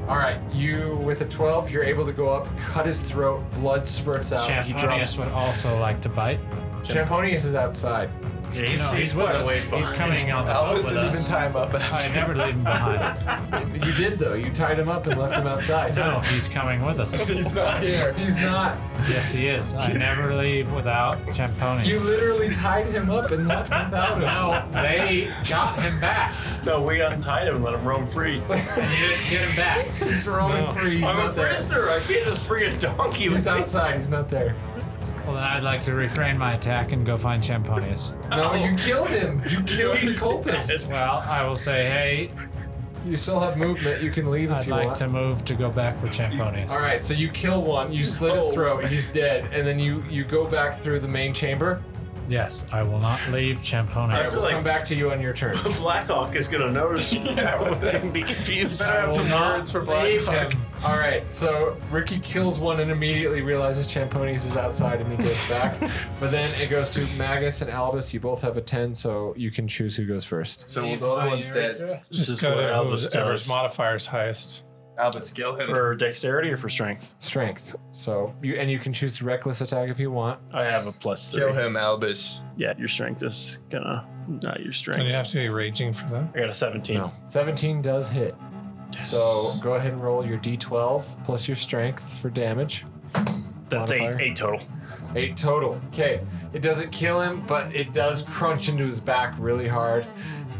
Speaker 1: All right, you with a 12, you're able to go up, cut his throat, blood spurts out. Oh, he drops.
Speaker 3: Champonius would also like to bite.
Speaker 1: Champonius is with us.
Speaker 3: no, he's with us. He's coming on the boat with us.
Speaker 5: time up
Speaker 3: I
Speaker 5: after.
Speaker 3: never leave him behind.
Speaker 1: outside. You did though. You tied him up and left him outside.
Speaker 3: No, he's coming with us.
Speaker 1: he's not here. He's not.
Speaker 3: Yes, he is. I never leave without Champonius.
Speaker 1: You literally tied him up and left him without him.
Speaker 3: no, they got him back.
Speaker 7: No, we untied him and let him roam free.
Speaker 3: And you didn't get him back.
Speaker 1: He's roaming free. He's
Speaker 7: I'm a
Speaker 1: not there.
Speaker 7: prisoner. I can't just bring a donkey
Speaker 1: He's
Speaker 7: with me.
Speaker 1: outside. He's not there.
Speaker 3: Well, then I'd like to refrain my attack and go find Champonius.
Speaker 1: No, you killed him. You killed the
Speaker 7: He's
Speaker 1: cultist.
Speaker 7: dead.
Speaker 3: Well, I will say, hey,
Speaker 1: You still have movement. You can leave if
Speaker 3: I'd
Speaker 1: you
Speaker 3: like
Speaker 1: want.
Speaker 3: to move to go back for Champonius.
Speaker 1: All right, so you kill one, you slit his
Speaker 7: Oh.
Speaker 1: throat, he's dead, and then you you go back through the main chamber.
Speaker 3: Yes, I will not leave
Speaker 1: All right,
Speaker 3: Champonius.
Speaker 1: we'll
Speaker 7: like-
Speaker 1: come back to you on your turn.
Speaker 7: The Blackhawk is gonna notice and be confused.
Speaker 1: some
Speaker 6: words for Blackhawk.
Speaker 1: All right, so Ricky kills one and immediately realizes Champonius is outside and he goes back. but then it goes to Magus and Albus. You both have a ten, so you can choose who goes first.
Speaker 6: So the other one's dead.
Speaker 4: Just
Speaker 7: is
Speaker 4: go
Speaker 7: what
Speaker 4: to
Speaker 7: Albus
Speaker 4: whoever's
Speaker 7: does.
Speaker 4: modifier is highest.
Speaker 6: Albus, kill him.
Speaker 7: For dexterity or for strength?
Speaker 1: Strength. So you and you can choose to reckless attack if you want.
Speaker 7: I have a plus three.
Speaker 6: Kill him, Albus.
Speaker 7: Yeah, your strength is gonna not your
Speaker 4: Do
Speaker 7: strength.
Speaker 4: you have to be raging for that?
Speaker 7: I got a 17.
Speaker 1: No. Seventeen does hit. So go ahead and roll your d12 plus your strength for damage.
Speaker 7: That's
Speaker 1: Modifier.
Speaker 7: eight, eight total.
Speaker 1: Eight total. Okay. It doesn't kill him, but it does crunch into his back really hard.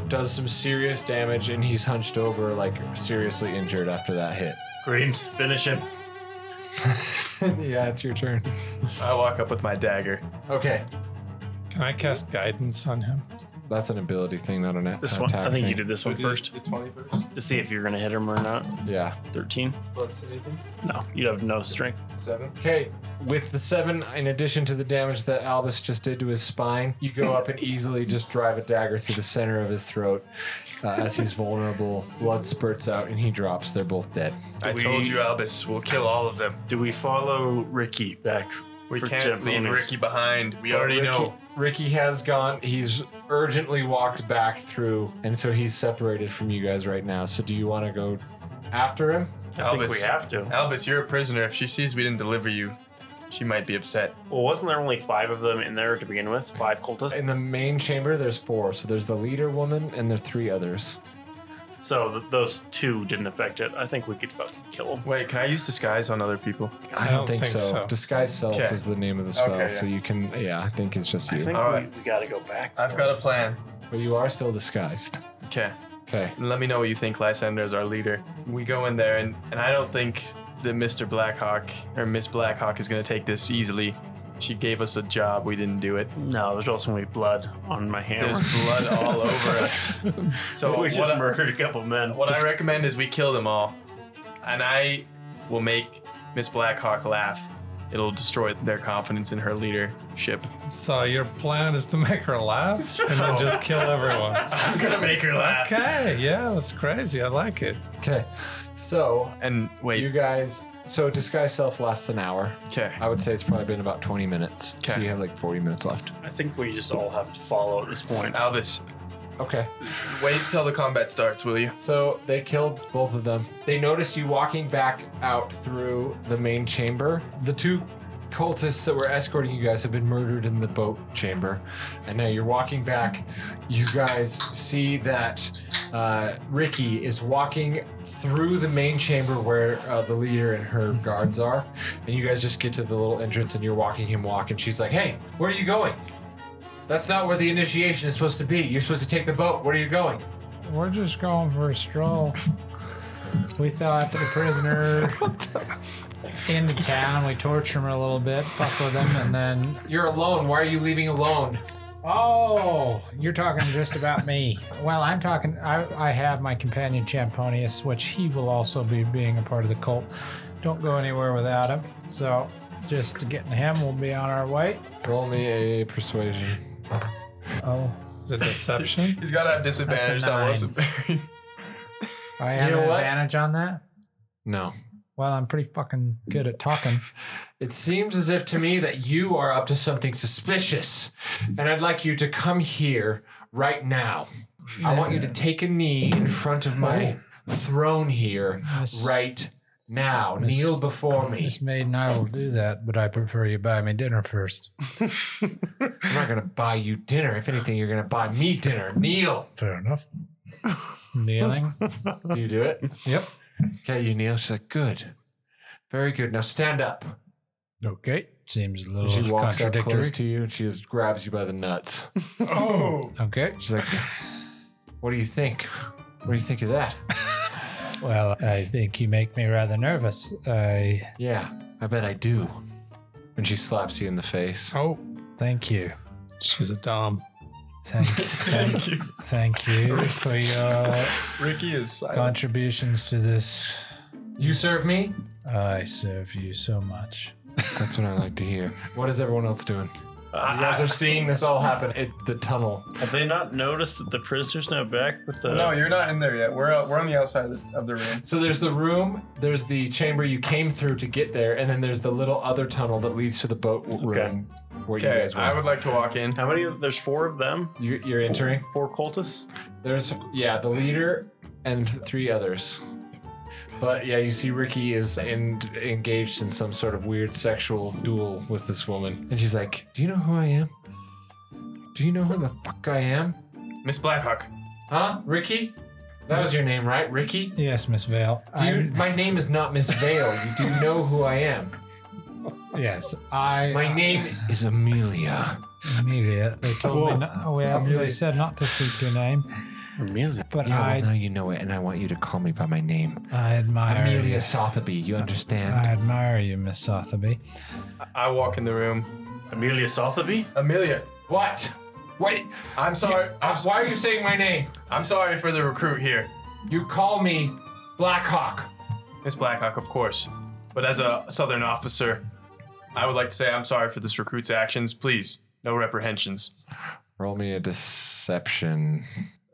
Speaker 1: Does some serious damage, and he's hunched over, like seriously injured after that hit.
Speaker 7: Greens, finish him.
Speaker 1: yeah, it's your turn.
Speaker 6: I walk up with my dagger.
Speaker 1: Okay.
Speaker 4: Can I cast guidance on him?
Speaker 1: That's an ability thing, not an a-
Speaker 7: This
Speaker 1: an
Speaker 7: one.
Speaker 1: attack
Speaker 7: I think you
Speaker 1: thing.
Speaker 7: did this one first
Speaker 5: The 21st
Speaker 7: to see if you're gonna hit him or not.
Speaker 1: Yeah.
Speaker 7: 13?
Speaker 5: plus anything?
Speaker 7: No, you'd have no strength.
Speaker 5: Seven.
Speaker 1: Okay. With the seven, in addition to the damage that Albus just did to his spine, you go up and easily just drive a dagger through the center of his throat uh, as he's vulnerable. Blood spurts out, and he drops. They're both dead.
Speaker 6: I
Speaker 7: we-
Speaker 6: told you, Albus. We'll kill all of them.
Speaker 7: Do we follow Ricky back?
Speaker 6: We
Speaker 7: for
Speaker 6: can't leave
Speaker 7: Champonius?
Speaker 6: Ricky behind. We
Speaker 1: But
Speaker 6: already
Speaker 1: Ricky,
Speaker 6: know.
Speaker 1: Ricky has gone. He's urgently walked back through, and so he's separated from you guys right now. So, do you want to go after him?
Speaker 7: I think we have to.
Speaker 6: Albus, you're a prisoner. If she sees we didn't deliver you, she might be upset.
Speaker 7: Well, wasn't there only five of them in there to begin with? Five cultists?
Speaker 1: In the main chamber, there's four. So there's the leader woman, and there are three others.
Speaker 7: So th- those two didn't affect it. I think we could fucking kill them.
Speaker 6: Wait, can I use disguise on other people?
Speaker 1: I don't, think, so. Disguise self
Speaker 6: Okay.
Speaker 1: is the name of the spell,
Speaker 6: Okay, yeah.
Speaker 1: so you can. Yeah, I think it's just
Speaker 7: I
Speaker 1: you,
Speaker 7: think
Speaker 6: All
Speaker 7: we,
Speaker 6: right.
Speaker 7: we gotta go back.
Speaker 6: I've got a plan.
Speaker 1: but you are still disguised.
Speaker 6: Okay.
Speaker 1: Okay.
Speaker 6: Let me know what you think, Lysander, as our leader. We go in there, and, and I don't think that Mr. Blackhawk or Miss Blackhawk is going to take this easily. She gave us a job. We didn't do it.
Speaker 7: No, there's also gonna be blood on my hammer.
Speaker 6: There's blood all over us. So
Speaker 7: we
Speaker 6: what,
Speaker 7: just
Speaker 6: I,
Speaker 7: murdered a couple men.
Speaker 6: what
Speaker 7: Just-
Speaker 6: I recommend is we kill them all, and I will make Miss Blackhawk laugh. It'll destroy their confidence in her leadership.
Speaker 4: So your plan is to make her laugh and then just kill everyone.
Speaker 7: I'm gonna make her laugh.
Speaker 4: Okay, yeah, that's crazy. I like it.
Speaker 1: Okay. So
Speaker 6: And wait,
Speaker 1: you guys So disguise self lasts an hour.
Speaker 6: 'Kay.
Speaker 1: I would say it's probably been about 20 minutes. So
Speaker 6: 'Kay.
Speaker 1: you have like 40 minutes left.
Speaker 7: I think we just all have to follow at this point.
Speaker 6: Albus,
Speaker 1: Okay.
Speaker 6: wait till the combat starts, will you?
Speaker 1: So they killed both of them. They noticed you walking back out through the main chamber. The two cultists that were escorting you guys have been murdered in the boat chamber. And now you're walking back. You guys see that uh, Ricky is walking through the main chamber where uh, the leader and her guards are. And you guys just get to the little entrance and you're walking him walk. And she's like, hey, where are you going? That's not where the initiation is supposed to be. You're supposed to take the boat. Where are you going?
Speaker 3: We're just going for a stroll. We thought the prisoner into town. We torture him a little bit, fuck with him, and then
Speaker 1: You're alone. Why are you leaving alone?
Speaker 3: Oh, you're talking just about me. Well, I'm talking. I, I have my companion Champonius, which he will also be being a part of the cult. Don't go anywhere without him. So, just getting him, we'll be on our way.
Speaker 1: Roll me a persuasion.
Speaker 3: Oh,
Speaker 4: Is it deception?
Speaker 6: He's got to have disadvantage. That
Speaker 3: nine.
Speaker 6: wasn't very.
Speaker 3: I have
Speaker 1: You know
Speaker 3: an
Speaker 1: what?
Speaker 3: advantage on that.
Speaker 1: No.
Speaker 3: Well, I'm pretty fucking good at talking.
Speaker 1: It seems as if to me that you are up to something suspicious, and I'd like you to come here right now. I want you to take a knee in front of my throne here
Speaker 3: Miss-
Speaker 1: right now. Kneel before me.
Speaker 3: Miss Maiden, I will do that, but I prefer you buy me dinner first.
Speaker 1: I'm not going to buy you dinner. If anything, you're going to buy me dinner. Kneel.
Speaker 3: Fair enough. Kneeling.
Speaker 1: Do you do it?
Speaker 3: Yep.
Speaker 1: Okay, you kneel. She's like, good. Very good. Now stand up.
Speaker 3: Okay. Seems a
Speaker 1: And she
Speaker 3: little
Speaker 1: walks up
Speaker 3: contradictory.
Speaker 1: close to you and she just grabs you by the nuts.
Speaker 6: Oh.
Speaker 3: Okay.
Speaker 1: She's like, "What do you think? What do you think of that?"
Speaker 3: Well, I think you make me rather nervous. I
Speaker 1: Yeah, I bet I do. And she slaps you in the face.
Speaker 4: Oh,
Speaker 3: thank you.
Speaker 4: she's a dom.
Speaker 3: Thank, thank you. Thank you for your
Speaker 6: Ricky is silent.
Speaker 3: contributions to this.
Speaker 1: You serve me.
Speaker 3: I serve you so much.
Speaker 1: That's what I like to hear. What is everyone else doing? you guys are seeing this all happen. It, the tunnel.
Speaker 7: Uh, Have they not noticed that the prisoner's now back with the?
Speaker 6: No, you're not in there yet. We're out, we're on the outside of the- of the room.
Speaker 1: So there's the room, there's the chamber you came through to get there, and then there's the little other tunnel that leads to the boat room where you
Speaker 6: Okay,
Speaker 1: guys were.
Speaker 6: I would like to walk in.
Speaker 7: How many? There's four of them.
Speaker 1: you, you're entering.
Speaker 7: Four cultists.
Speaker 1: There's yeah, the leader and three others. But yeah, you see Ricky is in, engaged in some sort of weird sexual duel with this woman. And she's like, "Do you know who I am? Do you know who the fuck I am?
Speaker 6: Miss Blackhawk.
Speaker 1: Huh? Ricky? That was your name, right? Ricky?
Speaker 3: Yes, Miss Vale.
Speaker 1: Do you,
Speaker 3: I'm-
Speaker 1: my name is not Miss Vale. You do know who I am.
Speaker 3: yes, I.
Speaker 1: My name is Amelia.
Speaker 3: Amelia. They told me. Not, oh, well, they said not to speak your name, but
Speaker 1: Yeah, well, now
Speaker 3: I,
Speaker 1: you know it, and I want you to call me by my name.
Speaker 3: I admire.
Speaker 1: Amelia
Speaker 3: you.
Speaker 1: Sotheby, you understand?
Speaker 3: I admire you, Miss Sotheby.
Speaker 6: I walk in the room.
Speaker 7: Amelia Sotheby.
Speaker 6: Amelia,
Speaker 1: what? Wait,
Speaker 6: I'm sorry.
Speaker 1: uh, why are you saying my name?
Speaker 6: I'm sorry for the recruit here.
Speaker 1: You call me Blackhawk.
Speaker 6: Miss Blackhawk, of course. But as a Southern officer, I would like to say I'm sorry for this recruit's actions. Please, no reprehensions.
Speaker 1: Roll me a deception.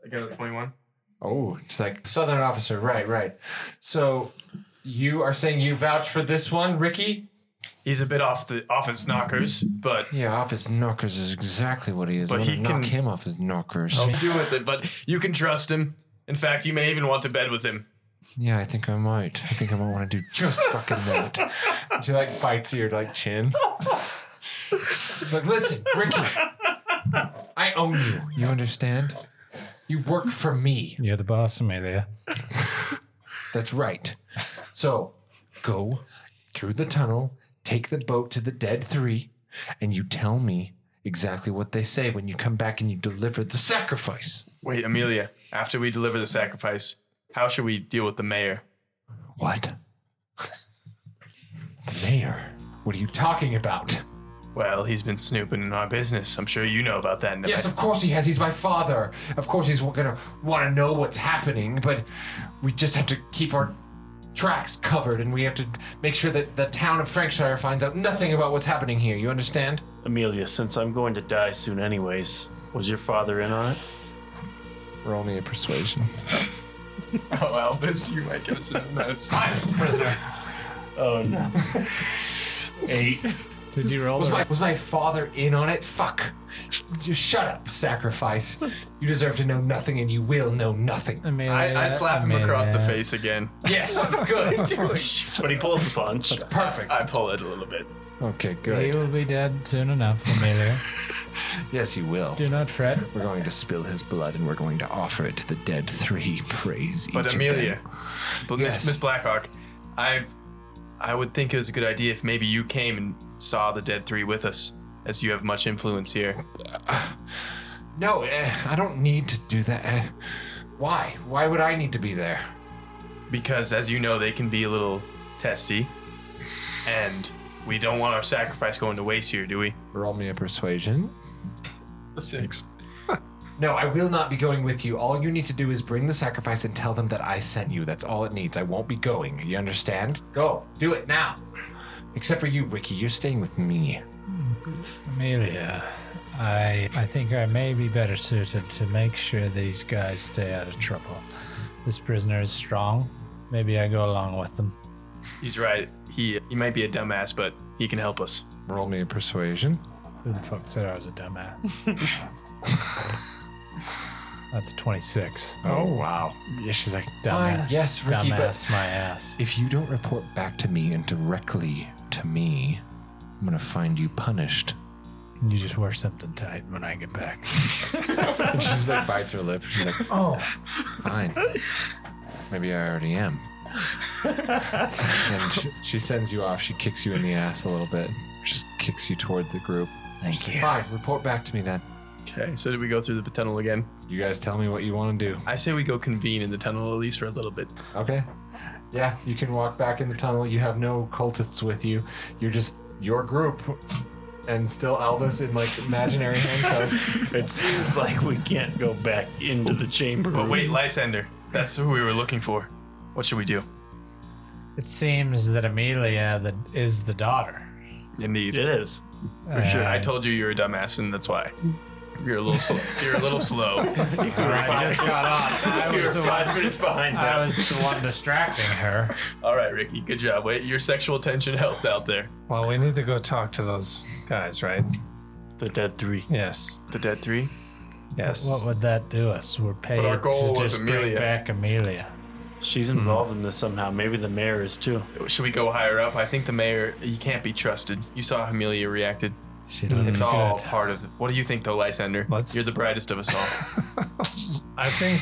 Speaker 6: I got a 21.
Speaker 1: Oh, it's like Southern officer. Right, right. So you are saying you vouch for this one, Ricky?
Speaker 6: He's a bit off the off his knockers, but
Speaker 1: Yeah, off his knockers is exactly what he is.
Speaker 6: But
Speaker 1: I'm
Speaker 6: he
Speaker 1: gonna knock
Speaker 6: can-
Speaker 1: him off his knockers.
Speaker 6: I'll do with it. But you can trust him. In fact, you may even want to bed with him.
Speaker 1: Yeah, I think I might. I think I might want to do just fucking that. she like bites your like chin. She's like, listen, Ricky, I own you. You understand? You work for me.
Speaker 3: You're the boss, Amelia.
Speaker 1: That's right. So go through the tunnel, take the boat to the dead three, and you tell me exactly what they say when you come back and you deliver the sacrifice.
Speaker 6: Wait, Amelia. After we deliver the sacrifice, how should we deal with the mayor?
Speaker 1: What? the mayor? What are you talking about?
Speaker 6: Well, he's been snooping in our business. I'm sure you know about that. Neville.
Speaker 1: Yes, of course he has. He's my father. Of course he's gonna want to know what's happening, but we just have to keep our tracks covered and we have to make sure that the town of Frankshire finds out nothing about what's happening here. You understand?
Speaker 7: Amelia, since I'm going to die soon, anyways, was your father in on it?
Speaker 1: Roll me a persuasion.
Speaker 6: Oh, Albus, you might get us in the notes.
Speaker 7: Prisoner. Oh no. Eight.
Speaker 10: Did you roll?
Speaker 1: Was
Speaker 10: the-
Speaker 1: my, was my father in on it? Fuck. Just shut up, sacrifice. You deserve to know nothing and you will know nothing.
Speaker 3: mean,
Speaker 6: I, I slap him
Speaker 3: mean,
Speaker 6: across the
Speaker 3: uh,
Speaker 6: face again.
Speaker 1: Yes, good.
Speaker 7: But he pulls the punch.
Speaker 1: Perfect.
Speaker 6: I pull it a little bit.
Speaker 1: Okay,
Speaker 3: He
Speaker 1: good.
Speaker 3: will be dead soon enough, Emilio.
Speaker 1: Yes, he will.
Speaker 3: Do not fret.
Speaker 1: We're going to spill his blood and we're going to offer it to the dead three. Praise each
Speaker 6: But
Speaker 1: of
Speaker 6: Amelia,
Speaker 1: them.
Speaker 6: but Miss, Miss Blackhawk, I, I would think it was a good idea if maybe you came and saw the dead three with us, as you have much influence here.
Speaker 1: No, eh, I don't need to do that. Eh, Why? Why would I need to be there?
Speaker 6: Because, as you know, they can be a little testy, and we don't want our sacrifice going to waste here, do we?
Speaker 1: Roll me a persuasion.
Speaker 6: Six.
Speaker 1: No, I will not be going with you. All you need to do is bring the sacrifice and tell them that I sent you. That's all it needs. I won't be going. You understand? Go. Do it now. Except for you, Ricky. You're staying with me.
Speaker 3: Amelia, I I think I may be better suited to make sure these guys stay out of trouble. This prisoner is strong. Maybe I go along with them.
Speaker 6: He's right. He he might be a dumbass, but he can help us.
Speaker 1: Roll me a persuasion.
Speaker 3: Who the fuck said I was a dumbass? That's 26.
Speaker 1: Oh, wow. Yeah, she's like,
Speaker 3: Dumbass.
Speaker 1: "Fine, yes, Ricky, but
Speaker 3: Dumbass, my ass.
Speaker 1: if you don't report back to me and directly to me, I'm going to find you punished.
Speaker 3: You just wear something tight when I get back.
Speaker 1: And she's like, bites her lip. She's like, oh, fine. Maybe I already am. and she, she sends you off. She kicks you in the ass a little bit, just kicks you toward the group. Thank you. Fine, report back to me then.
Speaker 6: Okay. So did we go through the tunnel again?
Speaker 1: You guys tell me what you want to do.
Speaker 6: I say we go convene in the tunnel at least for a little bit.
Speaker 1: Okay. Yeah, you can walk back in the tunnel. You have no cultists with you. You're just your group. And still Elvis in like imaginary handcuffs.
Speaker 7: It seems like we can't go back into the chamber.
Speaker 6: But wait, Lysander, that's who we were looking for. What should we do?
Speaker 3: It seems that Amelia that is the daughter.
Speaker 6: Indeed.
Speaker 7: It is.
Speaker 6: For sure. I told you you're a dumbass, and that's why. You're a little slow. You're a little slow.
Speaker 3: I just got off. I was the one.
Speaker 7: It's behind
Speaker 3: I
Speaker 7: that.
Speaker 3: was the one distracting her.
Speaker 6: All right, Ricky. Good job. Wait, your sexual tension helped out there.
Speaker 4: Well, we need to go talk to those guys, right?
Speaker 7: The dead three.
Speaker 4: Yes.
Speaker 6: The dead three?
Speaker 4: Yes.
Speaker 3: What would that do us? We're paid
Speaker 6: our goal
Speaker 3: to
Speaker 6: was
Speaker 3: just bring
Speaker 6: Amelia.
Speaker 3: back Amelia.
Speaker 7: She's
Speaker 1: Hmm.
Speaker 7: involved in this somehow. Maybe the mayor is too.
Speaker 6: Should we go higher up? I think the mayor, he can't be trusted. You saw how Amelia reacted.
Speaker 3: She looked
Speaker 6: Hmm. It's
Speaker 3: Mm, good.
Speaker 6: all part of the, What do you think, though, Lysander?
Speaker 4: Let's-
Speaker 6: You're the brightest of us
Speaker 4: I think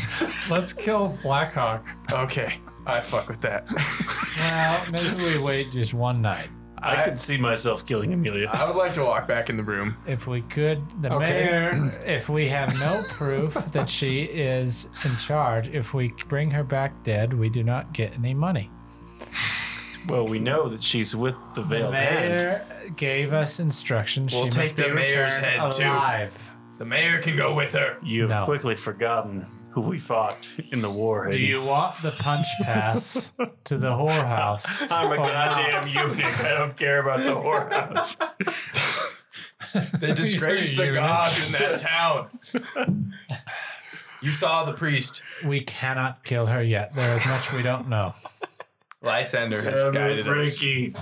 Speaker 4: let's kill Blackhawk.
Speaker 6: all. okay. I fuck with that.
Speaker 3: Well, maybe we wait just one night.
Speaker 7: I,
Speaker 6: I-
Speaker 7: could see myself killing Amelia.
Speaker 6: I would like to walk back in the room.
Speaker 3: If we could, the mayor, if we have no proof that she is in charge, if we bring her back dead, we do not get any money.
Speaker 7: Well, we know that she's with the
Speaker 3: The
Speaker 7: veiled hand.
Speaker 3: mayor gave us instructions.
Speaker 6: We'll
Speaker 3: she
Speaker 6: take
Speaker 3: must be
Speaker 6: the mayor's
Speaker 3: returned
Speaker 6: head, too.
Speaker 3: alive.
Speaker 6: The mayor can go with her.
Speaker 7: You have
Speaker 3: No.
Speaker 7: quickly forgotten who we fought in the war.
Speaker 3: Do
Speaker 7: Hades.
Speaker 3: you want the punch pass to the whorehouse?
Speaker 7: I'm
Speaker 1: Oh,
Speaker 7: a
Speaker 3: or
Speaker 7: goddamn
Speaker 3: not?
Speaker 7: eunuch. I don't care about the whorehouse.
Speaker 6: They disgraced the
Speaker 4: You-
Speaker 6: god in that town. You saw the priest.
Speaker 3: We cannot kill her yet. There is much we don't know.
Speaker 6: Lysander has guided us.
Speaker 7: Ricky,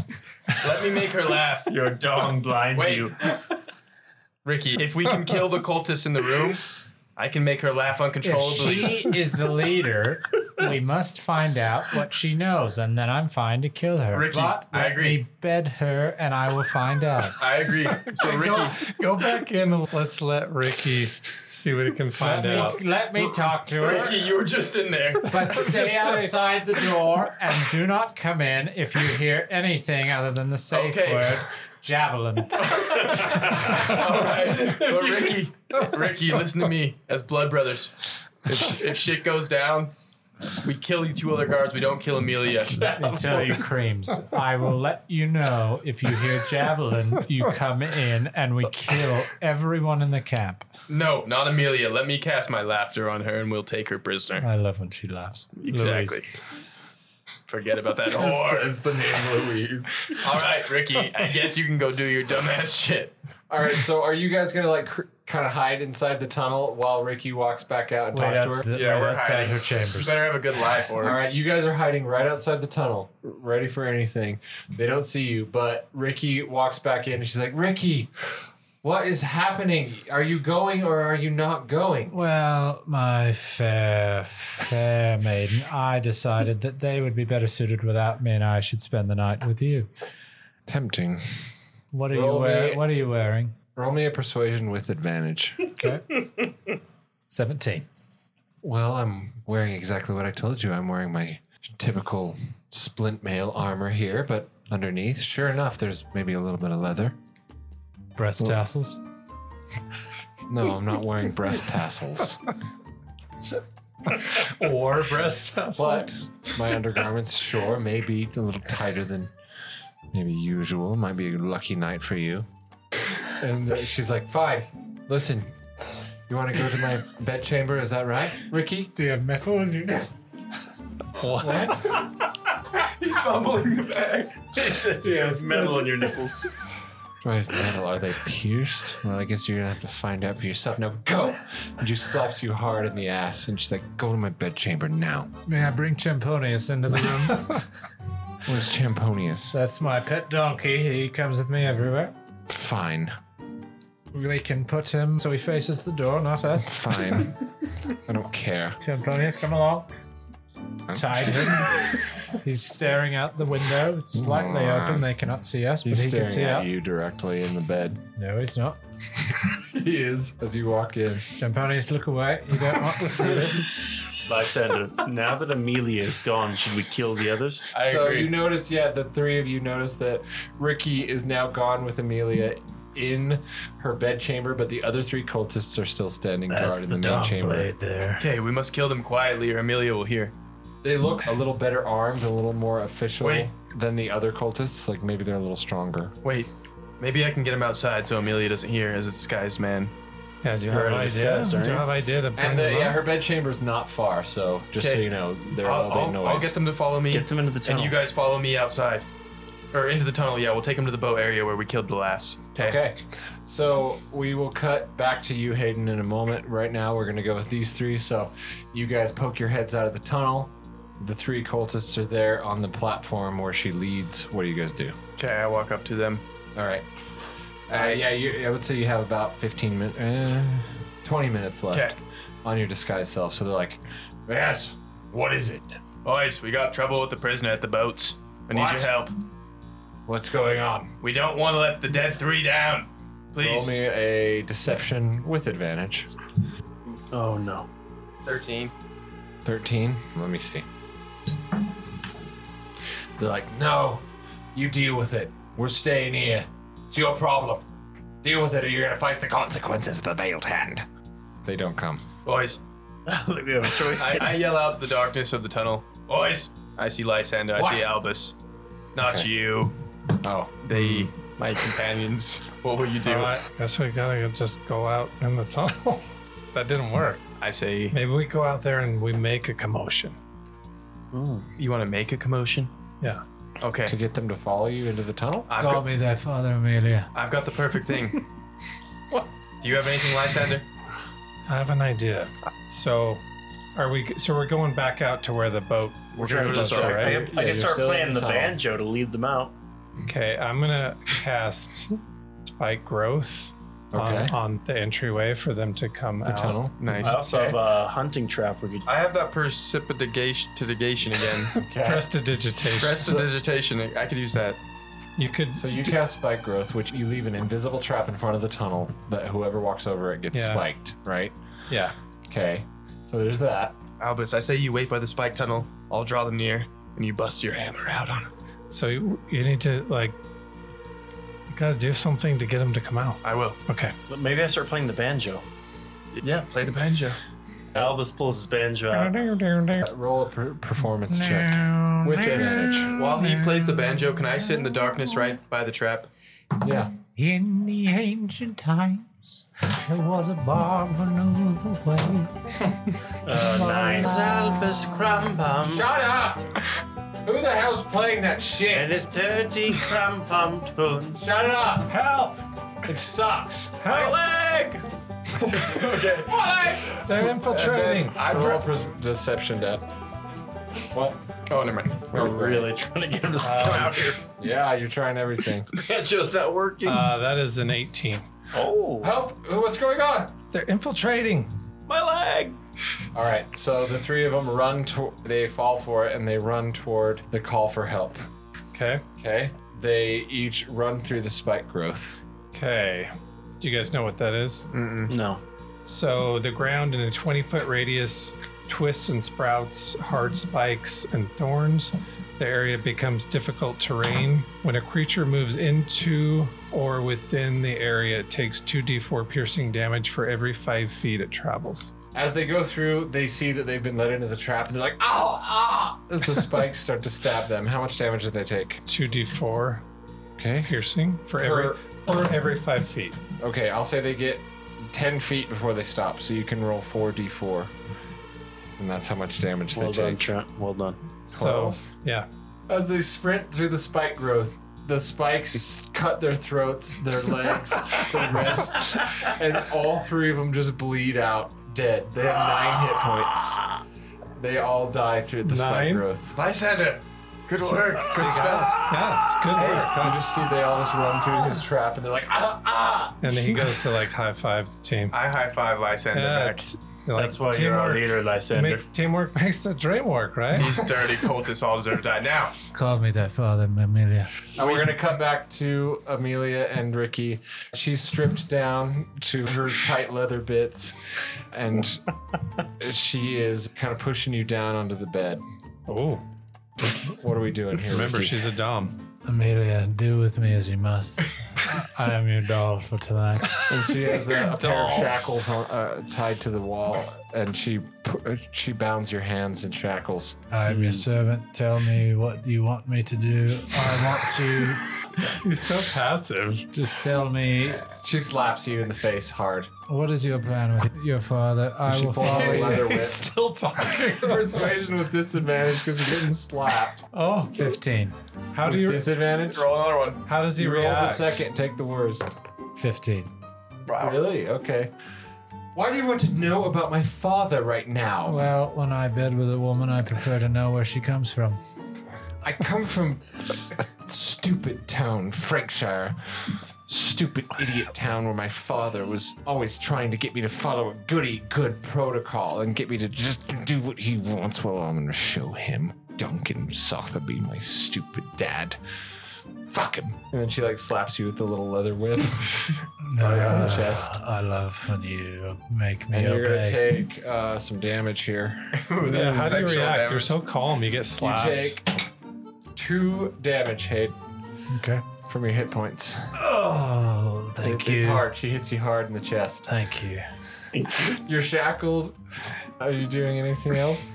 Speaker 6: Let me make her laugh.
Speaker 7: your dong blinds
Speaker 6: Wait.
Speaker 7: you.
Speaker 6: Ricky, if we can kill the cultists in the room, I can make her laugh
Speaker 3: If
Speaker 6: uncontrollably.
Speaker 3: she is the leader, we must find out what she knows, and then I'm fine to kill her.
Speaker 6: Ricky,
Speaker 3: But
Speaker 6: I
Speaker 3: let
Speaker 6: agree.
Speaker 3: me bed her, and I will find out.
Speaker 6: I agree. So Ricky,
Speaker 4: Go back in and let's let Ricky see what he can find out.
Speaker 3: Let me, let me talk to her,
Speaker 6: Ricky, you were just in there.
Speaker 3: but stay
Speaker 4: saying.
Speaker 3: outside the door and do not come in if you hear anything other than the safe
Speaker 6: Okay.
Speaker 3: word, javelin.
Speaker 6: All right. But Ricky, Ricky, listen to me as blood brothers. If, if shit goes down, we kill you two other guards. We don't kill Amelia.
Speaker 3: until you creams. I will let you know if you hear javelin, you come in and we kill everyone in the camp.
Speaker 6: No, not Amelia. Let me cast my laughter on her and we'll take her prisoner.
Speaker 3: I love when she laughs.
Speaker 6: Exactly. Forget about that
Speaker 1: Or
Speaker 6: whore.
Speaker 1: is the name Louise.
Speaker 6: All right, Ricky. I guess you can go do your dumbass shit.
Speaker 1: All right, so are you guys gonna like cr- kind of hide inside the tunnel while Ricky walks back out and
Speaker 3: Right,
Speaker 1: talks
Speaker 3: outs-
Speaker 1: to her.
Speaker 6: Yeah,
Speaker 3: right
Speaker 6: we're
Speaker 3: outside
Speaker 6: hiding.
Speaker 3: her chambers.
Speaker 6: Better have a good life or
Speaker 1: All right, you guys are hiding right outside the tunnel, ready for anything. They don't see you, but Ricky walks back in and she's like, Ricky, what is happening? Are you going or are you not going?
Speaker 11: Well, my fair, fair maiden, I decided that they would be better suited without me, and I should spend the night with you.
Speaker 1: Tempting.
Speaker 11: What are
Speaker 1: Roll
Speaker 11: you
Speaker 1: me-
Speaker 11: wearing? What are you wearing?
Speaker 1: Roll me a persuasion with advantage.
Speaker 11: Okay, seventeen.
Speaker 1: well, I'm wearing exactly what I told you. I'm wearing my typical splint mail armor here, but underneath, sure enough, there's maybe a little bit of leather.
Speaker 3: Breast tassels.
Speaker 1: No, I'm not wearing breast tassels.
Speaker 4: Or breast.
Speaker 1: But my undergarments, sure, may be a little tighter than maybe usual. Might be a lucky night for you. And uh, she's like, fine, listen, you want to go to my bedchamber? Is that right, Ricky?
Speaker 3: Do you have metal in your
Speaker 6: he's fumbling the bag.
Speaker 7: There's metal on your nipples.
Speaker 1: Do I have metal? Are they pierced? Well, I guess you're going to have to find out for yourself. Now go! And she slaps you hard in the ass. And she's like, go to my bedchamber now.
Speaker 11: May I bring Champonius into the room?
Speaker 1: Where's Champonius?
Speaker 11: That's my pet donkey. He comes with me everywhere.
Speaker 1: Fine.
Speaker 11: We can put him so he faces the door, not us.
Speaker 1: Fine. I don't care.
Speaker 11: Champonius, come along. Tied him. He's staring out the window. It's slightly open. They cannot see us, but
Speaker 1: He's
Speaker 11: he can
Speaker 1: staring
Speaker 11: see
Speaker 1: at
Speaker 11: out.
Speaker 1: you directly in the bed.
Speaker 11: No, he's not.
Speaker 1: He is. As you walk in.
Speaker 11: Champonius, look away. You don't want to see this.
Speaker 7: Lysander, now that Amelia is gone, should we kill the others?
Speaker 6: I
Speaker 1: so
Speaker 6: agree.
Speaker 1: you notice, yeah, the three of you notice that Ricky is now gone with Amelia in her bedchamber, but the other three cultists are still standing guard in the, main chamber.
Speaker 7: there.
Speaker 6: okay, we must kill them quietly or Amelia will hear.
Speaker 1: They look a little better armed, a little more official
Speaker 6: Wait.
Speaker 1: than the other cultists. Like maybe they're a little stronger.
Speaker 6: Wait, maybe I can get him outside so Amelia doesn't hear as a disguised man.
Speaker 4: Yeah, do you
Speaker 7: You're
Speaker 4: have
Speaker 7: already disguised, aren't
Speaker 4: Do you
Speaker 7: you?
Speaker 4: have idea to bring
Speaker 1: And the,
Speaker 4: them
Speaker 1: yeah,
Speaker 4: up?
Speaker 1: her bedchamber's not far, so just so
Speaker 6: Okay.
Speaker 1: you know, they're
Speaker 6: I'll,
Speaker 1: all the
Speaker 6: I'll,
Speaker 1: noise.
Speaker 6: I'll get them to follow me.
Speaker 7: Get them into the tunnel.
Speaker 6: and you guys follow me outside. Or into the tunnel, yeah. We'll take them to the bow area where we killed the last. Okay.
Speaker 1: Okay, so we will cut back to you, Hayden, in a moment. Right now, we're gonna go with these three. So, you guys poke your heads out of the tunnel. The three cultists are there on the platform where she leads. What do you guys do?
Speaker 6: Okay, I walk up to them.
Speaker 1: All right. Uh, yeah, you, I would say you have about 15 minutes, 20 minutes left
Speaker 6: Okay.
Speaker 1: on your disguise self. So they're like,
Speaker 9: Yes. What is it?
Speaker 6: Boys, we got trouble with the prisoner at the boats. I need
Speaker 9: What?
Speaker 6: your help.
Speaker 9: What's going on?
Speaker 6: We don't want to let the dead three down.
Speaker 1: roll
Speaker 6: Please.
Speaker 1: me a deception with advantage.
Speaker 7: Oh no.
Speaker 6: 13.
Speaker 1: 13. Let me see. They're like, no,
Speaker 9: You deal with it. We're staying here. It's your problem. Deal with it or you're going to face the consequences of the veiled hand.
Speaker 1: they don't come.
Speaker 6: Boys,
Speaker 7: I don't think we have a choice.
Speaker 6: I, I yell out to the darkness of the tunnel. Boys, I see Lysander. I
Speaker 9: What?
Speaker 6: see Albus. Not you.
Speaker 1: Oh,
Speaker 6: They, my companions. Uh, What will you do?
Speaker 4: All right, guess we gotta just go out in the tunnel. that didn't work.
Speaker 6: I say,
Speaker 4: Maybe we go out there and we make a commotion.
Speaker 6: you want to make a commotion?
Speaker 4: Yeah.
Speaker 6: Okay.
Speaker 1: to get them to follow you into the tunnel?
Speaker 6: I've
Speaker 11: Call
Speaker 6: got,
Speaker 11: me thy father, Amelia.
Speaker 6: I've got the perfect thing. Do you have anything, Lysander?
Speaker 4: I have an idea. So, are we? So we're going back out to where the boat. We're
Speaker 7: Sure, we'll just start- I, I
Speaker 1: Yeah, you're
Speaker 7: can start
Speaker 1: still in
Speaker 7: playing
Speaker 1: the
Speaker 7: the
Speaker 1: tunnel.
Speaker 7: banjo to lead them out.
Speaker 4: Okay, I'm gonna cast spike growth
Speaker 9: Uh,
Speaker 1: Okay.
Speaker 4: on, on the entryway for them to come
Speaker 1: The
Speaker 4: out.
Speaker 1: tunnel?
Speaker 6: Nice.
Speaker 7: I also have a uh, hunting trap we could.
Speaker 6: Uh, I have that precipitation again.
Speaker 4: Prestidigitation.
Speaker 6: prestidigitation. I could use that.
Speaker 4: you could.
Speaker 1: So you cast spike growth, which you leave an invisible trap in front of the tunnel that whoever walks over it gets
Speaker 4: Yeah.
Speaker 1: spiked, right?
Speaker 4: yeah.
Speaker 1: Okay. So there's that.
Speaker 6: Albus, I say you wait by the spike tunnel. I'll draw them near, and you bust your hammer out on them.
Speaker 4: So you, you need to like. You gotta do something to get them to come out.
Speaker 6: I will.
Speaker 4: Okay.
Speaker 7: But maybe I start playing the banjo.
Speaker 6: Yeah, play the banjo.
Speaker 7: Albus pulls his banjo out.
Speaker 1: Uh, roll a per- performance check with advantage.
Speaker 6: While he plays the banjo, can I sit in the darkness right by the trap?
Speaker 1: Yeah.
Speaker 11: In the ancient times, there was a bar who knew the way.
Speaker 7: Uh, nine.
Speaker 2: Albus Crumpum
Speaker 1: Shut up! Who the hell's playing that shit?
Speaker 2: and his dirty crumpum tunes.
Speaker 1: Shut up! Help! It sucks. My leg!
Speaker 11: They're infiltrating.
Speaker 6: I
Speaker 1: Roll pres- deception, Dad. What?
Speaker 6: Oh, never mind.
Speaker 1: I'm
Speaker 7: really trying to get him to come out here.
Speaker 1: Yeah, you're trying everything.
Speaker 7: Banjo's not working.
Speaker 4: Uh, that is an 18.
Speaker 7: oh,
Speaker 1: Help! What's going on?
Speaker 4: They're infiltrating.
Speaker 7: my leg.
Speaker 1: All right, so the three of them run. To- they fall for it and they run toward the call for help.
Speaker 4: Okay.
Speaker 1: Okay. They each run through the spike growth.
Speaker 4: Okay. Do you guys know what that is?
Speaker 7: No.
Speaker 4: So the ground in a 20 foot radius twists and sprouts, hard spikes, and thorns. The area becomes difficult terrain. When a creature moves into or within the area, it takes 2d4 piercing damage for every five feet it travels.
Speaker 1: As they go through, they see that they've been led into the trap, and they're like, "Ow! Ah!" As the spikes start to stab them. How much damage did they take?
Speaker 4: 2d4
Speaker 1: Okay.
Speaker 4: piercing for every for every five feet.
Speaker 1: Okay, I'll say they get 10 feet before they stop, so you can roll 4d4. And that's how much damage they
Speaker 7: Well done,
Speaker 1: take.
Speaker 7: Trent. Well done.
Speaker 4: So yeah.
Speaker 1: As they sprint through the spike growth, the spikes cut their throats, their legs, their wrists, and all three of them just bleed out dead. They have nine hit points. They all die through the spike
Speaker 4: Nine?
Speaker 1: growth.
Speaker 6: Lysander, good work. Good spell.
Speaker 4: Yeah, it's good work.
Speaker 1: You just see they all just run through his trap, and they're like, "Ah, ah!"
Speaker 4: And then he goes to like high five the team.
Speaker 6: I high five Lysander
Speaker 4: Yeah,
Speaker 6: back.
Speaker 4: t- like,
Speaker 7: That's why you're our
Speaker 4: teamwork-
Speaker 7: leader, Lysander.
Speaker 4: Make, teamwork makes the dream work, right?
Speaker 6: These dirty cultists all deserve to die now.
Speaker 2: Call me thy father, Amelia.
Speaker 1: And we're gonna cut back to Amelia and Ricky. She's stripped down to her tight leather bits, and she is kind of pushing you down onto the bed.
Speaker 4: Oh,
Speaker 1: What are we doing here?
Speaker 4: remember
Speaker 1: Ricky?
Speaker 4: she's a dom.
Speaker 2: Amelia, do with me as you must. I am your doll for tonight.
Speaker 1: And she has a, a pair of shackles on, uh, tied to the wall, and she pu- uh, she bounds your hands in shackles.
Speaker 2: I am your servant. Tell me what you want me to do. I want
Speaker 4: He's so passive.
Speaker 2: to just tell me
Speaker 1: She slaps you in the face hard.
Speaker 2: what is your plan with your father. I will
Speaker 1: Pulls out
Speaker 2: follow
Speaker 1: a
Speaker 2: you.
Speaker 1: leather whip.
Speaker 4: Still talking.
Speaker 1: Persuasion with disadvantage because you're getting slapped.
Speaker 4: Oh,
Speaker 2: Fifteen.
Speaker 4: how do you?
Speaker 1: Disadvantage.
Speaker 6: Roll another one.
Speaker 4: How does he
Speaker 1: Roll the
Speaker 4: react?
Speaker 1: second. Take the worst.
Speaker 2: Fifteen.
Speaker 6: Wow.
Speaker 1: Really? Okay. Oh. Why do you want to know about my father right now?
Speaker 2: Well, when I bed with a woman, I prefer to know where she comes from.
Speaker 1: I come from a stupid town, Frankshire. Stupid idiot town where my father was always trying to get me to follow a goody good protocol and get me to just do what he wants. Well, I'm gonna show him Duncan Sotheby, my stupid dad. Fuck him. And then she like slaps you with the little leather whip Oh, right on the chest.
Speaker 2: Uh, I love when you make me
Speaker 1: And you're gonna
Speaker 2: obey.
Speaker 1: take uh, some damage here.
Speaker 4: Yeah, how do you react?
Speaker 6: Sexual
Speaker 4: You're
Speaker 6: damage.
Speaker 4: so calm. You get
Speaker 1: You
Speaker 4: slapped.
Speaker 1: take two damage, Hayden,
Speaker 2: Okay.
Speaker 1: from your hit points.
Speaker 2: Oh, thank
Speaker 1: It's,
Speaker 2: you.
Speaker 1: it's hard. She hits you hard in the chest.
Speaker 2: Thank you.
Speaker 1: You're shackled. Are you doing anything else?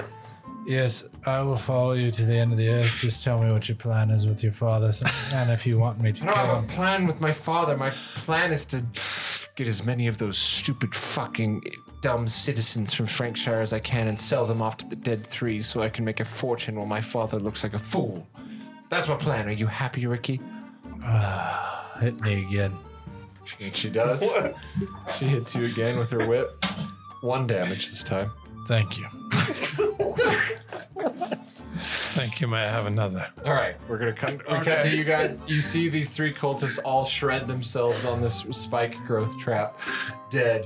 Speaker 2: Yes, I will follow you to the end of the earth. Just tell me what your plan is with your father, so- and if you want me to
Speaker 1: I don't
Speaker 2: kill
Speaker 1: have a
Speaker 2: him.
Speaker 1: plan with my father. My plan is to get as many of those stupid fucking dumb citizens from Frankshire as I can and sell them off to the dead three so I can make a fortune while my father looks like a fool. That's my plan. Are you happy, Ricky?
Speaker 2: Hit me again.
Speaker 1: And she does. She hits you again with her whip. One damage this time.
Speaker 2: Thank you.
Speaker 4: Think you might have another.
Speaker 1: All right, we're gonna cut. We cut to you guys. You see these three cultists all shred themselves on this spike growth trap, dead,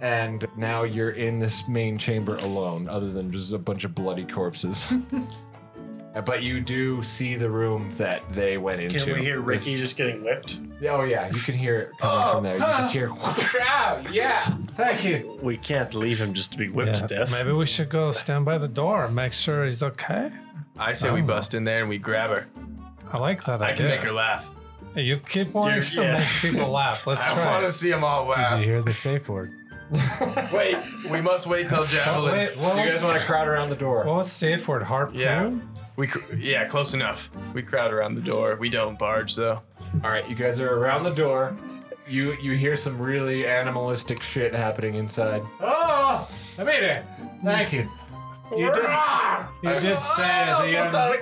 Speaker 1: and now you're in this main chamber alone, other than just a bunch of bloody corpses. but you do see the room that they went into.
Speaker 7: Can we hear Ricky
Speaker 1: It's-
Speaker 7: just getting whipped?
Speaker 1: oh yeah, you can hear it coming from there. You just hear. Wow, Oh, yeah, thank you.
Speaker 7: We can't leave him just to be whipped to death.
Speaker 4: Maybe we should go stand by the door, make sure he's okay.
Speaker 6: I say
Speaker 4: Oh.
Speaker 6: we bust in there and we grab her.
Speaker 4: I like that
Speaker 6: I
Speaker 4: idea.
Speaker 6: can make her laugh.
Speaker 4: Hey, you keep wanting to
Speaker 7: You're- yeah.
Speaker 4: make people laugh. Let's
Speaker 6: I
Speaker 4: try.
Speaker 6: want to
Speaker 4: it.
Speaker 6: see them all
Speaker 2: Did you
Speaker 6: laugh.
Speaker 2: hear the safe word?
Speaker 6: Wait, we must Oh, wait till javelin.
Speaker 4: Wait, what
Speaker 1: Do you guys
Speaker 4: was,
Speaker 1: want to crowd around the door?
Speaker 4: what was safe word? Harpoon.
Speaker 6: Yeah. We cr- yeah, close enough. We crowd around the door. We don't barge though.
Speaker 1: All right, you guys are around the door. You you hear some really animalistic shit happening inside.
Speaker 11: Oh, I made it. Thank you. You did, you did say as a young, you did,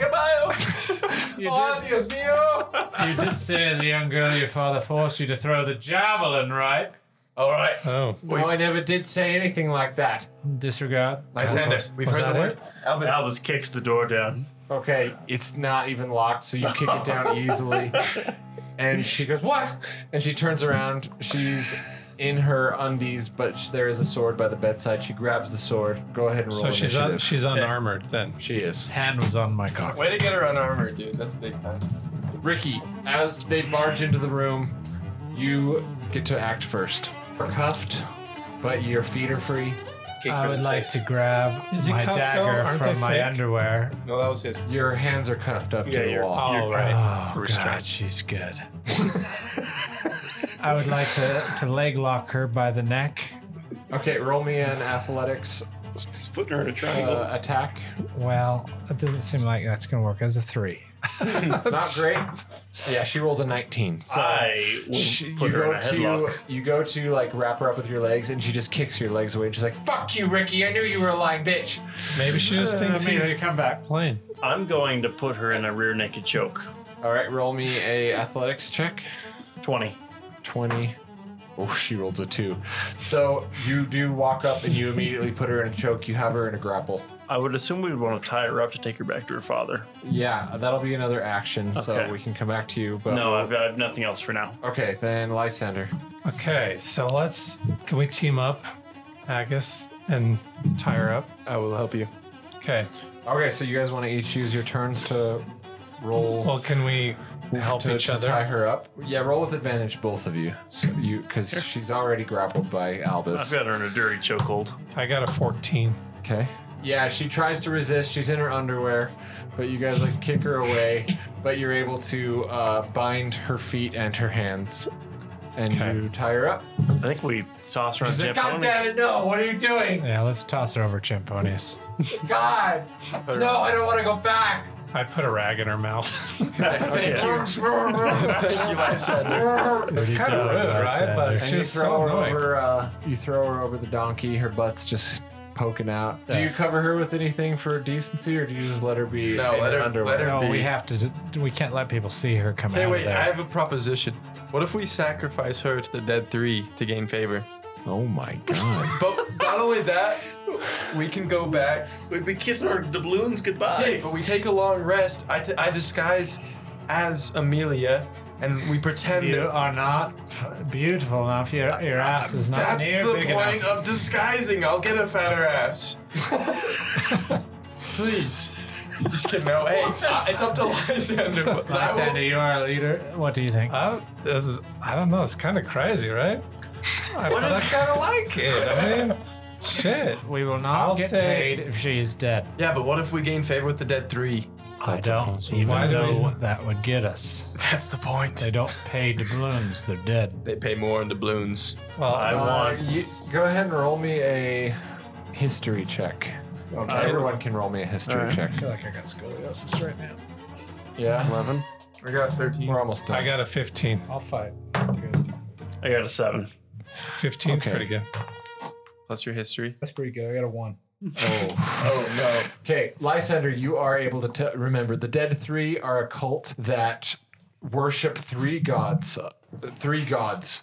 Speaker 1: Dios mío!
Speaker 11: you did say as a young girl, your father forced you to throw the javelin, right?
Speaker 12: All right.
Speaker 4: Oh.
Speaker 1: No, I never did say anything like that.
Speaker 13: Disregard.
Speaker 12: Lysander, we've heard the word. Albus.
Speaker 7: Albus kicks the door down.
Speaker 1: Okay, it's not even locked, so you kick it down easily. And she goes, What? And she turns around. She's in her undies, but sh- there is a sword by the bedside. She grabs the sword. Go ahead and roll.
Speaker 4: So she's un-
Speaker 1: initiative.
Speaker 4: she's unarmored then.
Speaker 1: she is.
Speaker 13: Hand was on my cock.
Speaker 12: Way to get her unarmored, dude. That's big time.
Speaker 1: Ricky, as they barge into the room, you get to act first. You're cuffed, but your feet are free.
Speaker 3: I would like to grab
Speaker 4: Is it
Speaker 3: my
Speaker 4: cuffed, though?
Speaker 3: dagger
Speaker 4: Aren't
Speaker 3: from
Speaker 4: they
Speaker 3: my
Speaker 4: fake?
Speaker 3: underwear.
Speaker 12: No, that was his.
Speaker 1: Your hands are cuffed up to the wall.
Speaker 4: All right.
Speaker 3: Oh, God,
Speaker 12: restraints.
Speaker 3: she's good. I would like to, to leg lock her by the neck.
Speaker 1: Okay, roll me an athletics
Speaker 7: He's putting her in a triangle.
Speaker 1: uh, attack.
Speaker 3: Well, it doesn't seem like that's going to work as a three.
Speaker 1: Hmm, It's not great. Yeah, she rolls a 19. So
Speaker 7: I will
Speaker 1: she,
Speaker 7: put
Speaker 1: you
Speaker 7: her in
Speaker 1: go
Speaker 7: a
Speaker 1: to
Speaker 7: headlock.
Speaker 1: you go to like wrap her up with your legs, and she just kicks your legs away. And she's like, "Fuck you, Ricky! I knew you were a lying bitch."
Speaker 4: Maybe she just thinks he's
Speaker 3: come back.
Speaker 4: playing.
Speaker 7: I'm going to put her in a rear naked choke.
Speaker 1: All right, roll me a athletics check.
Speaker 7: 20.
Speaker 1: 20. Oh, she rolls a two. So you do walk up and you immediately put her in a choke. You have her in a grapple.
Speaker 7: I would assume we would want to tie her up to take her back to her father.
Speaker 1: Yeah, that'll be another action. So
Speaker 7: Okay.
Speaker 1: we can come back to you. But
Speaker 7: No, I've got nothing else for now.
Speaker 1: Okay, then Lysander.
Speaker 4: Okay, so let's can we team up, Agus, and tie her up?
Speaker 6: I will help you.
Speaker 4: Okay.
Speaker 1: Okay, so you guys want to each use your turns to roll.
Speaker 4: Well, can we help
Speaker 1: to,
Speaker 4: each
Speaker 1: to
Speaker 4: other?
Speaker 1: tie her up. Yeah, roll with advantage, both of you. So you, because she's already grappled by
Speaker 7: I've
Speaker 1: Albus.
Speaker 7: got her in a dirty chokehold.
Speaker 4: I got a 14.
Speaker 1: Okay. Yeah, she tries to resist. She's in her underwear, but you guys like kick her away. But you're able to uh, bind her feet and her hands, and
Speaker 4: Okay.
Speaker 1: you tie her up.
Speaker 7: I think we toss her on
Speaker 1: She's like,
Speaker 7: Jeff
Speaker 1: God damn it! No, what are you doing?
Speaker 3: Yeah, let's toss her over Champonius.
Speaker 1: God, no, I don't want to go back.
Speaker 4: I put a rag in her mouth.
Speaker 1: Thank you, Lysander. It's kind of rude,
Speaker 4: right? But
Speaker 1: And
Speaker 4: it's
Speaker 1: you
Speaker 4: just
Speaker 1: throw
Speaker 4: so
Speaker 1: her
Speaker 4: annoying.
Speaker 1: over. Uh, you throw her over the donkey. Her butt's just poking out. Do you cover her with anything for decency, or do you just let her be?
Speaker 12: No,
Speaker 1: in
Speaker 12: let her-
Speaker 1: Underwear?
Speaker 12: let her-
Speaker 3: No, Oh, we
Speaker 12: Be-
Speaker 3: have to. We can't let people see her come
Speaker 6: Hey,
Speaker 3: out
Speaker 6: wait,
Speaker 3: of there.
Speaker 6: I have a proposition. What if we sacrifice her to the dead three to gain favor?
Speaker 1: Oh my god!
Speaker 6: But not only that, we can go back.
Speaker 7: We'd be kissing our doubloons goodbye.
Speaker 6: Hey, but we take a long rest. I, t- I disguise as Amelia, and we pretend
Speaker 3: You
Speaker 6: that.
Speaker 3: are not f- beautiful enough. Your, your ass is not
Speaker 12: Uh, That's
Speaker 3: near
Speaker 12: the
Speaker 3: big
Speaker 12: point
Speaker 3: enough.
Speaker 12: of disguising. I'll get a fatter ass.
Speaker 6: Please. Just kidding. No, hey, uh, it's up to Lysander. But I will-
Speaker 3: Lysander, you are a leader. What do you think?
Speaker 4: I, this is, I don't know. It's kind of crazy, right? I, but I kind of like it. I mean, shit.
Speaker 3: we will not
Speaker 4: I'll
Speaker 3: get
Speaker 4: say-
Speaker 3: paid if she's dead.
Speaker 6: Yeah, but what if we gain favor with the dead three?
Speaker 3: I don't even
Speaker 4: Why do
Speaker 3: know
Speaker 4: we-
Speaker 3: what that would get us.
Speaker 6: That's the point.
Speaker 3: They don't pay doubloons. They're dead.
Speaker 6: They pay more in doubloons.
Speaker 4: Well, I
Speaker 1: Uh,
Speaker 4: want.
Speaker 1: you, go ahead and roll me a history check. Everyone can roll me a history check.
Speaker 3: I feel like I got scoliosis right now.
Speaker 1: Yeah,
Speaker 6: Eleven. I got thirteen.
Speaker 1: we're almost done.
Speaker 4: I got a 15.
Speaker 3: I'll fight.
Speaker 7: I got a seven.
Speaker 4: 15 is
Speaker 1: Okay.
Speaker 4: pretty good.
Speaker 6: Plus your history.
Speaker 3: That's pretty good. I got a one.
Speaker 12: Oh no.
Speaker 1: Okay, Lysander, you are able to t- remember the Dead Three are a cult that worship three gods, uh, three gods,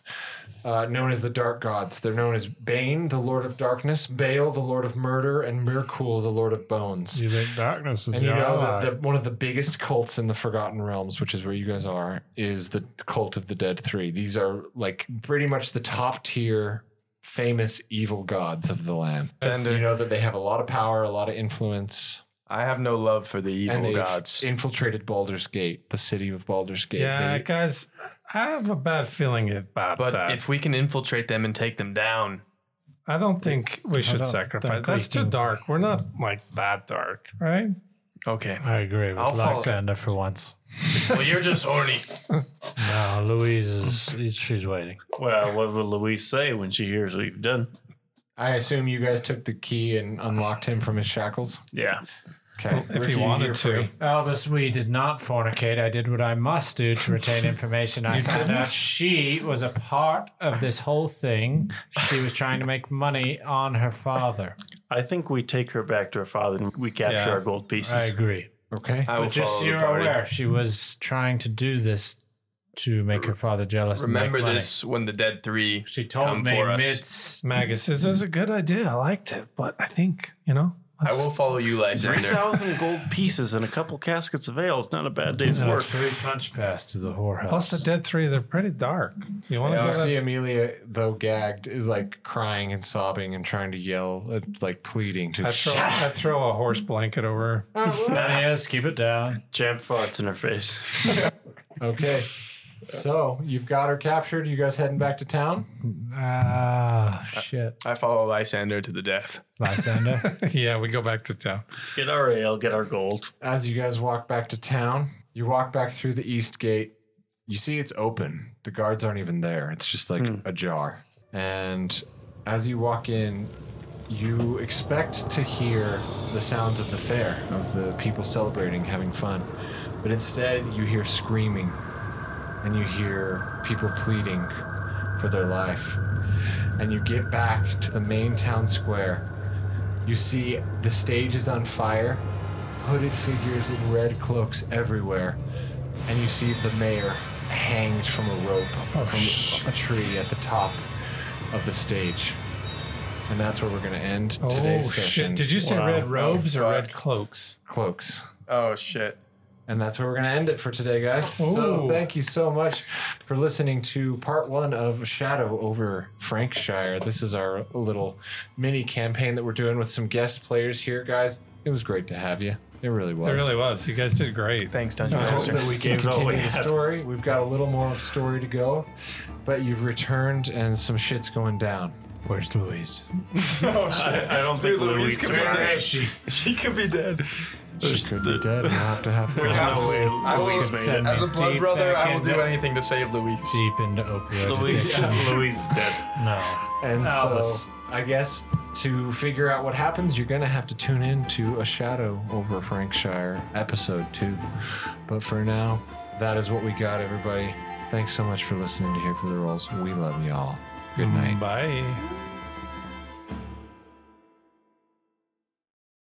Speaker 1: uh, known as the Dark Gods. They're known as Bane, the Lord of Darkness, Baal, the Lord of Murder, and Mirkul, the Lord of Bones.
Speaker 13: You think darkness is
Speaker 1: And you
Speaker 13: your
Speaker 1: know
Speaker 13: ally?
Speaker 1: that the, one of the biggest cults in the Forgotten Realms, which is where you guys are, is the cult of the Dead Three. These are like pretty much the top tier famous evil gods of the land. And you know that they have a lot of power, a lot of influence
Speaker 6: I have no love for the evil
Speaker 1: and they
Speaker 6: gods.
Speaker 1: infiltrated Baldur's Gate, the city of Baldur's Gate.
Speaker 4: Yeah,
Speaker 1: They-
Speaker 4: guys, I have a bad feeling about
Speaker 6: but
Speaker 4: that.
Speaker 6: if we can infiltrate them and take them down,
Speaker 4: I don't think we should
Speaker 3: don't
Speaker 4: sacrifice.
Speaker 3: think
Speaker 4: That's
Speaker 3: we
Speaker 4: too
Speaker 3: can-
Speaker 4: dark. We're not like that dark, right?
Speaker 6: okay.
Speaker 13: I agree with
Speaker 6: I'll follow-
Speaker 13: Lysander for once.
Speaker 12: Well, you're just horny.
Speaker 13: No, Louise is she's waiting.
Speaker 7: Well, what would Louise say when she hears what you've done?
Speaker 1: I assume you guys took the key and unlocked him from his shackles.
Speaker 7: Yeah.
Speaker 1: Okay.
Speaker 4: if he wanted to.
Speaker 3: Albus, we did not fornicate. I did what I must do to retain information. I found out she was a part of this whole thing. She was trying to make money on her father.
Speaker 7: I think we take her back to her father and we capture
Speaker 4: Yeah.
Speaker 7: our gold
Speaker 3: I
Speaker 7: pieces.
Speaker 3: agree.
Speaker 1: Okay.
Speaker 6: I will
Speaker 3: But just
Speaker 6: follow
Speaker 3: so
Speaker 6: the
Speaker 3: you're
Speaker 6: party.
Speaker 3: aware, she was trying to do this to make her father jealous. and make
Speaker 6: Remember
Speaker 3: money.
Speaker 6: this when the dead three
Speaker 3: She told
Speaker 6: come
Speaker 3: me
Speaker 6: for us.
Speaker 3: Mitz.
Speaker 4: Magus says it was a good idea. I liked it, but I think you know.
Speaker 6: I will follow you, Lysander.
Speaker 7: 3,000 gold pieces and a couple caskets of ale is not a bad day's
Speaker 3: a
Speaker 7: work.
Speaker 3: three punch pass to the whorehouse.
Speaker 4: Plus the dead three, they're pretty dark. You want to
Speaker 1: I
Speaker 4: go
Speaker 1: see
Speaker 4: that?
Speaker 1: Amelia, though gagged, is like crying and sobbing and trying to yell, uh, like pleading to
Speaker 4: I
Speaker 1: shut
Speaker 4: throw, I throw a horse blanket over. her.
Speaker 3: Yes, keep it down.
Speaker 7: Jab farts in her face.
Speaker 1: Okay. So you've got her captured. You guys heading back to town?
Speaker 3: Ah, shit.
Speaker 6: I follow Lysander to the death.
Speaker 3: Lysander.
Speaker 4: Yeah, we go back to town.
Speaker 7: Let's get our ale, get our gold.
Speaker 1: As you guys walk back to town, you walk back through the east gate. You see it's open. The guards aren't even there. It's just like ajar. And as you walk in, you expect to hear the sounds of the fair, of the people celebrating, having fun. But instead, you hear screaming and you hear people pleading for their life. And you get back to the main town square. You see the stage is on fire, hooded figures in red cloaks everywhere, and you see the mayor hanged from a rope
Speaker 4: Oh,
Speaker 1: from a tree at the top of the stage. And that's where we're going to end today's session.
Speaker 4: Oh, Did you say
Speaker 1: Wow.
Speaker 4: red robes or
Speaker 6: fuck.
Speaker 4: red cloaks?
Speaker 1: cloaks?
Speaker 6: Oh shit.
Speaker 1: And that's where we're going to end it for today, guys. So
Speaker 4: Ooh.
Speaker 1: thank you so much for listening to part one of Shadow over Frankshire. This is our little mini campaign that we're doing with some guest players here, guys. It was great to have you. It really was.
Speaker 4: It really was. You guys did great.
Speaker 6: Thanks,
Speaker 7: Oh,
Speaker 6: Dungeon
Speaker 1: I hope
Speaker 6: Master.
Speaker 1: that we can
Speaker 7: Gave it all
Speaker 1: continue
Speaker 7: we
Speaker 1: the
Speaker 7: had.
Speaker 1: story. We've got a little more of story to go, but you've returned and some shit's going down.
Speaker 3: Where's Louise?
Speaker 7: I don't think Louise can
Speaker 3: Where is she?
Speaker 6: She could be dead.
Speaker 1: She could be dead. We'll have to have
Speaker 6: I will- I will-
Speaker 7: Louise made it.
Speaker 6: as a blood
Speaker 3: Deep
Speaker 6: brother,
Speaker 3: back
Speaker 6: I will
Speaker 3: into-
Speaker 6: do anything to save Louise.
Speaker 3: Deep into opioid
Speaker 7: Louise,
Speaker 3: addiction.
Speaker 7: Louise is dead.
Speaker 3: No.
Speaker 1: And
Speaker 7: Alice.
Speaker 1: so, I guess to figure out what happens, you're going to have to tune in to a Shadow over Frankshire episode two. But for now, that is what we got, everybody. Thanks so much for listening to Here for the Rolls. We love y'all. Good night.
Speaker 4: Bye.